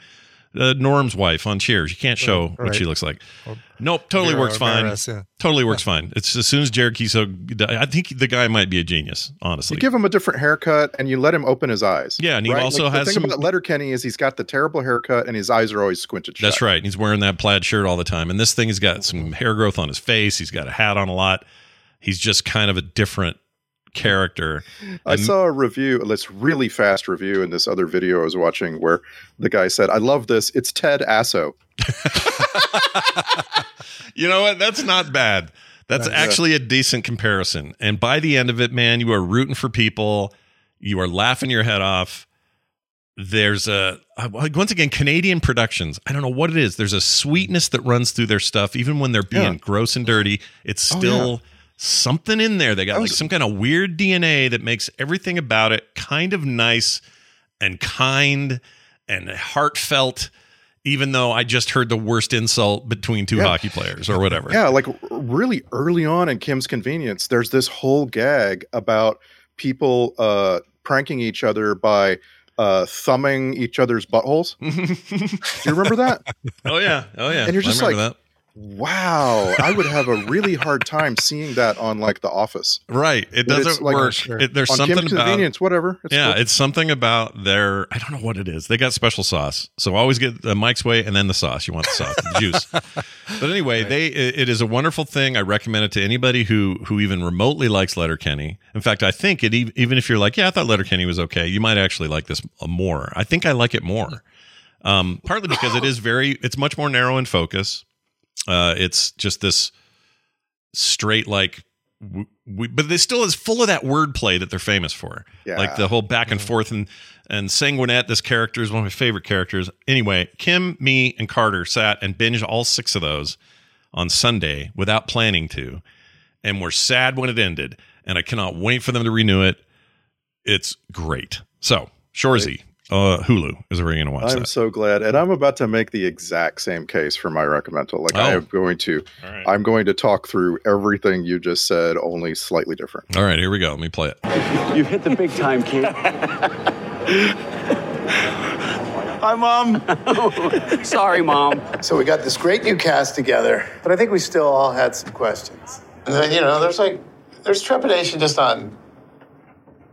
A: uh, Norm's wife on Cheers. You can't show
B: Right,
A: what
B: right.
A: she looks like.
B: Or-
A: nope, totally
B: Vera
A: works fine.
B: Ramirez, yeah.
A: Totally works fine. It's as soon as Jared Kiso, I think the guy might be a genius, honestly.
K: You give him a different haircut and you let him open his eyes.
A: Yeah, and he also
K: the
A: has
K: thing
A: some-
K: about Letterkenny is he's got the terrible haircut and his eyes are always squinted shut.
A: That's right. And he's wearing that plaid shirt all the time. And this thing, he's got some hair growth on his face. He's got a hat on a lot. He's just kind of a different character.
K: I
A: And-
K: saw a review, this really fast review in this other video I was watching where the guy said, I love this. It's Ted Asso.
A: you know what? That's not bad. That's
K: Yeah.
A: actually a decent comparison. And by the end of it, man, you are rooting for people. You are laughing your head off. There's a uh, once again Canadian productions. I don't know what it is. There's a sweetness that runs through their stuff, even when they're being
K: Yeah.
A: gross and dirty. It's
K: Oh,
A: still something in there. They got like some kind of weird DNA that makes everything about it kind of nice and kind and heartfelt. Even though I just heard the worst insult between two
K: Yeah.
A: hockey players or whatever.
K: Yeah, like r- really early on in Kim's Convenience, there's this whole gag about people uh, pranking each other by uh, thumbing each other's buttholes. Do you remember that?
A: Oh yeah. Oh yeah.
K: And you're just
A: I remember
K: like, Wow, I would have a really hard time seeing that on like The Office.
A: that. right. It
K: But it's
A: doesn't
K: like-
A: work.
K: Sure.
A: It- there's
K: on
A: something
K: Kim's
A: about
K: Convenience, whatever.
A: yeah,
K: cool.
A: it's something about their. I don't know what it is. They got special sauce, so always get the Mike's way and then the sauce. You want the sauce, the juice. But anyway, they it it is a wonderful thing. I recommend it to anybody who who even remotely likes Letterkenny. In fact, I think it e- even if you're like, yeah, I thought Letterkenny was okay, you might actually like this uh, more. I think I like it more, um, partly because it is very. It's much more narrow in focus. Uh, it's just this straight like w- we, but it still is full of that wordplay that they're famous for.
K: Yeah. Mm-hmm.
A: Like the whole back and forth and and Sanguinette, this character is one of my favorite characters. Anyway, Kim, me, and Carter sat and binged all six of those on Sunday without planning to, and were sad when it ended. And I cannot wait for them to renew it. It's great. So Shorzy, uh, Hulu is where you're gonna watch
K: I'm
A: that.
K: so glad, and I'm about to make the exact same case for my recommendal. Like I
A: Oh.
K: am going to,
A: All right.
K: I'm going to talk through everything you just said, only slightly different.
A: All right, here we go. Let me play it.
P: You hit the big time, kid. Hi, Mom. Sorry, Mom. So we got this great new cast together, but I think we still all had some questions. And then, you know, there's like, there's trepidation just on,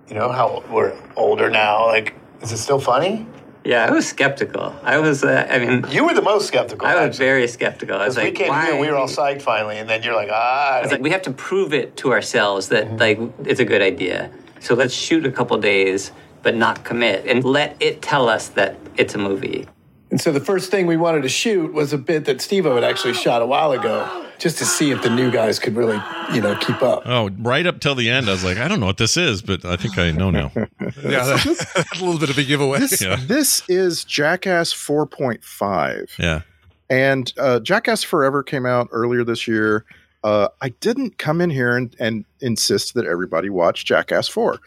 P: you know, how we're older now. Like, is it still funny?
Q: Yeah, I was skeptical. I was, uh, I mean,
P: You were the most skeptical.
Q: I was very skeptical. I was
P: Because we
Q: like,
P: came
Q: why?
P: here, we were all psyched finally, and then you're like, ah.
Q: I was like, we have to prove it to ourselves that like it's a good idea. So let's shoot a couple days, but not commit, and let it tell us that it's a movie.
P: And so the first thing we wanted to shoot was a bit that Steve had actually shot a while ago. just to see if the new guys could really, you know, keep up.
A: Oh, right up till the end, I was like, I don't know what this is, but I think I know now.
B: Yeah, that's a little bit of a giveaway.
K: This,
A: Yeah.
K: this is Jackass 4.5.
A: Yeah.
K: And uh, Jackass Forever came out earlier this year. Uh, I didn't come in here and, and insist that everybody watch Jackass 4.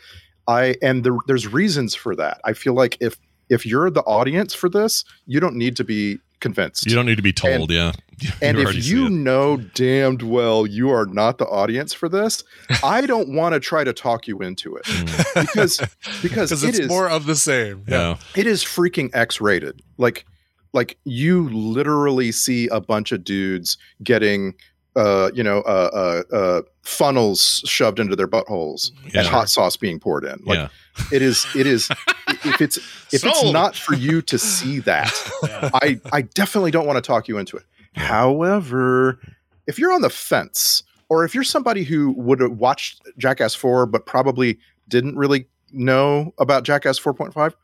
K: I and the, there's reasons for that. I feel like if if you're the audience for this, you don't need to be convinced.
A: You don't need to be
K: And-
A: told, yeah.
K: And
A: already
K: if
A: see
K: you
A: it.
K: know damned well you are not the audience for this, I don't want to try to talk you into it because because
B: Because
K: it
B: it's
K: is-
B: more of the same.
A: Yeah.
K: it is freaking X-rated. Like like you literally see a bunch of dudes getting uh you know uh uh, uh funnels shoved into their buttholes
A: Yeah.
K: and hot sauce being poured in. Like
A: Yeah.
K: it is it is if it's if it's
A: Sold.
K: not for you to see that, I I definitely don't want to talk you into it. However, if you're on the fence, or if you're somebody who would have watched Jackass 4 but probably didn't really know about Jackass 4.5,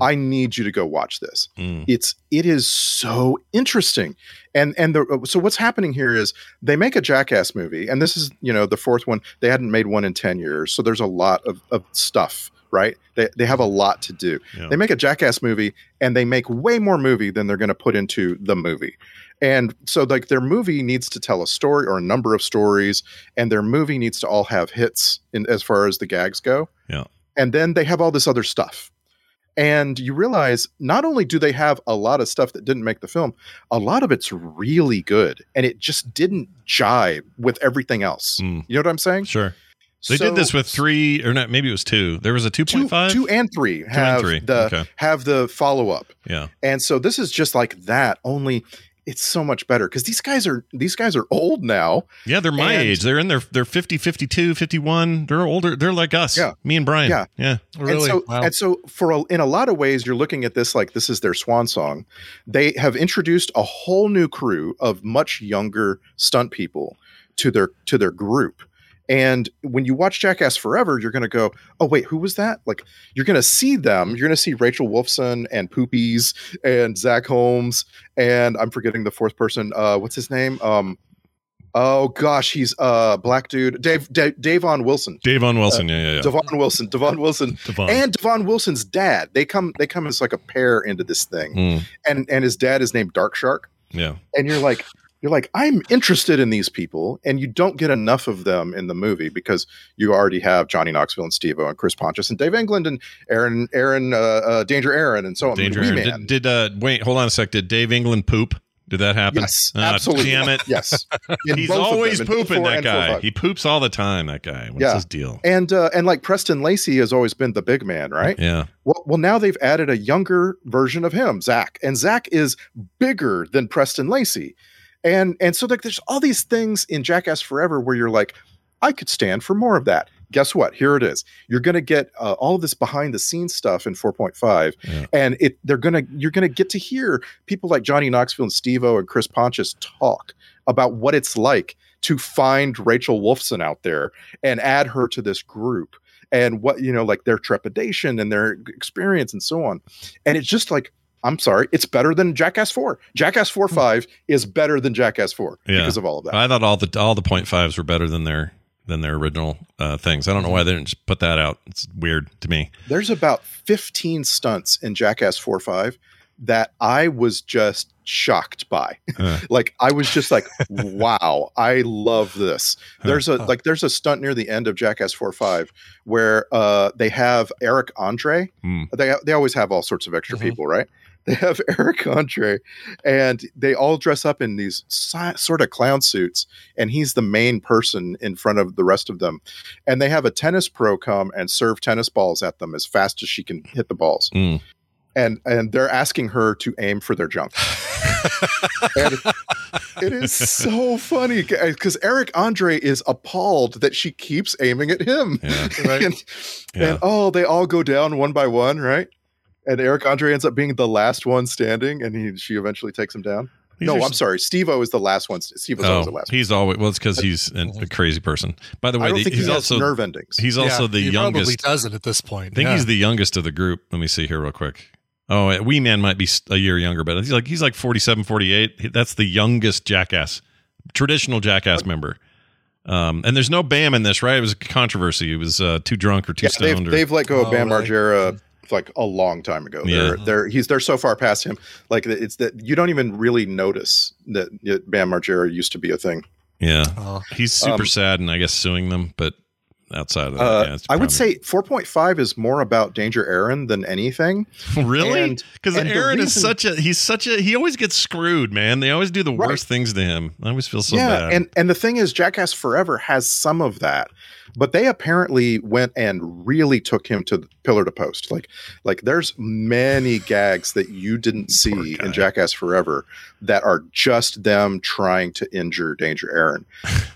K: I need you to go watch this.
A: Mm,
K: It's it is so interesting. And and the so what's happening here is they make a Jackass movie, and this is you know the fourth one. They hadn't made one in ten years, so there's a lot of, of stuff. Right? They, they have a lot to do.
A: Yeah.
K: They make a Jackass movie and they make way more movie than they're going to put into the movie. And so, like, their movie needs to tell a story or a number of stories, and their movie needs to all have hits in, as far as the gags go.
A: Yeah.
K: And then they have all this other stuff. And you realize not only do they have a lot of stuff that didn't make the film, a lot of it's really good and it just didn't jive with everything else. You know what I'm saying?
A: Sure. Hmm. They did this with three, or not, maybe it was two. There was a 2.5?
K: two and three
A: and
K: have
A: three,
K: the
A: okay.
K: have the follow up.
A: Yeah.
K: And so this is just like that, only it's so much better because these guys are these guys are old now.
A: Yeah, they're my
K: And-
A: age. They're in their they're 50, 52, 51. They're older. They're like us.
K: Yeah.
A: Me and Brian.
K: Yeah.
A: Yeah.
K: And so, and so for a, in a lot of ways, you're looking at this like this is their swan song. They have introduced a whole new crew of much younger stunt people to their to their group. And when you watch Jackass Forever, you're going to go, "Oh wait, who was that?" Like you're going to see them. You're going to see Rachel Wolfson and Poopies and Zach Holmes and I'm forgetting the fourth person. Uh, what's his name? Um, oh gosh, he's a uh, black dude, Dave Dave Davon Wilson.
A: Davon Wilson. yeah, yeah, yeah.
K: Uh, Devon Wilson, Devon Wilson,
A: Devon.
K: and Devon Wilson's dad. They come, they come as like a pair into this thing,
A: Mm.
K: and and his dad is named Dark Shark.
A: Yeah.
K: And you're like, you're like, I'm interested in these people, and you don't get enough of them in the movie because you already have Johnny Knoxville and Steve-O and Chris Pontius and Dave England and Aaron, Aaron, uh, uh, Danger Aaron, and so on.
A: Danger.
K: Wee
A: Aaron.
K: Man.
A: Did, did uh wait, hold on a sec. Did Dave England poop? Did that happen?
K: Yes,
A: Ah,
K: absolutely.
A: Damn it.
K: Yes. In
A: He's
K: both of them,
A: always
K: in
A: pooping,
K: four
A: that
K: and four
A: guy.
K: bucks.
A: He poops all the time, that guy. What's
K: Yeah.
A: his deal?
K: And uh, and like Preston Lacey has always been the big man, right?
A: Yeah.
K: Well, well, now they've added a younger version of him, Zach, and Zach is bigger than Preston Lacey, and and so like there's all these things in Jackass Forever where you're like, I could stand for more of that. Guess what? Here it is. You're gonna get uh, all of this behind the scenes stuff in 4.5, and it they're gonna you're gonna get to hear people like Johnny Knoxville and Steve-O and Chris Pontius talk about what it's like to find Rachel Wolfson out there and add her to this group and what you know like their trepidation and their experience and so on and it's just like i'm sorry it's better than jackass 4 jackass 4 5 is better than jackass 4
A: Yeah.
K: because of all of that
A: I thought all the all the point fives were better than their than their original uh things. I don't know why they didn't just put that out. It's weird to me.
K: there's about 15 stunts in jackass 4 5 that i was just shocked by
A: Uh.
K: like i was just like wow i love this there's a like there's a stunt near the end of jackass 4 5 where uh they have eric andre they they always have all sorts of extra people, right? They have Eric Andre, and they all dress up in these si- sort of clown suits, and he's the main person in front of the rest of them. And they have a tennis pro come and serve tennis balls at them as fast as she can hit the balls,
A: Mm.
K: and and they're asking her to aim for their junk. And it is so funny because Eric Andre is appalled that she keeps aiming at him. and, and oh, they all go down one by one, right? And Eric Andre ends up being the last one standing, and he, she eventually takes him down.
A: These
K: no,
A: are
K: I'm
A: s-
K: sorry. Steve O is the last one. Steve O's always the
A: Oh,
K: last.
A: he's always well. It's because he's an, a crazy person. By the
K: I
A: way,
K: don't
A: the-
K: think he
A: he's
K: has
A: also
K: nerve endings.
A: He's also
B: Yeah,
A: the
B: he
A: youngest.
B: Probably doesn't at this point.
A: I think
B: yeah.
A: he's the youngest of the group. Let me see here real quick. Oh, uh, Wee Man might be s- a year younger, but he's like he's like 47, 48. He- That's the youngest jackass traditional Jackass member. Um, and there's no Bam in this, right? It was a controversy. It was uh, too drunk or too
K: Yeah,
A: stoned.
K: they've,
A: or,
K: they've let go of Bam Margera like a long time ago.
A: Yeah.
K: They're, they're he's they're so far past him. Like it's that you don't even really notice that uh, Bam Margera used to be a thing.
A: Yeah, he's super
K: Um,
A: sad, and I guess suing them. But outside of that,
K: Uh,
A: yeah, it's
K: I would
A: probably-
K: say 4.5 is more about Danger Aaron than anything.
A: really
K: And-
A: because
K: and the
A: Aaron is
K: reason-
A: such a he's such a he always gets screwed, man. They always do the worst things to him. I always feel so bad.
K: and and the thing is, Jackass Forever has some of that, but they apparently went and really took him to the pillar to post. Like, like there's many gags that you didn't see in Jackass Forever that are just them trying to injure Danger Aaron,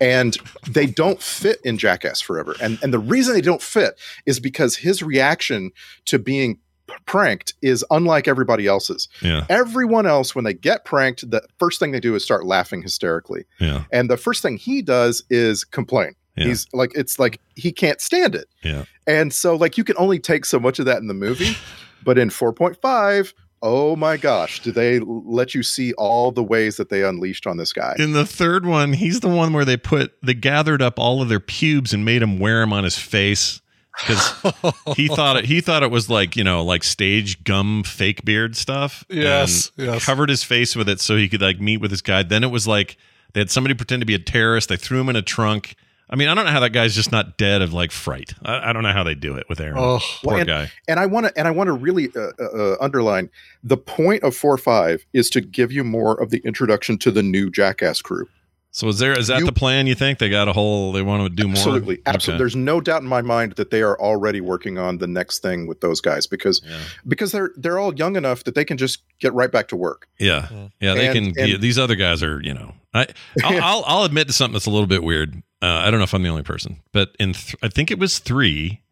K: and they don't fit in Jackass Forever. And and the reason they don't fit is because his reaction to being p- pranked is unlike everybody else's.
A: yeah,
K: Everyone else, when they get pranked, the first thing they do is start laughing hysterically.
A: yeah,
K: And the first thing he does is complain.
A: Yeah.
K: He's like, it's like he can't stand it.
A: yeah.
K: And so, like, you can only take so much of that in the movie. but in 4.5, oh my gosh, do they l- let you see all the ways that they unleashed on this guy?
A: In the third one, he's the one where they put they gathered up all of their pubes and made him wear them on his face because he thought it he thought it was like you know like stage gum fake beard stuff.
B: Yes,
A: and
B: yes.
A: covered his face with it so he could like meet with his guy. Then it was like they had somebody pretend to be a terrorist. They threw him in a trunk. I mean, I don't know how that guy's just not dead of like fright. I, I don't know how they do it with Aaron.
K: Oh.
A: poor
K: Well, and,
A: guy.
K: And I want to and I want to really uh, uh, uh, underline the point of 4.5 is to give you more of the introduction to the new Jackass crew.
A: So is there is that the plan? You think they got a whole? They want to do more?
K: Absolutely, absolutely.
A: Okay.
K: There's no doubt in my mind that they are already working on the next thing with those guys because because they're they're all young enough that they can just get right back to work.
A: Yeah, yeah, they
K: And-
A: can. be
K: and-
A: these other guys are, you know, I, I'll, I'll, I'll admit to something that's a little bit weird. Uh, I don't know if I'm the only person, but in th- I think it was three,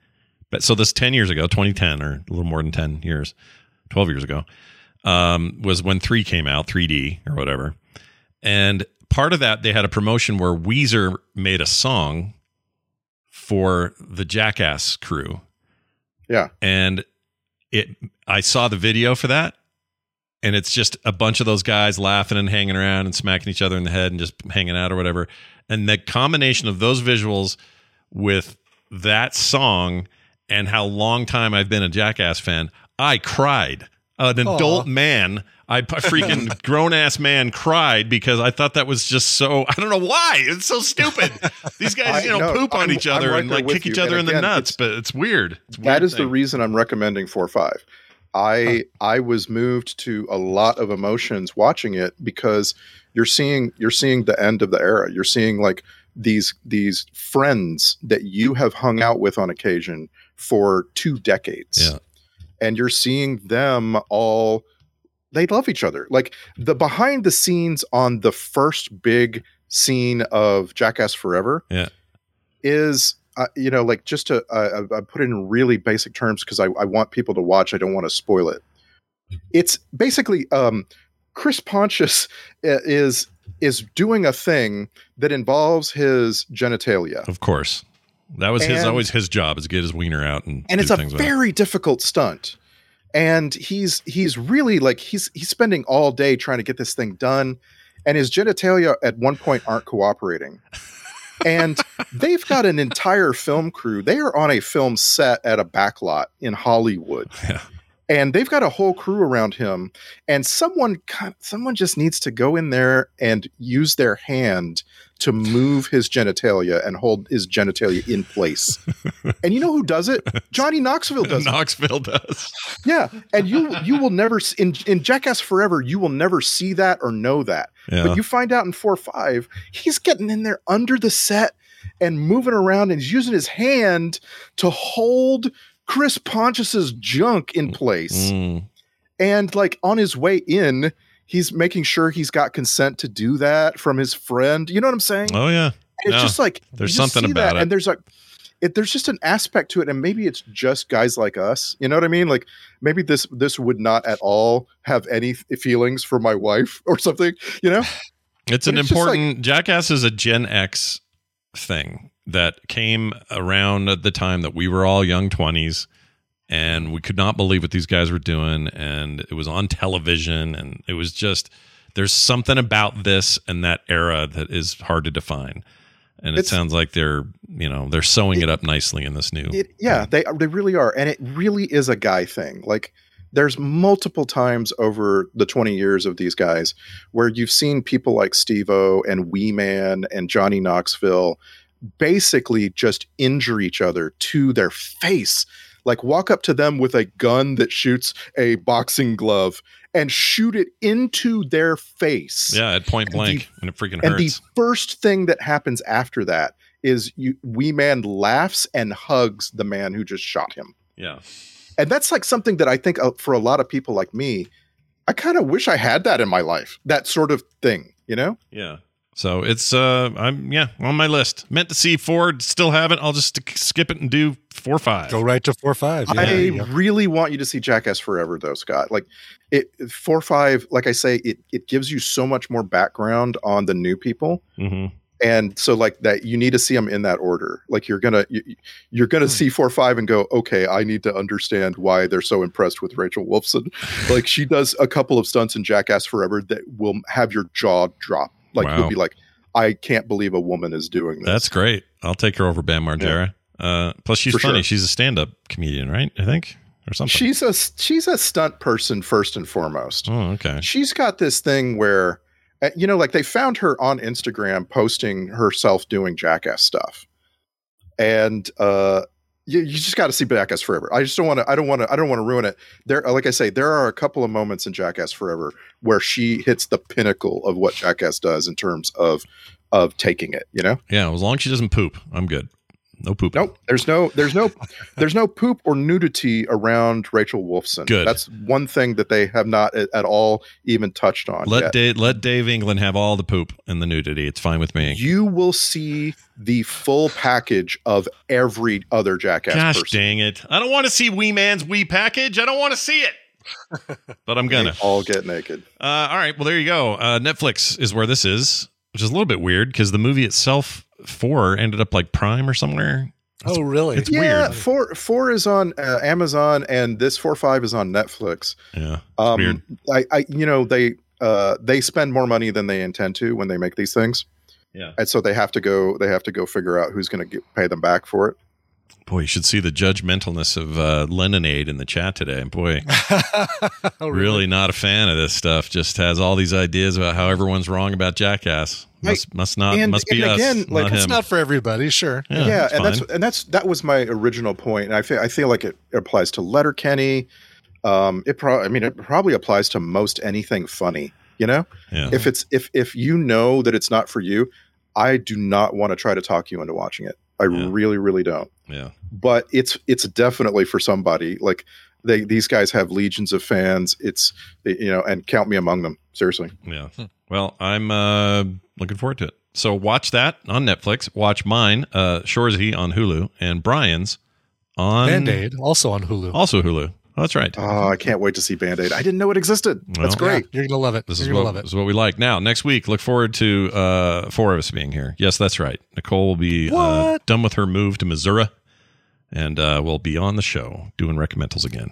A: but so this ten years ago, 2010 or a little more than ten years, twelve years ago, um, was when three came out, 3D or whatever, and part of that they had a promotion where Weezer made a song for the Jackass crew.
K: Yeah.
A: And it I saw the video for that and it's just a bunch of those guys laughing and hanging around and smacking each other in the head and just hanging out or whatever. And the combination of those visuals with that song and how long time I've been a Jackass fan, I cried. An
E: Aw.
A: adult man, I a freaking grown ass man cried because I thought that was just so. I don't know why. It's so stupid. These guys,
K: I-
A: you know,
K: no,
A: poop on
K: I'm-
A: each other
K: I'm right
A: and
K: there
A: like
K: with
A: kick
K: you.
A: each other
K: And
A: in the
K: again,
A: nuts, but it's weird. It's a weird
K: that is the
A: thing.
K: reason I'm recommending four five. I I was moved to a lot of emotions watching it because you're seeing you're seeing the end of the era. You're seeing like these these friends that you have hung out with on occasion for two decades.
A: Yeah.
K: And you're seeing them all they love each other. Like the behind the scenes on the first big scene of Jackass Forever
A: Yeah.
K: is uh, you know like just to uh, I, I put it in really basic terms because I, I want people to watch i don't want to spoil it it's basically um chris pontius i- is is doing a thing that involves his genitalia
A: Of course. That was his
K: And-
A: always his job is get his wiener out and,
K: and
A: do
K: it's a
A: things with it.
K: very difficult stunt and he's he's really like he's he's spending all day trying to get this thing done and his genitalia at one point aren't cooperating and they've got an entire film crew they are on a film set at a backlot in hollywood and they've got a whole crew around him and someone kind- someone just needs to go in there and use their hand to move his genitalia and hold his genitalia in place and you know who does it johnny knoxville does it.
A: Knoxville does.
K: yeah and you you will never s- in, in jackass forever you will never see that or know that
A: Yeah.
K: but you find out in four five he's getting in there under the set and moving around and he's using his hand to hold chris pontius's junk in place
A: Mm.
K: and like on his way in he's making sure he's got consent to do that from his friend you know what i'm saying
A: Oh yeah.
K: it's
A: No.
K: just like
A: there's
K: you just
A: something
K: see
A: about
K: that,
A: it.
K: and there's like it, there's just an aspect to it, and maybe it's just guys like us. You know what I mean? Like maybe this this would not at all have any f- feelings for my wife or something. You know?
A: It's an
K: But it's just like-
A: important Jackass is a Gen X thing that came around at the time that we were all young 20s and we could not believe what these guys were doing and it was on television and it was just there's something about this and that era that is hard to define. And it
K: It's-
A: sounds like they're, you know, they're sewing it up nicely in this new.
K: It, yeah, they they really are, and it really is a guy thing. Like there's multiple times over the 20 years of these guys where you've seen people like Steve-O and Wee Man and Johnny Knoxville basically just injure each other to their face. Like walk up to them with a gun that shoots a boxing glove and shoot it into their face.
A: yeah, at point blank, and it freaking
K: And
A: hurts.
K: the first thing that happens after that is you Wee Man laughs and hugs the man who just shot him.
A: yeah.
K: And that's like something that I think uh, for a lot of people like me, I kind of wish I had that in my life. That sort of thing, you know?
A: Yeah. So it's uh I'm yeah, on my list. Meant to see four, still haven't. I'll just sk- skip it and do four five.
B: Go right to four five.
K: I really want you to see Jackass Forever though, Scott. Like it four five, like I say, it it gives you so much more background on the new people.
A: Mm-hmm.
K: and so like that you need to see them in that order like you're gonna you, you're gonna
A: Hmm.
K: see four five and go okay i need to understand why they're so impressed with rachel wolfson like she does a couple of stunts in jackass forever that will have your jaw drop like
A: Wow.
K: you'll be like i can't believe a woman is doing this
A: That's great. I'll take her over Bam Margera. Uh plus she's
K: For
A: funny.
K: sure.
A: She's a stand up comedian, right? I think. Or something.
K: she's a she's a stunt person first and foremost
A: oh, okay.
K: she's got this thing where uh, you know like they found her on instagram posting herself doing jackass stuff and uh you, you just got to see jackass forever i just don't want to i don't want to i don't want to ruin it there uh, like i say there are a couple of moments in jackass forever where she hits the pinnacle of what jackass does in terms of of taking it you know
A: Yeah, as long as she doesn't poop, I'm good. No poop.
K: Nope. There's no there's no there's no poop or nudity around Rachel Wolfson.
A: Good.
K: That's one thing that they have not a- at all even touched on.
A: Let
K: yet.
A: Dave let Dave England have all the poop and the nudity. It's fine with me.
K: you will see the full package of every other jackass
A: Gosh
K: person.
A: dang it. I don't want to see Wee Man's Wee package. I don't want to see it. but I'm gonna.
K: They all get naked.
A: Uh, all right. Well, there you go. Uh, Netflix is where this is, which is a little bit weird because the movie itself, four, ended up like Prime or somewhere.
B: Oh, really?
A: It's
K: yeah,
A: weird.
K: four four is on uh, Amazon and this four five is on Netflix.
A: Yeah, it's
K: um,
A: weird.
K: I, I you know they uh, they spend more money than they intend to when they make these things.
A: Yeah.
K: and so they have to go they have to go figure out who's going to pay them back for it.
A: Boy, you should see the judgmentalness of uh, Leninade in the chat today. Boy,
B: Oh,
K: Oh,
A: really not a fan of this stuff. Just has all these ideas about how everyone's wrong about Jackass. Must must not
K: and-
A: must be
K: and
A: us.
K: again, like,
A: not
K: it's
A: him.
B: Not for everybody, sure.
A: Yeah,
K: Yeah,
A: that's
K: and that's
A: fine.
K: and that's that was my original point, and I feel I feel like it applies to Letterkenny. Um, it probably, I mean, it probably applies to most anything funny. You know,
A: Yeah.
K: if it's if if you know that it's not for you, I do not want to try to talk you into watching it. I really, really don't.
A: yeah.
K: But it's it's definitely for somebody. Like they these guys have legions of fans. It's you know, and count me among them. Seriously.
A: Yeah. Well, I'm uh, looking forward to it. So watch that on Netflix. Watch mine, uh, Shorzy on Hulu, and Brian's on
B: Band Aid, also on Hulu.
A: Also Hulu. Oh, that's right.
K: Oh, I can't wait to see Band Aid. I didn't know it existed. That's great.
B: You're gonna love it.
A: This
B: You're
A: is
B: gonna
A: what,
B: love it.
A: this is what we like. Now, next week, look forward to uh, four of us being here. Yes, that's right. Nicole will be uh, done with her move to Missouri, and uh, we'll be on the show doing recommendals again.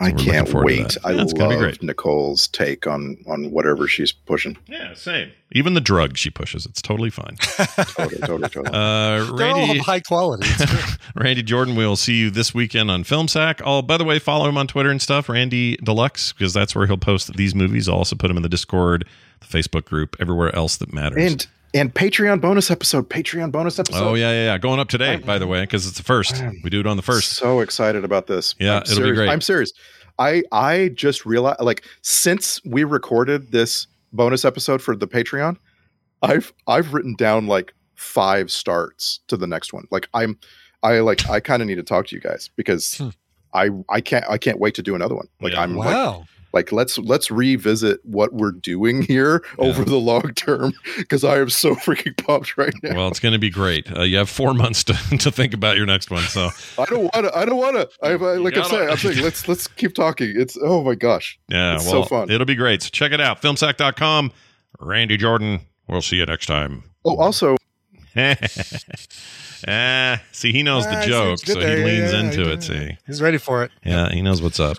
K: I
A: we're looking
K: can't
A: forward to
K: wait.
A: that.
K: I
A: Yeah, it's
K: love
A: gonna be great.
K: Nicole's take on on whatever she's pushing.
A: Yeah, same. Even the drug she pushes, it's totally fine.
K: Totally, totally, totally.
A: Uh,
B: They're all
A: Randy,
B: high quality. It's great.
A: Randy Jordan, we'll see you this weekend on Film Sack. Oh, by the way, follow him on Twitter and stuff, Randy Deluxe, because that's where he'll post these movies. I'll also put him in the Discord, the Facebook group, everywhere else that matters.
K: and and Patreon bonus episode. Patreon bonus episode.
A: Oh yeah, yeah, yeah. Going up today, by the way, because it's the first. We do it on the first.
K: So excited about this.
A: Yeah,
K: I'm
A: it'll be
K: serious.
A: great.
K: I'm serious. I I just realized like since we recorded this bonus episode for the Patreon, I've I've written down like five starts to the next one. Like I'm I like I kind of need to talk to you guys because
A: Hmm.
K: I I can't I can't wait to do another one. Like I'm like-
B: Wow.
K: like let's let's revisit what we're doing here over the long term because I am so freaking pumped right now.
A: Well, it's going to be great. Uh, you have four months to, to think about your next one. So,
K: I don't want to. I don't want to. I, I like I'm
A: gotta-
K: saying. I'm saying. Let's let's keep talking. It's oh my gosh.
A: yeah,
K: It's so
A: well,
K: fun.
A: it'll be great. So, check it out. Filmsack.com. Randy Jordan. We'll see you next time.
K: Oh, also,
A: ah, see, he knows
B: Ah,
A: the
B: I see
A: joke,
B: what you did
A: so
B: there.
A: he
B: Yeah,
A: leans
B: yeah,
A: into
B: yeah.
A: it. See,
B: He's ready for it.
A: yeah, he knows what's up.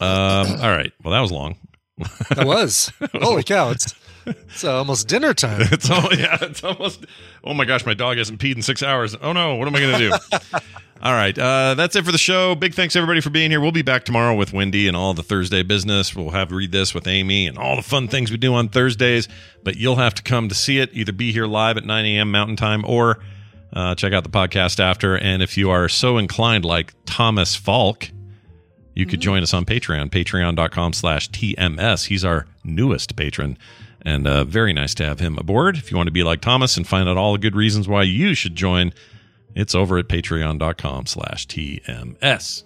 A: Um, all right. Well, that was long.
B: It was. Holy cow! It's it's uh, almost dinner time.
A: It's all yeah. It's almost. Oh my gosh, my dog hasn't peed in six hours. Oh no, what am I gonna do? all right, uh, that's it for the show. Big thanks everybody for being here. We'll be back tomorrow with Wendy and all the Thursday business. We'll have read this with Amy and all the fun things we do on Thursdays. But you'll have to come to see it. Either be here live at 9 a.m. Mountain Time or. Uh, check out the podcast after. And if you are so inclined, like Thomas Falk, you
B: Mm-hmm.
A: could join us on Patreon, patreon.com slash TMS. He's our newest patron. And uh, very nice to have him aboard. If you want to be like Thomas and find out all the good reasons why you should join, it's over at patreon.com slash TMS.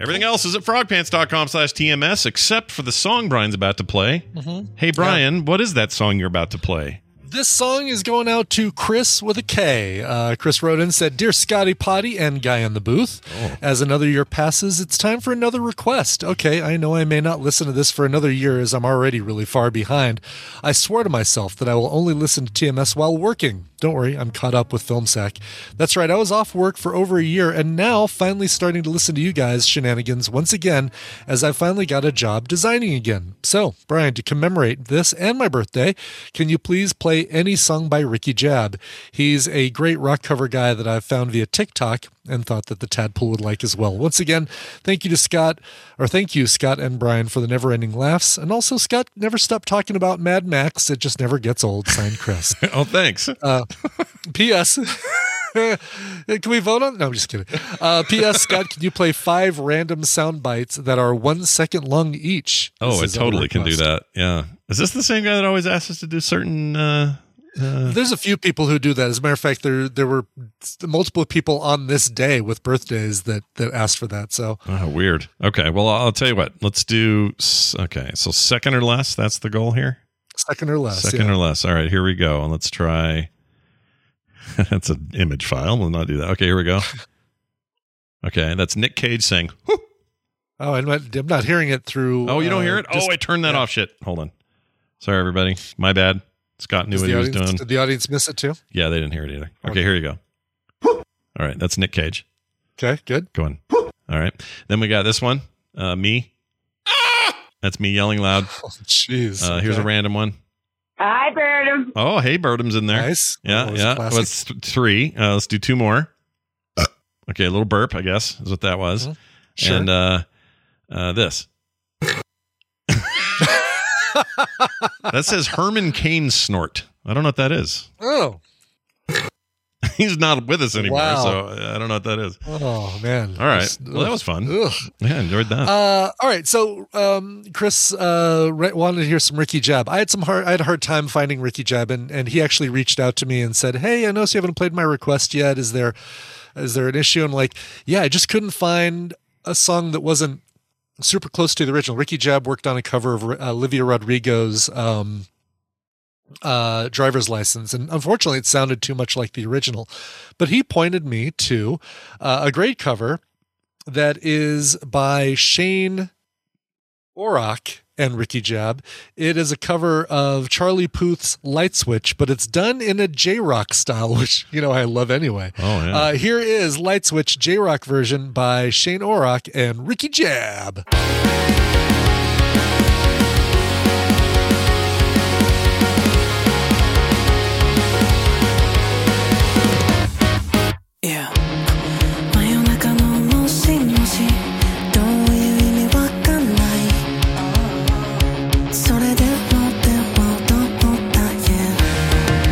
A: Everything else is at frogpants.com slash TMS, except for the song Brian's about to play.
B: Mhm.
A: Hey, Brian, what is that song you're about to play?
B: This song is going out to Chris with a K. Uh, Chris wrote in said, "Dear Scotty Potty and guy in the booth, as another year passes, it's time for another request. Okay, I know I may not listen to this for another year as I'm already really far behind. I swear to myself that I will only listen to TMS while working. Don't worry, I'm caught up with FilmSack. That's right, I was off work for over a year and now finally starting to listen to you guys shenanigans once again as I finally got a job designing again. So, Brian, to commemorate this and my birthday, can you please play any song by Ricky Jab? He's a great rock cover guy that I've found via TikTok and thought that the tadpole would like as well. Once again, thank you to Scott, or thank you, Scott and Brian, for the never ending laughs. And also, Scott, never stop talking about Mad Max. It just never gets old. Signed, Chris.
A: oh, thanks.
B: Uh, P.S. Can we vote on? No, I'm just kidding. Uh, P.S. Scott, can you play five random sound bites that are one second long each?
A: Oh,
B: This
A: I
B: is a
A: totally can do
B: request.
A: that. Yeah. Is this the same guy that always asks us to do certain. Uh, uh,
B: There's a few people who do that. As a matter of fact, there there were multiple people on this day with birthdays that that asked for that. So
A: Oh, weird. Okay. Well, I'll I'll tell you what. Let's do. s- Okay. So second or less. That's the goal here.
B: second or less.
A: second
B: yeah.
A: or less. All right. Here we go. And let's try. that's an image file. We'll not do that. Okay. Here we go. okay. That's Nick Cage saying. "Whoop."
B: Oh, I'm not, I'm not hearing it through.
A: Oh, you don't
B: uh,
A: hear it?
B: just-
A: oh, I turned that
B: yeah.
A: off. Shit. Hold on. Sorry, everybody. My bad. Scott knew
B: Does
A: what
B: the
A: he was
B: audience-
A: doing.
B: Did the audience miss it too?
A: Yeah, they didn't hear it either. Okay, here you go. All right, that's Nick Cage.
B: Okay, good.
A: Go on. All right. Then we got this one. Uh, me.
B: Ah!
A: That's me yelling loud.
B: Oh, Jeez.
A: uh, here's a
B: okay.
A: random one.
R: I buried him.
A: Oh, hey, Birdham's in there.
B: Nice.
A: Yeah,
B: That was a
A: yeah.
B: classic.
A: What's th- three? Uh, let's do two more. Uh. okay, a little burp, I guess, is what that was.
B: Sure.
A: And uh, uh, this. that says Herman Cain snort. I don't know what that is.
B: Oh,
A: He's not with us anymore,
B: Wow.
A: so uh, I don't know what that is.
B: oh man.
A: All right.
B: Just-
A: Well, that
B: ugh.
A: was fun.
B: Ugh.
A: Yeah, enjoyed that.
B: Uh, all right, so um, Chris uh, re- wanted to hear some Ricky Jab. I had some hard, I had a hard time finding Ricky Jab, and, and he actually reached out to me and said, "Hey, I noticed you haven't played my request yet. Is there, is there an issue?" And like, yeah, I just couldn't find a song that wasn't super close to the original. Ricky Jab worked on a cover of uh, Olivia Rodrigo's um, uh, driver's license, and unfortunately, it sounded too much like the original. But he pointed me to uh, a great cover that is by Shane Orrock and Ricky Jab. It is a cover of Charlie Puth's Light Switch, but it's done in a J Rock style, which, you know, I love anyway.
A: Oh, yeah.
B: Uh, here is Light Switch J Rock version by Shane Orrock and Ricky Jab.
H: Yeah. 真夜中のもしもしどういう意味わかんないそれでもでもどうだいい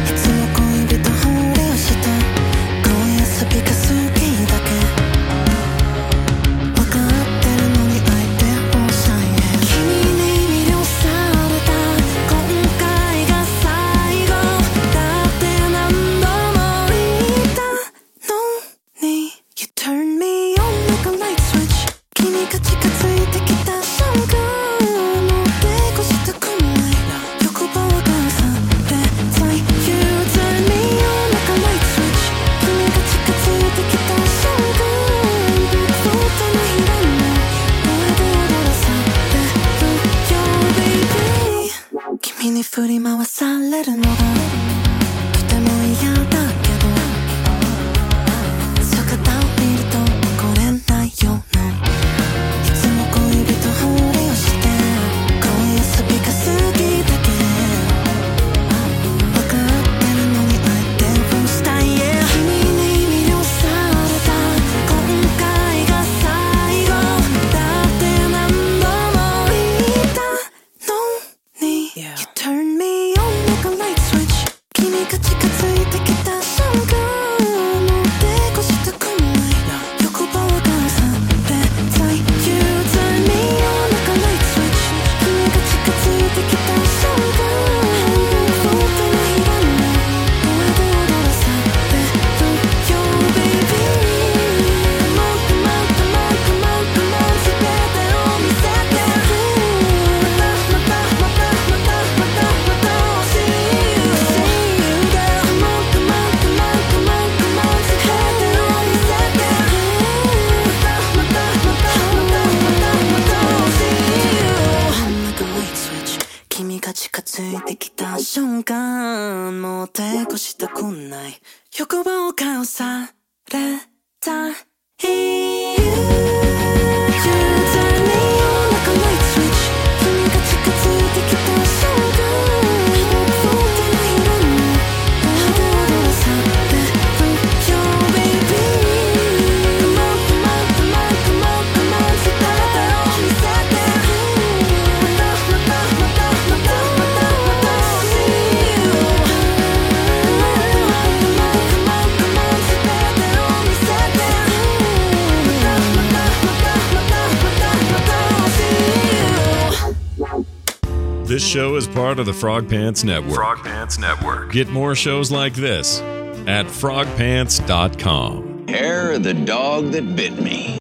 H: つも恋人ふりをして今夜すびが好きだけわかってるのに相手をさえ君に魅了された今回が最後だって何度も言ったの You turn me on like a light switch 君が近づいてきた瞬間もう抵抗してこない欲望がされたい You turn me on like a light switch 君が近づいてきた瞬間僕を手のひらに声で踊らされる Your baby 君に振り回されるのがとても嫌だけど逆たを見ると怒れないようないつも恋人ふりをして今夜す
S: ついてきた瞬間もう抵抗したくない欲望をかされた理由重罪に夜中のイチ君が近づいてきた瞬間僕を手に入れない肌をされる Your baby Come on come on come on come on come on 姿を見せてまたまたまたまたまたまた See you
A: This show is part of the Frog Pants Network.
E: Frog Pants Network.
A: Get more shows like this at frogpants.com.
T: Hair of the dog that bit me.